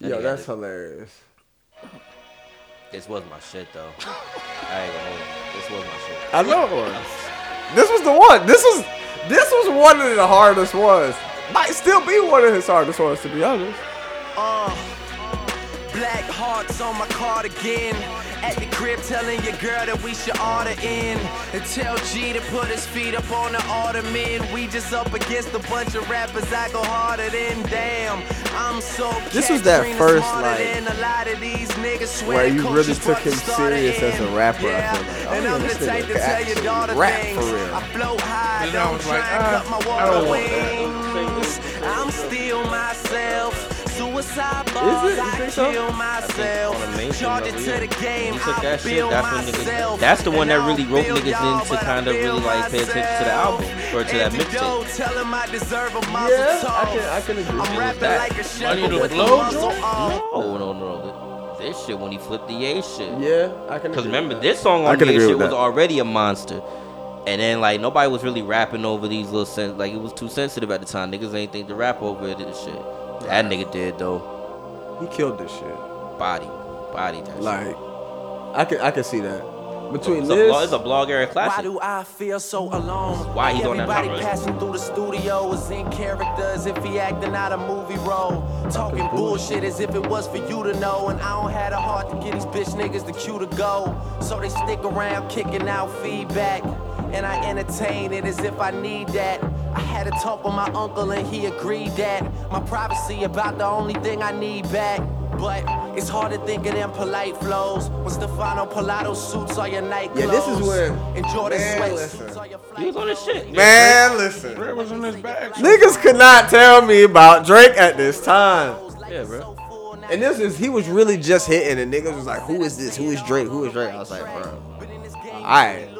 That Yo, nigga that's did- hilarious. This was my shit [laughs] though. I ain't gonna hold you. This was my shit. I know it was. This was the one. This was this was one of the hardest ones. Might still be one of his hardest ones to be honest. Uh, black hearts on my card again. At the crib, telling your girl that we should order in. And tell G to put his feet up on the ottoman. We just up against a bunch of rappers I go harder than damn. I'm so This was that Katrina first, smarter like, than a lot of these niggas. Swear Where the you culture really took him fucking started serious as a in. rapper. Yeah. I feel like, oh, and yeah, I'm the this type to nigga can tell your actually daughter rap things. for real. I blow high, And I don't was try like, and ah, cut my I water don't want that. wings. I'm still myself. Suicide bars, it? You I think so? kill myself. on the mainstream Charge it level, to yeah. the game. When you took that I shit, build that's when niggas, myself. that's the one that And I really don't roped feel niggas y'all, in but to I kind of really feel like pay attention to the myself. album or to that mixtape. Antidote, tell him I deserve a Yeah, muscle I tone. can I can agree I'm with rapping that. like a Money shepherd to with a blow muzzle joint? Oh. on. No, no, no. This shit when he flipped the Ye shit. Yeah, I can. Because agree remember, with that. this song I on can Ye agree shit with was that. already a monster. And then, like, nobody was really rapping over these little sen Like, it was too sensitive at the time. Niggas ain't think to rap over it and shit. That nigga did, though. he killed this shit. Body. Body that shit. Like, I can I can see that between It's a, this. blog, it's a blog era Why classic. do I feel so alone? Why he's on that Everybody cover. passing through the studio is in characters if he acting out a movie role. Talking bullshit as if it was for you to know. And I don't have the heart to get these bitch niggas the cue to go. So they stick around kicking out feedback. And I entertain it as if I need that. I had a talk with my uncle and he agreed that my privacy about the only thing I need back. But it's hard to think of them polite flows when Stefano Pilato suits all your night Yeah, this is clothes. where- and Jordan man, sweats listen. suits all your flight He was on this shit. Man, listen. Red was in his bag. Niggas could not tell me about Drake at this time. Yeah, bro. And this is he was really just hitting and niggas was like, Who is this? Who is Drake? Who is Drake? I was like, bro. Alright.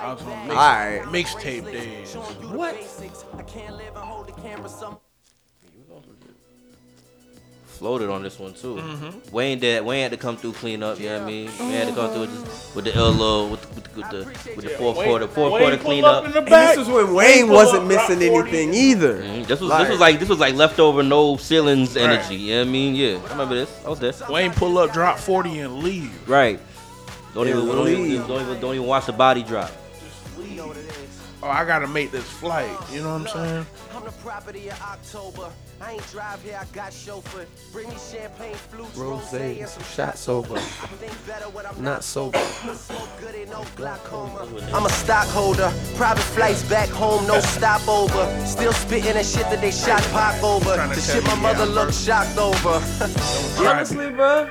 I was on Alright. mix- mixtape days. What? I can't live and hold the camera some. Floated on this one, too. Wayne did. Wayne had to come through clean up, you know what I mean? Wayne had to come through with, this, with the LO, with the, with the, with the, with the fourth quarter, fourth quarter clean up. And this is when Wayne wasn't missing anything either. Mm-hmm. This was Like- this was like this was like leftover no ceilings Right. energy. You know what I mean? Yeah. I remember this. I was there. Wayne pull up, drop forty, and leave. Right. Don't Yeah, even, don't, even, leave. don't even don't even watch the body drop. Oh, I gotta make this flight. You know what I'm saying? I'm the property of October. I ain't drive here, I got chauffeur. Bring me champagne, flutes, rose, Rosé and and some some shots over. I think better when I'm Not sober. Smoke good and no glaucoma. I'm a stockholder. Private flights back home, no stopover. Still spitting the shit that they shot Pac over. Tryna The tell shit my me, mother yeah, looked shocked over. Honestly, bro.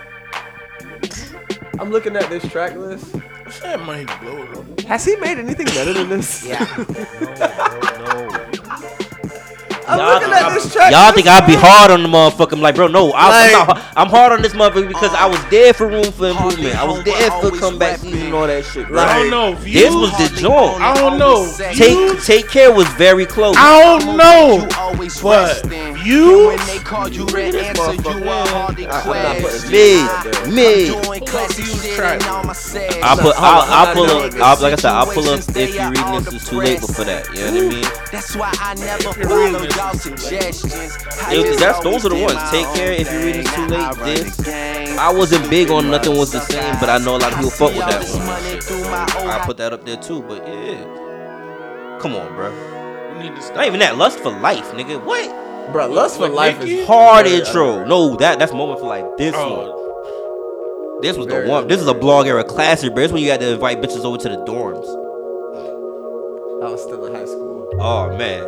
I'm looking at this track list. What's that money to blow it up? Has he made anything better than this? Yeah. I'm Y'all looking think at I- this track. Y'all list, think I'd be bro. hard on the motherfucker? I'm like, bro, no, I, am Like- not, hard- I'm hard on this motherfucker because I was there for room for improvement. I was there for comeback season and all that shit. Bro. I Like, don't know. Views, This was the joint. I don't know. Take Views? Take Care was very close. I don't know. Always But resting. you? When they call you to answer, you are hardly class. Me, me. Doing classy shit and all my sad. I'll put, I'll, I'll pull up, I'll, like I said, I'll pull up if you're reading this, it's too late for that. You know what I mean? That's why I never follow y'all suggestions. I It- just that's those are the always ones. did my Take own care if you're reading thing. too Now I late. run the This game. I wasn't big on nothing was the same, but I know a lot of people fuck with that one. I put that up there too, but yeah. Come on, bro. Not even that. Lust for life, nigga. What? Bro, Lust for Life is hard very intro. No, that that's moment for life. This Oh. one. This was the one. This is a blog era classic, bro. This when you had to invite bitches over to the dorms. I was still in high school. Oh man.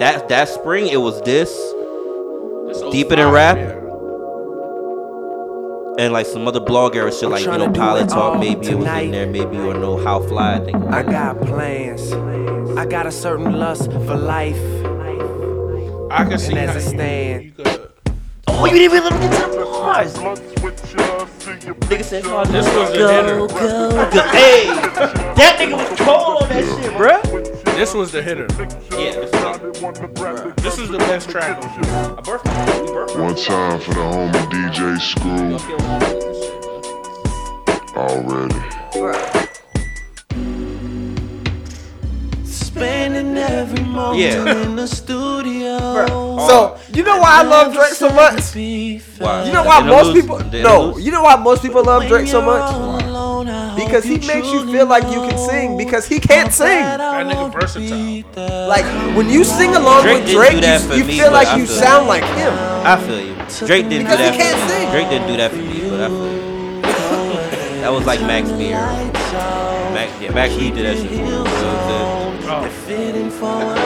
That that spring it was this. Deeper than rap. And like some other blog era shit, like you know, tryna do pilot it talk. all Maybe it was in tonight. there. Maybe you don't know how fly. I think. I got plans. I got a certain lust for life. I can see as it stand. Oh, you didn't even look into the bars. Nigga said, oh, This was the hitter. Hey, that nigga was cold on that shit, bruh. This was the hitter. Yeah. This is the best track. on- One time for the homie DJ Screw. Already. Spending every moment Yeah. in the studio. Oh. So you know why I love Drake so much? You know why Did it most lose? people Did it no. lose? You know why most people love Drake so much? Because he makes you feel like you can sing because he can't sing. That nigga versatile. Like when you sing along with didn't do Drake, that for you, you me, feel but like I you feel sound you. like him. I feel you. Drake didn't do Because he that. can't for me. sing. Drake didn't do that for me, but I feel you. [laughs] That was like Max B. era. Max, yeah, Max B did that shit for me. You know what I'm saying?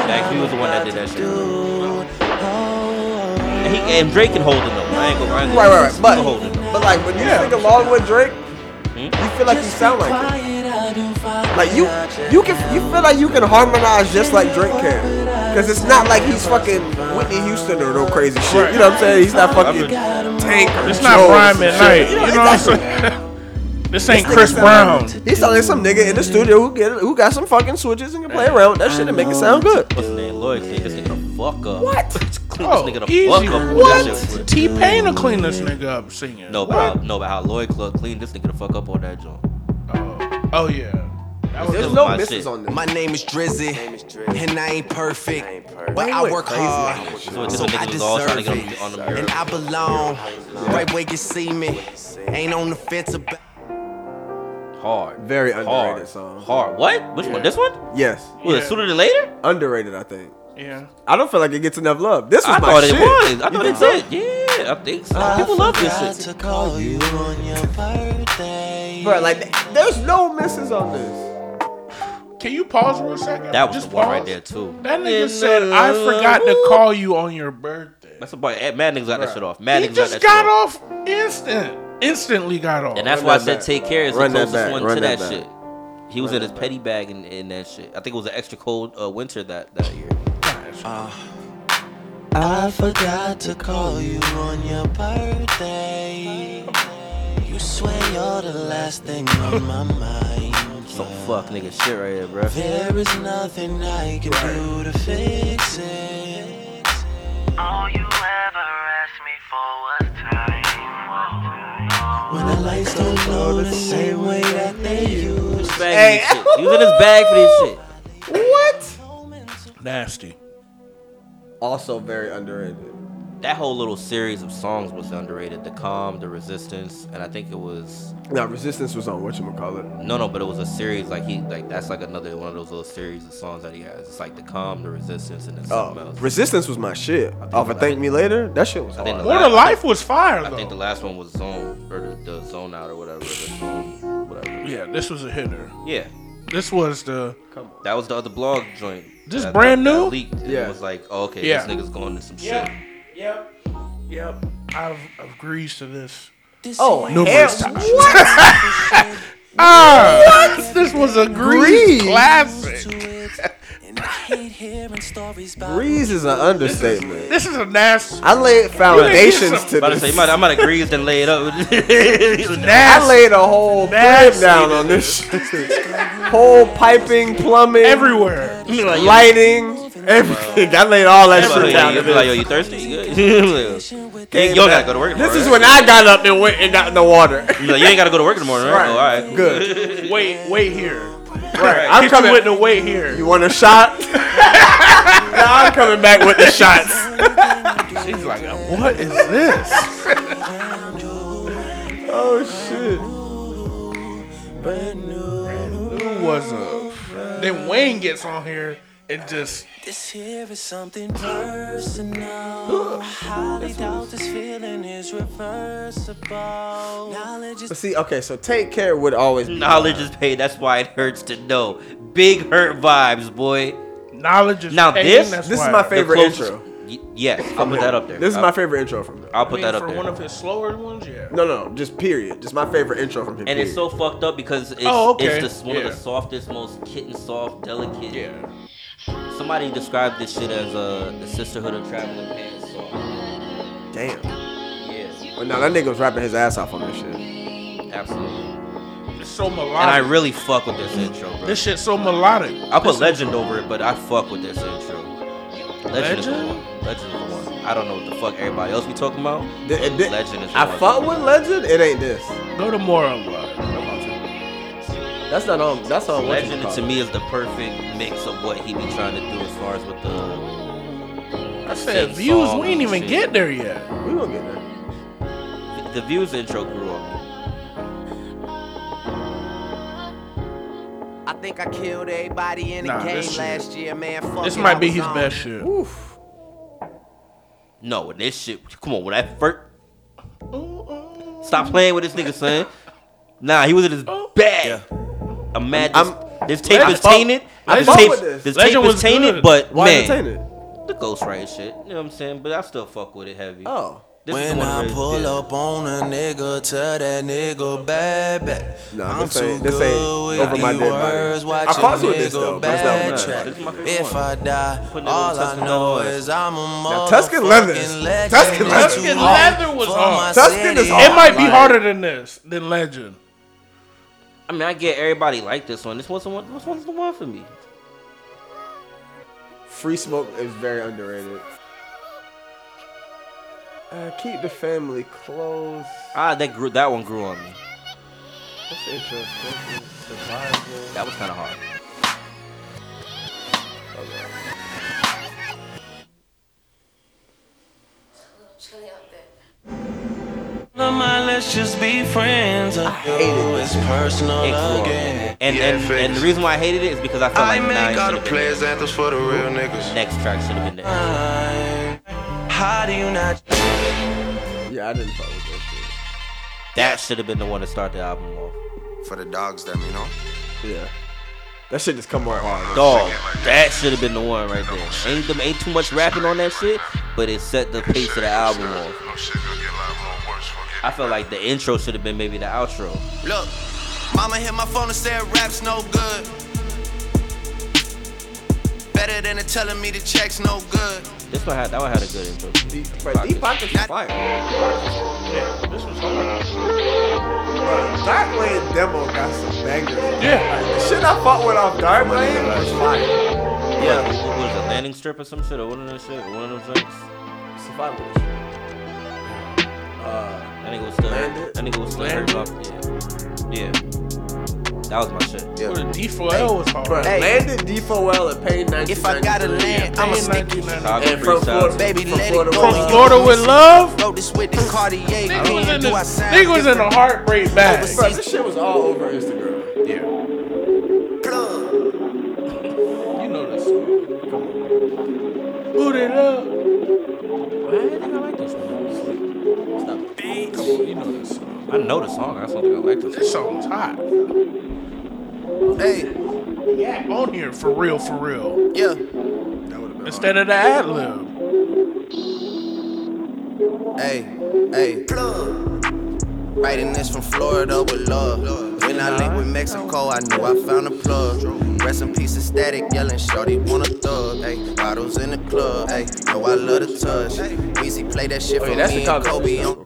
Max B was the one that did that shit. And, he, and Drake can hold it though. I ain't gonna. I ain't Right, gonna right, right. he But can hold it Hmm? though. but like when you sing along with Drake, you feel like you sound like him. Like you you can you feel like you can harmonize just like Drake can. Cause it's not like he's fucking Whitney Houston or no crazy shit. You know what I'm saying? He's not fucking Tank or It's not Joel or Brian some Midnight. shit. You know what I'm exactly. saying? [laughs] This ain't nigga Chris sound Brown. like- He sound like some nigga in the studio who get who got some fucking switches and can play around with that shit and make it sound good. What's his name? Lloyd cleaned this nigga the fuck up. What? clean Oh, this nigga the easy. fuck up. What? T Pain will clean this nigga up singing. No, but how, no, but how Lloyd Clark cleaned this nigga the fuck up on that joint. Oh yeah. That was There's no misses on My name is Drizzy, and I ain't perfect, but Wait, I wait, work crazy. hard, So it's so just I niggas all trying to deserve get on the- on it, the and I belong. Right where you see me, ain't on the fence about. Hard. Very underrated Hard. song. Hard. What? Which one? This one? Yes. Was it sooner than later? Underrated, I think. Yeah. I don't feel like it gets enough love. This was I my thought shit. it was. I You Uh, thought think it's so? it. Yeah, I think so. People love this shit. Bro, like, th- there's no misses on this. Can you pause for a second? That was Just the one pause. right there too. That nigga said, "I forgot to call you on your birthday." That's about it. Mad niggas got that shit off. Mad He niggas got just that shit off. got off instant. Instantly got off. And that's why I said take care is the Run that closest back. one Run to that that, back. shit. He was in Run his petty bag in, in that shit. I think it was an extra cold uh, winter that, that year. I forgot to call you on your birthday. You swear you're the last thing on my mind. Some fuck nigga shit right here, bro. There is nothing I can do to fix it. All you ever asked me for was time. When the lights don't glow the same way that they used. Bag for this shit. He was in his bag for [laughs] this shit. What? Uh, Nasty. Also very underrated. That whole little series of songs was underrated. The Calm, The Resistance, and I think it was Now, Resistance was on whatchamacallit. no, no, but it was a series like he like that's like another one of those little series of songs that he has. It's like The Calm, The Resistance, and then something Oh, else. Resistance was my shit. Off of Thank Me Later, that shit was I think hard. the last- Life was fire I though. think the last one was Zone or the, the Zone Out or whatever. The zone, whatever. Yeah, this was a hitter. Yeah. This was the That was the other blog joint. This that- brand that new? leaked. And Yeah. It was like, oh, okay, Yeah. this nigga's going to some Yep, shit. yep, yep. I've agreed to this. Oh, numerous hell- times. [laughs] what? Ah, This was a Grease Grease. classic. Breeze is an understatement. This is a nasty. I laid foundations to About to say, I'm this. about- I'm about to grease and lay it up. [laughs] I laid a whole crib down on this shit. whole piping, plumbing, everywhere, Like, yo, lighting, Everything. I laid all that Everything. shit down. You'll be like, yo, you thirsty? You good? [laughs] Hey, yo, I gotta go to work This tomorrow, is right? when I got up and went and got in the water. You like, you ain't gotta go to work in the morning, right? Right. Oh, all right. Good. Wait, wait here. Right. I'm Hit you coming with the wait here. You want a shot? [laughs] nah, I'm coming back with the shots. She's like, what is this? oh shit. Who was up? Then Wayne gets on here and just This here is something personal. I highly doubt this feeling is reversible. Knowledge But see, okay, so take care would always be Knowledge is paid. That's why it hurts to know. Big hurt vibes, boy. Knowledge is now pain, this. that's This is why. my favorite the closest- intro. Y- yes, I'll put that up there. This is I'll- my favorite intro from him. I'll put that up for there. one of his slower ones. Yeah. No, no, just period. Just my favorite intro from him. And it's so fucked up because it's, Oh, okay. it's just one Yeah. of the softest, most kitten soft, delicate. Yeah. Somebody described this shit as uh, the sisterhood of traveling pants. So Damn. Yeah. But now that nigga was rapping his ass off on this shit. Absolutely. It's so melodic. And I really fuck with this intro, bro. This shit's so melodic. I put This- Legend over it, but I fuck with this intro. Legend, is the Legend? one. Legend is the one. I don't know what the fuck everybody else be talking about. Legend is the I one. fuck with Legend. It ain't this. Go to more of That's not on. That's on. what you Legend call to it. me is the perfect mix of what he be trying to do as far as with the. I said views. We ain't even get there yet. We gonna get there. The views intro grew on me. I think I killed everybody in the Nah, game this shit- last year, man. Fuck This it, might I be was his on. best shit. [laughs] No, when this shit. Come on, when that first. Stop playing with this nigga, son. Nah, he was in his bag. A mad. This, this tape I is fuck- tainted. I this fuck tape, with this. this Legend tape is was tainted, good. but Why man, is it tainted? The ghostwriting shit. You know what I'm saying? But I still fuck with it heavy. Oh. This is when the one I where- pull yeah. up on a nigga, tell that nigga bad back. Nah, I'm this too ain't- this good ain't with over my these dead body. words, I watch a fucks with this nigga though, but it's not bad on track. this If I die, Putting that little all I Tuscan know on it. is I'm a Now, motherfucking Tuscan Leather is- legend. Tuscan Too Leather. Tuscan hard Leather was for hard. my Tuscan is city. hard. It might be Like- harder than this than Legend. I mean, I get everybody like this one. This wasn't one. This one's the one for me. Free Smoke is very underrated. Uh, keep the family close. Ah, that grew. That one grew on me. That's interesting. Survival. That was kind of hard. Never mind, let's just be friends. Uh, I hated it's personal It grew on me. again. And and, and the reason why I hated it is because I felt I like nah, make it all should've the been players there. anthems for the real niggas. Next track should have been there. How do you not? Yeah, I didn't fuck with that shit. That should have been the one to start the album off. For the dogs, them, you know? Yeah. That shit just come right on. Dog, that should have been the one right there. Ain't them ain't too much rapping on that shit, but it set the pace of the album off. I felt like the intro should have been maybe the outro. Look, mama hit my phone and said rap's no good. Better than it telling me the check's no good. This one had that one had a good intro. But Deep Pockets is fire. Bro, Dark Lane demo got some bangers. Yeah. the shit I fought with off Dark Lane was fire. Yeah, what what was it, landing strip or some shit or one of those shit, one of them drinks. Survival. Uh, That nigga was still, Landed. that nigga was still hurt off. Yeah, yeah. That was my shit. Or the D4L was hard. Bro, Hey. landed D4L and paid 90 If I gotta land, I'ma stick Chicago And from freestyles. Florida, Baby, from let Florida it with go. Love. Florida with love. Wrote this with the Cartier. Nigga was in Do I the sound nigga was in a heartbreak bag. Bro, this shit was all over Instagram. Yeah. You know this. Boot it up. I know the song. I just don't think I like this. This song's hot. Hey. Yeah. On here for real, for real. Yeah. Instead of the ad lib. Hey, hey. Writing this from Florida with love. When I linked with Mexico, I knew I found a plug. Rest in peace, static yelling, shorty wanna thug. Hey, bottles in the club. Hey, know I love the touch. Easy play that Oh, shit for me and Kobe. on-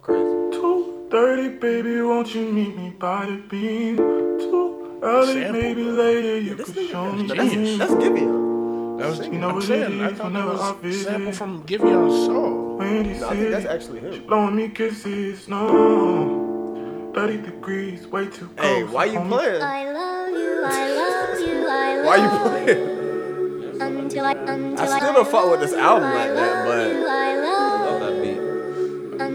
2.30, baby, won't you meet me by the beam? Too early, maybe later, you can show me. That's, that's Giveon. That was, You you know know, I'm what it saying, I is, thought that whenever I was visit. sample from Give Your Soul. When you see it, she blowing me kisses, no. 30 degrees, way too cold. Hey, why you homie. playing? I love you, I love you, I love Why you playing? you. Until I, until I still don't fuck with this album like that, you, but I love love that beat.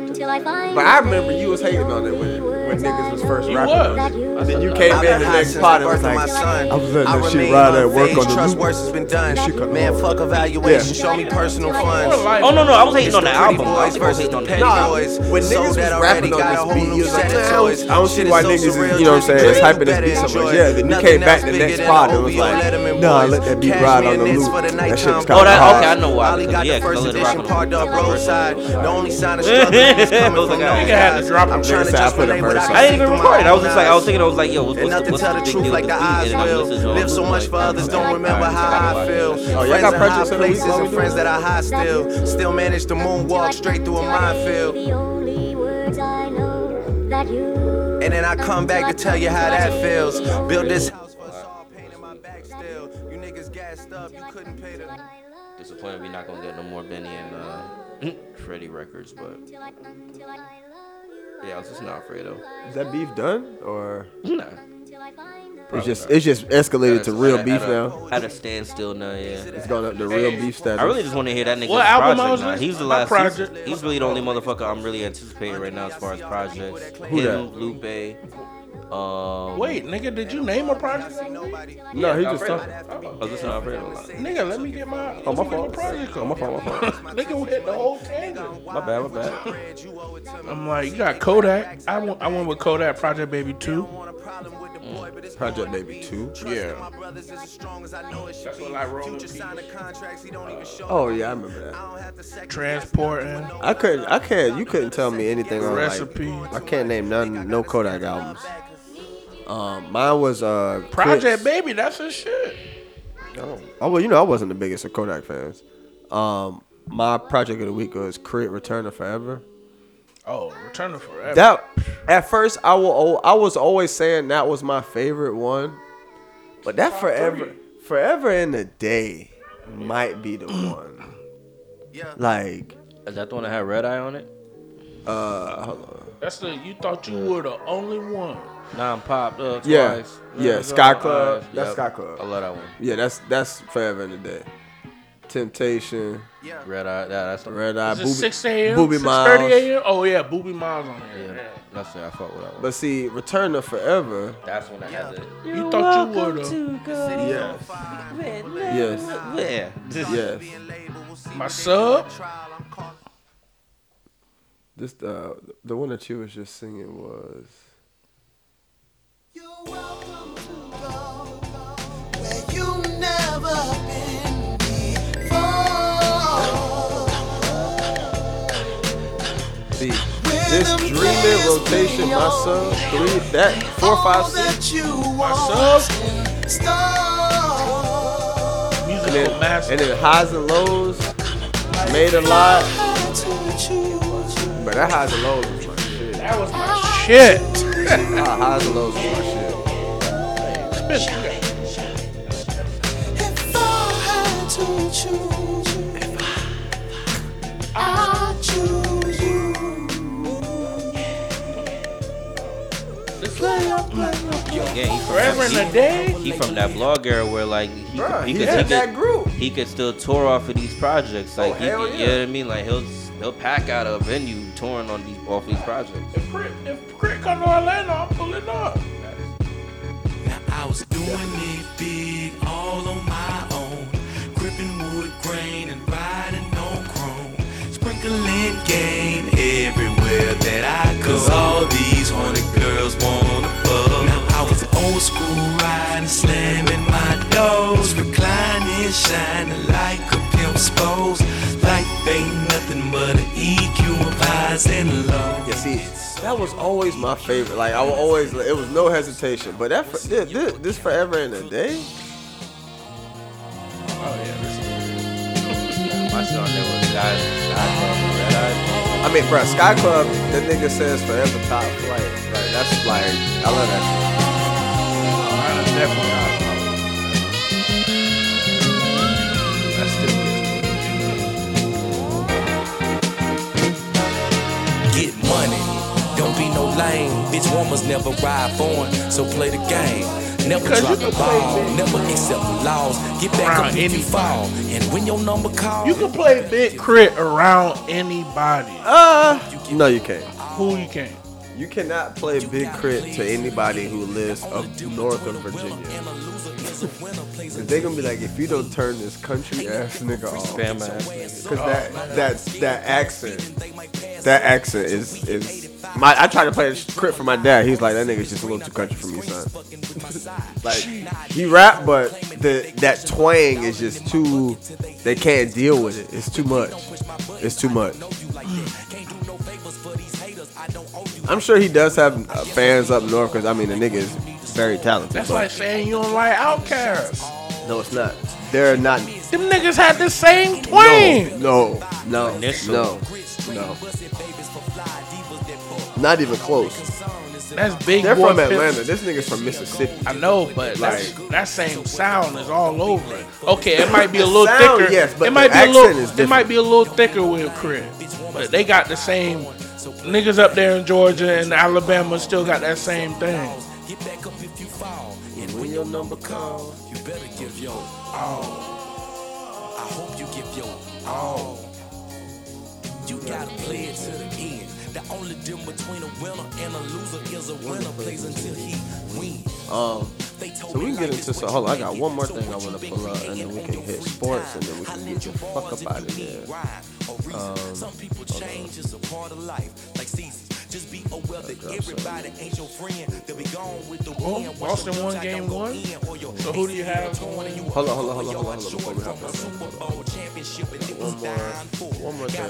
until I find But I remember you was hating on it when, [laughs] when niggas was first rapping. was. Then you came in the next pot and was like, I was letting I that shit remain ride at work on unfazed. the Trust loop. works has been done. Man, fuck evaluation. Show me personal funds. Oh no no, I was hating on the album. I was Boys versus hating on the the petty album. boys. When niggas was rapping on this beat, you was like, man, I don't, I don't see why niggas is, you know what I'm saying, it's hyping this beat so much. Yeah, then you came back the next pod and was like, nah, let that beat ride on the loop. That shit was kind Oh, of that, hard. okay, I know why. Ollie got yeah, the 'cause I first let it rock edition on part up roadside. The only sign [laughs] of struggle is coming from those guys. I'm trying to just relate what I I didn't even record it. I was just like, I was thinking, I was like, yo, what's, And what's, not the, to what's tell the the big truth deal with like this the beat? eyes And I'm will. listening to it. Live so much for others, don't remember how I feel. Oh, y'all Friends got in Precious high in the places week, and friends that are high still. Still manage to moonwalk straight through a minefield. That you And then I come back to tell you how that feels. Build this house. Disappointed we're not gonna get no more Benny and uh, Freddie records, but yeah, I was just not afraid of. Is that beef done? Or? Nah. It's just, it's just escalated to real At a- beef at a- now. At a standstill now, yeah. It's gone up to real beef status. I really just want to hear that nigga's What album I project was now. listening- He's the my last. project- He's, he's really the only motherfucker I'm really anticipating right now as far as projects. Who Oh, Him, Lupe. Um, Wait, nigga, did you name a project? No, he yeah, just Alfredo. talking. I was listening to Alfredo a lot. Nigga, let me get my. Oh, my where fault. the project Oh, come my fault, my fault. from? [laughs] Nigga hit the whole tangent. My bad, my bad. I'm like, you got Kodak. I went, I went with Kodak Project Baby 2. Project Baby 2. Yeah. That's what I roll. sign the contracts, he don't even show. Oh, yeah, I remember that. Transporting. I couldn't, I can't, you couldn't tell me anything on Recipe. Like, I can't name none, no Kodak albums. Um, mine was uh, Clips. Project Baby, that's his shit. Oh well, you know I wasn't the biggest of Kodak fans. Um, my project of the week was Crit Return of Forever. Oh, Return to Forever. That at first I will I was always saying that was my favorite one, but that forever forever in the day might be the one. Like Is that the one that had red eye on it? uh, hold on. That's the you thought you were the only one. Nah, I'm popped up. yeah, twice. yeah, Niggas Sky on Club. eyes. That's Yep. Sky Club. I love that one. Yeah, that's that's forever in the day. Temptation, Red eye. That, that's the Red Eye, Is it Booby, 6 a.m.? Booby 6:30 Miles. a.m.? Oh, yeah, Booby Miles on there. Yeah. That's it. I fuck with that one. But see, Return of Forever. That's when I had it. You thought you were the. Yes. Yes. Yeah. Yes. My sub? This uh, the one that you was just singing was. You never been before. See, this dreaming rotation, my son, three, that, four, five, six. My son. And then, and then highs and lows, made a lot. But that highs and lows was my shit. That was my shit. Ah, highs and lows was my shit. If I had to choose you, I'd choose you. Play up, play up. Yo, yeah, he from Forever that, in the he- day? He from that blog era where like he Bruh, could, he he could, had he that could- group. Oh, he could still tour off of these projects. Like he, hell could- you yeah. know what I mean? Like he'll he'll pack out a venue touring on these off these projects. Crit- If Crit come to Orlando, I'm pulling up. I was doing it big all on my own. Gripping wood grain and riding on chrome. Sprinkling game everywhere that I go. Cause all these horny girls wanna bug. Now I was old school riding, slamming my doors. Reclining, shining like a pimp's pose. Like they nothing but an EQ of highs and lows. Yeah, see, that was always my favorite. Like I would always, it was no hesitation. But that, fo- thi- thi- this forever in the day. Oh, yeah, this My son, that was guys, guys, I mean, bruh, Sky Club, that nigga says forever top flight. Like, that's like, I love that Definitely. Numbers never ride foreign, so play the game. Never drop the ball, never accept the loss. Get back up if you fall, and when your number calls, you can play big crit around anybody. Uh, no, you can't. Who you can't? You cannot play big crit to anybody who lives up north of Virginia. 'Cause they gonna be like, if you don't turn this country ass nigga off, Bama ass because that that that accent, that accent is is my. I tried to play a crit for my dad. He's like, that nigga's just a little too country for me, son. [laughs] like he rap, but the that twang is just too. They can't deal with it. It's too much. It's too much. I'm sure he does have uh, fans up north because I mean the nigga is very talented. That's but- like saying you don't like Outkast. no, it's not. They're not. Them niggas had the same twang. No, no, no, Initial. no, no. Not even close. That's big. They're boy from pimp. Atlanta. This nigga's from Mississippi. I know, but like that's, that same sound is all over it. Okay, it might be a The little sound, thicker. yes, but it might the be a little. accent is it might different. be a little thicker with Chris, but they got the same niggas up there in Georgia and Alabama still got that same thing. Get back up if you fall, and when your number calls, you better give your all. I hope you give your all. You gotta play it to the end. The only difference between a winner and a loser is a winner plays until he wins. Um, so we can get into so hold on. I got one more thing I want to pull up, and then we can hit sports, and then we can get the fuck up out of there. Some Um, people change is a part of life, like seasons. Just be aware that everybody ain't your friend. They'll be gone with the Well, wind. Boston won game one. So who do you have? going? hold on, hold on, hold on, hold on, hold on. Before we hop on, hold on. Got one more, one more thing.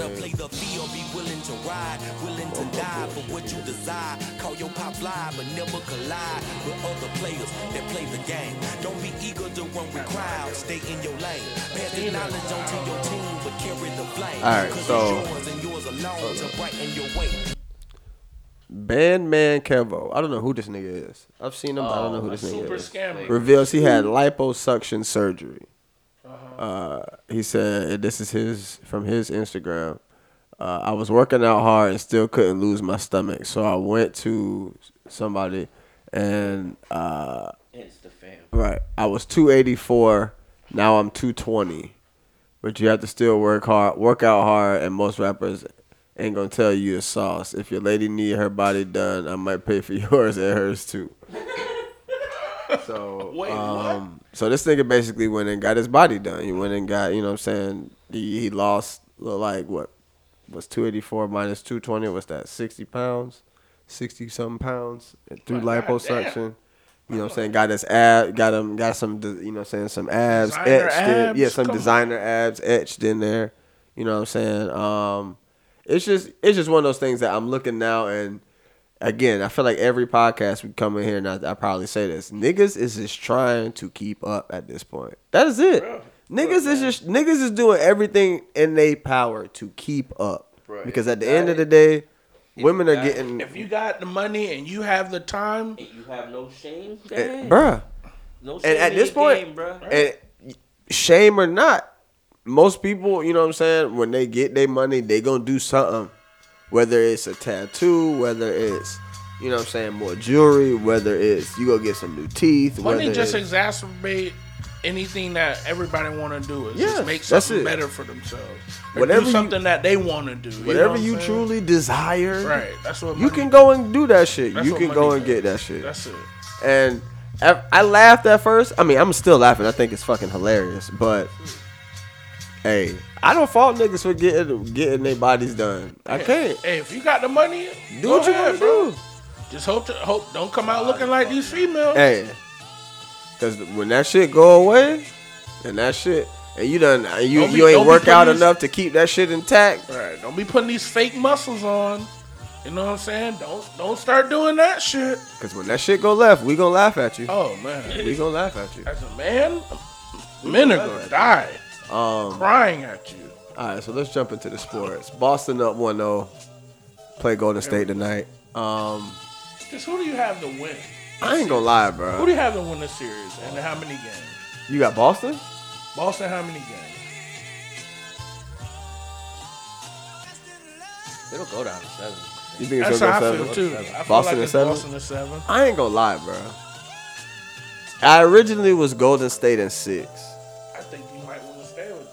Call your pop fly, but never collide with other players that play the game. Don't be eager to run with crowds. Stay in your lane. Pass the knowledge on to your team, but carry the flame. All right, 'Cause it's so- yours and yours alone to brighten your way. Bandman Kevo. I don't know who this nigga is. I've seen him, but I don't know who Oh, this a nigga super is. scammer. Reveals he had liposuction surgery. Uh-huh. Uh, he said, and this is his from his Instagram. Uh, I was working out hard and still couldn't lose my stomach, so I went to somebody, and uh, Instafam. Right, I was two eighty four. Now I'm two twenty, but you have to still work hard, work out hard, and most rappers ain't gonna tell you the sauce. If your lady need her body done, I might pay for [laughs] yours and hers too. So [laughs] Wait, um, so this nigga basically went and got his body done. He went and got, you know what I'm saying? He, he lost like what was 284 minus 220 was that 60 pounds, 60 something pounds through liposuction. You know what I'm saying? Got his ab, got him, got some, de- you know what I'm saying? Some abs Designer etched in. Yeah, abs? some Come on. designer abs etched in there. You know what I'm saying? Um, it's just, it's just one of those things that I'm looking now and again, I feel like every podcast we come in here and I, I probably say this. Niggas is just trying to keep up at this point. That is it. Niggas is just niggas is doing everything in their power to keep up. Right. Because at the end of the day, women are getting If you got the money and you have the time, you have no shame, eh, gang. bruh. No shame and at in this your point, game, bruh. and shame or not, most people, you know what I'm saying, when they get their money, they gonna do something. Whether it's a tattoo, whether it's you know what I'm saying, more jewelry, whether it's you go get some new teeth, money whether just it's, exacerbate anything that everybody want to do. Is Yeah, just make that's something it. better for themselves. Or Whatever do you- something that they want to do. you know whatever what I'm you saying? truly desire, Right, that's what you money- can go and do that shit. That's you what can go money and does. get that shit. That's it. And I I laughed at first. I mean, I'm still laughing. I think it's fucking hilarious. But hey, I don't fault niggas for getting getting their bodies done. I Yeah. can't. Hey, if you got the money, Do go what you ahead, gotta bro. do. Just hope to, hope don't come out looking like these females. Hey, because when that shit go away, and that shit, and you done, and you Don't be- you don't ain't be work out putting these- enough to keep that shit intact. Right, don't be putting these fake muscles on. You know what I'm saying? Don't don't start doing that shit. Because when that shit go left, we gonna laugh at you. Oh man, we gonna laugh at you. As a man, men are gonna die Um, crying at you. All right, so let's jump into the sports. Boston up 1 0. Play Golden State tonight. Um, Cause who do you have to win? I ain't gonna lie, Who do bro. you have to win the series and how many games? You got Boston? Boston, how many games? It'll go down to seven. You think it's That's gonna how I go feel, seven? too. I feel Boston like and it's seven. Boston and seven. I ain't gonna lie, bro. I originally was Golden State in six. I think you might want to stay with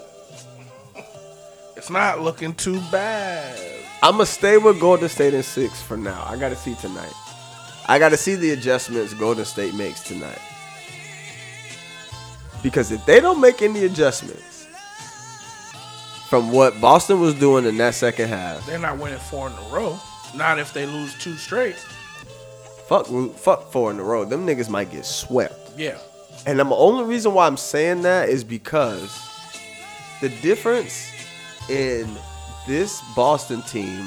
that. [laughs] it's not looking too bad. I'm gonna stay with Golden State in six for now. I gotta see tonight. I gotta see the adjustments Golden State makes tonight. Because if they don't make any adjustments from what Boston was doing in that second half, They're not winning four in a row. Not if they lose two straight. fuck, fuck four in a row. Them niggas might get swept. Yeah. And the only reason why I'm saying that is because the difference in this Boston team,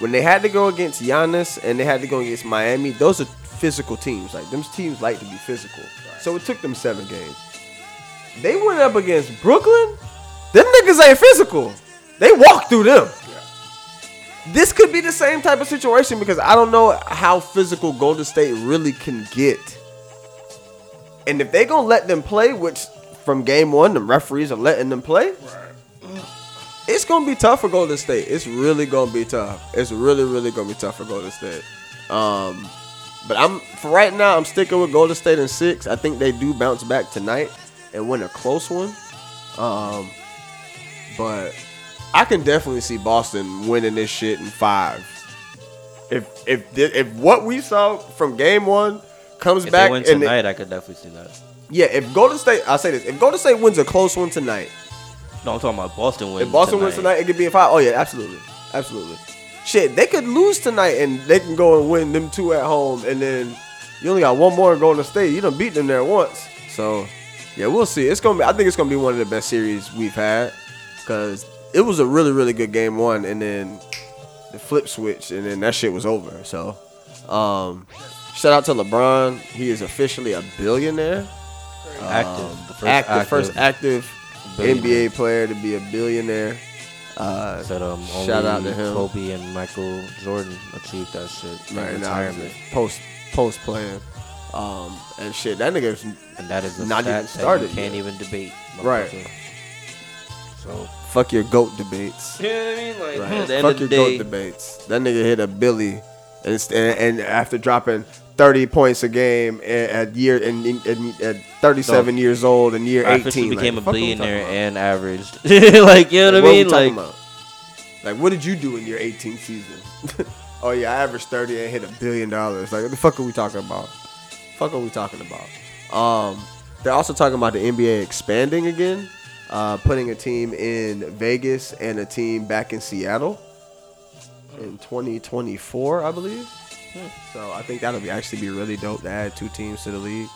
when they had to go against Giannis and they had to go against Miami, those are physical teams. Like, them teams like to be physical. So it took them seven games. They went up against Brooklyn. Them niggas ain't physical. They walked through them. This could be the same type of situation because I don't know how physical Golden State really can get. And if they gonna let them play, which from game one the referees are letting them play, it's gonna be tough for Golden State. It's really gonna be tough. It's really, really gonna be tough for Golden State. Um, but I'm for right now, I'm sticking with Golden State in six. I think they do bounce back tonight and win a close one. Um, but I can definitely see Boston winning this shit in five. If if thi- if what we saw from game one comes If back they win and it- tonight, I could definitely see that. yeah, if Golden State, I'll say this: if Golden State wins a close one tonight, No, I'm talking about Boston wins. if Boston wins tonight, it could be in five. Oh yeah, absolutely, absolutely. Shit, they could lose tonight and they can go and win them two at home, and then you only got one more in Golden State. You done beat them there once, so yeah, we'll see. It's gonna be. I think it's gonna be one of the best series we've had because it was a really, really good game one, and then the flip switch, and then that shit was over. So, um, shout out to LeBron. He is officially a billionaire. Active. Um, The first first active, first active active billionaire. NBA player to be a billionaire. Uh, Said, um, shout out to him. Kobe and Michael Jordan achieved that shit in Right now, retirement. post post playing, um, and shit. That nigga's and that is a not stat even started. That you can't yet. even debate. Right. motherfucker. So Fuck your goat debates. You know what I mean? Like, Right. at the end fuck of your the day- goat debates. That nigga hit a Billy, and st- and, and after dropping thirty points a game at, at year and, and, and at thirty seven No. years old and year I eighteen officially became like, a fuck are we talking billionaire about? and averaged. [laughs] like you know what I What we mean? Like talking about? Like, what did you do in your 18th season? [laughs] oh yeah, I averaged 30 and hit a billion dollars. Like, what the fuck are we talking about? Fuck are we talking about? Um, they're also talking about the NBA expanding again, uh, putting a team in Vegas and a team back in Seattle in 2024, I believe. So I think that'll be actually be really dope to add two teams to the league.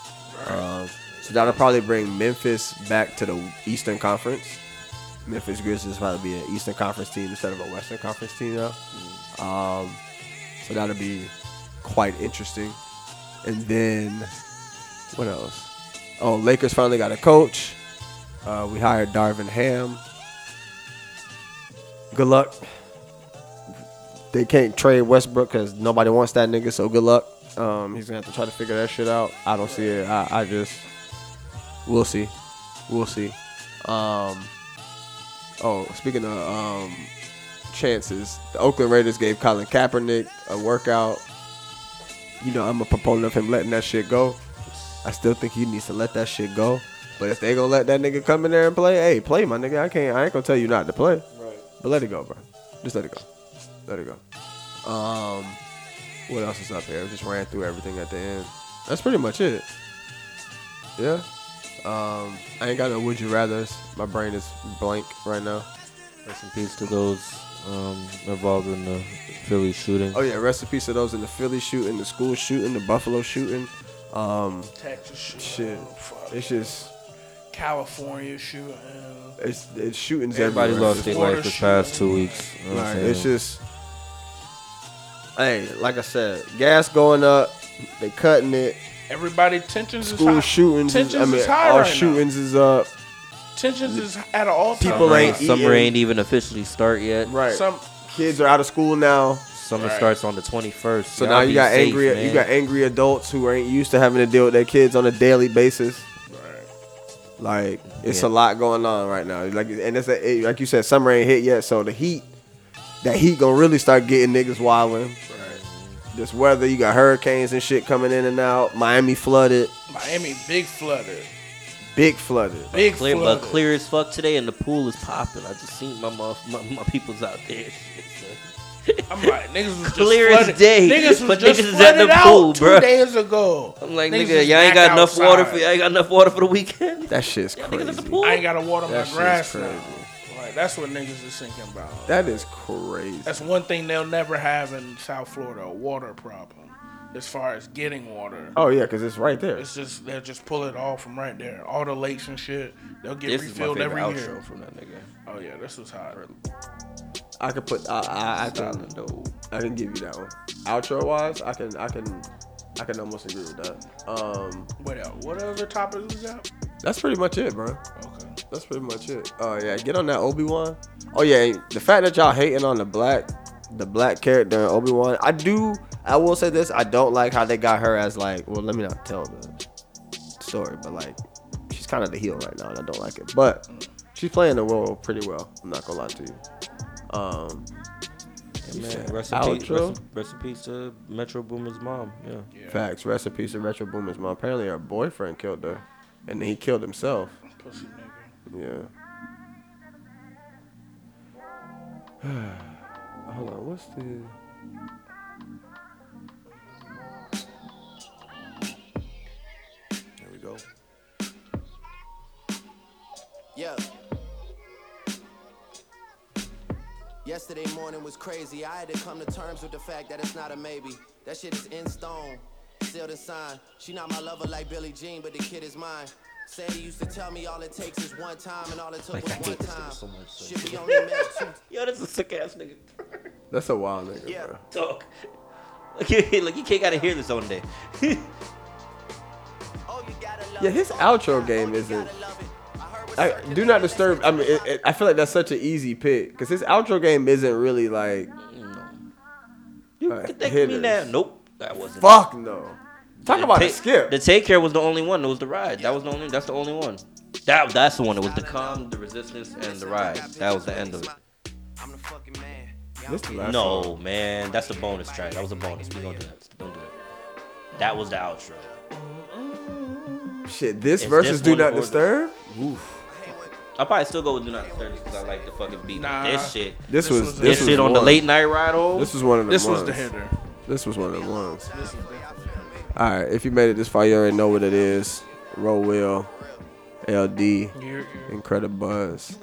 Uh, so that'll probably bring Memphis back to the Eastern Conference. Memphis Grizzlies will probably be an Eastern Conference team instead of a Western Conference team now. Um, so that'll be quite interesting. And then what else? Oh, Lakers finally got a coach. Uh, we hired Darvin Ham. Good luck they can't trade Westbrook because nobody wants that nigga. So good luck. Um, he's gonna have to try to figure that shit out. I don't see it. I, I just we'll see, we'll see. Um, oh, speaking of um, chances, the Oakland Raiders gave Colin Kaepernick a workout. You know, I'm a proponent of him letting that shit go. I still think he needs to let that shit go. But if they gonna let that nigga come in there and play, hey, play my nigga. I can't. I ain't gonna tell you not to play. Right. But let it go, bro. Just let it go. Let it go. Um, what else is up here? I just ran through everything at the end. That's pretty much it. Yeah. Um, I ain't got no would you rather's. My brain is blank right now. rest in peace to those um, involved in the Philly shooting. Oh yeah, rest in peace to those in the Philly shooting, the school shooting, the Buffalo shooting, um, Texas shooting. Shit, it's just California shooting. it's it's shootings. Everybody everywhere. lost their life the past two weeks. You know what I'm Right, saying? it's just, hey, like I said, gas going up, they cutting it. Everybody tensions is School high. shootings, is, tensions I mean, is high all right shootings is up. now. Tensions is at an all time. People summer, ain't summer eating. ain't even officially start yet. Right. Some- kids are out of school now. Summer starts on the 21st. So Y'all now you be got safe, angry man. you got angry adults who ain't used to having to deal with their kids on a daily basis. Like it's Yeah. a lot going on right now. Like and it's a, it- like you said, summer ain't hit yet, so the heat that heat gonna really start getting niggas wilding. This weather, you got hurricanes and shit coming in and out. Miami flooded, Miami big flooded. big flooded. Big clear, flooded. but clear as fuck today, and the pool is popping. I just seen my mother, my, my people's out there. [laughs] I'm like, niggas was Clear just as flooded. day, Niggas was but just niggas is at the flooded out pool, two bruh. days ago. I'm like, Niggas nigga, is y'all ain't back got enough water outside. for y'all ain't got enough water for the weekend. [laughs] That shit's crazy. I ain't gotta water That my shit's grass now. crazy. Like, that's what niggas is thinking about. That is crazy. That's one thing they'll never have in South Florida a water problem as far as getting water. Oh yeah, because it's right there. It's just they'll just pull it all from right there. All the lakes and shit, they'll get This is my refilled every favorite outro year. from that nigga. Oh yeah, this was hot. I could put. I I, I can. I can give you that one. Outro wise, I can. I can. I can almost agree with that. Um, What else? What other topics was that? that's pretty much it, bro. Okay. That's pretty much it. Oh yeah, get on that Obi Wan. Oh yeah, the fact that y'all hating on the black, the black character in Obi Wan. I do. I will say this. I don't like how they got her as like. Well, let me not tell the story, but like, she's kind of the heel right now, and I don't like it. But she's playing the role pretty well. I'm not gonna lie to you. Um. Yeah, man, said rest in, peace, outro? rest, in- rest in peace to Metro Boomin's mom. Yeah. Facts. Rest in peace to Retro Boomer's mom. Apparently, her boyfriend killed her, and he killed himself. Pussy Yeah. Hold on. What's the? There we go. Yeah. Yesterday morning was crazy. I had to come to terms with the fact that it's not a maybe. That shit is in stone, sealed and signed. She not my lover like Billie Jean, but the kid is mine. Sandy used to tell me all it takes is one time, and all it took was one time. Shit, [laughs] we only met two Yo, this is a sick ass nigga. That's a wild nigga. Yeah. Talk. Like, like you can't gotta hear this one [laughs] day. Yeah, his outro game isn't. I do not disturb. I mean, it, it- I feel like that's such an easy pick because his outro game isn't really like. You Get that me now. Nope, that wasn't. Fuck no. Talk The about a take- skip. The take care was the only one. It was the ride. That was the only. That's the only one. That that's the one. It was the calm, the resistance, and the ride. That was the end of it. This last no song. man, that's the bonus track. That was a bonus. We don't do that. Don't do that. That was the outro. Shit, this Is versus this do one not or- disturb. I'll probably still go with Do Not Disturb because I like the fucking beat. Nah, this shit. This was this, was shit on the one. late night ride oh. home. This was one of the This was the ones. hitter. This was one of the ones. All right, if you made it this far, you already know what it is. Roll Will, LD, Incredible Buzz,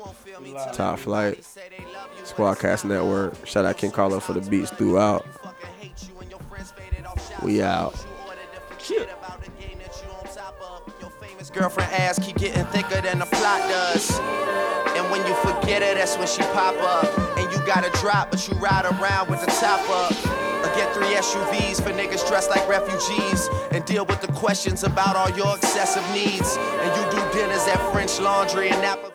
Top Flight, Squadcast Network. Shout out King Carlo for the beats throughout. We out. girlfriend ass keep getting thicker than the plot does. And when you forget her, that's when she pop up. And you gotta drop, but you ride around with the top up. Or get three SUVs for niggas dressed like refugees. And deal with the questions about all your excessive needs. And you do dinners at French Laundry and Napa.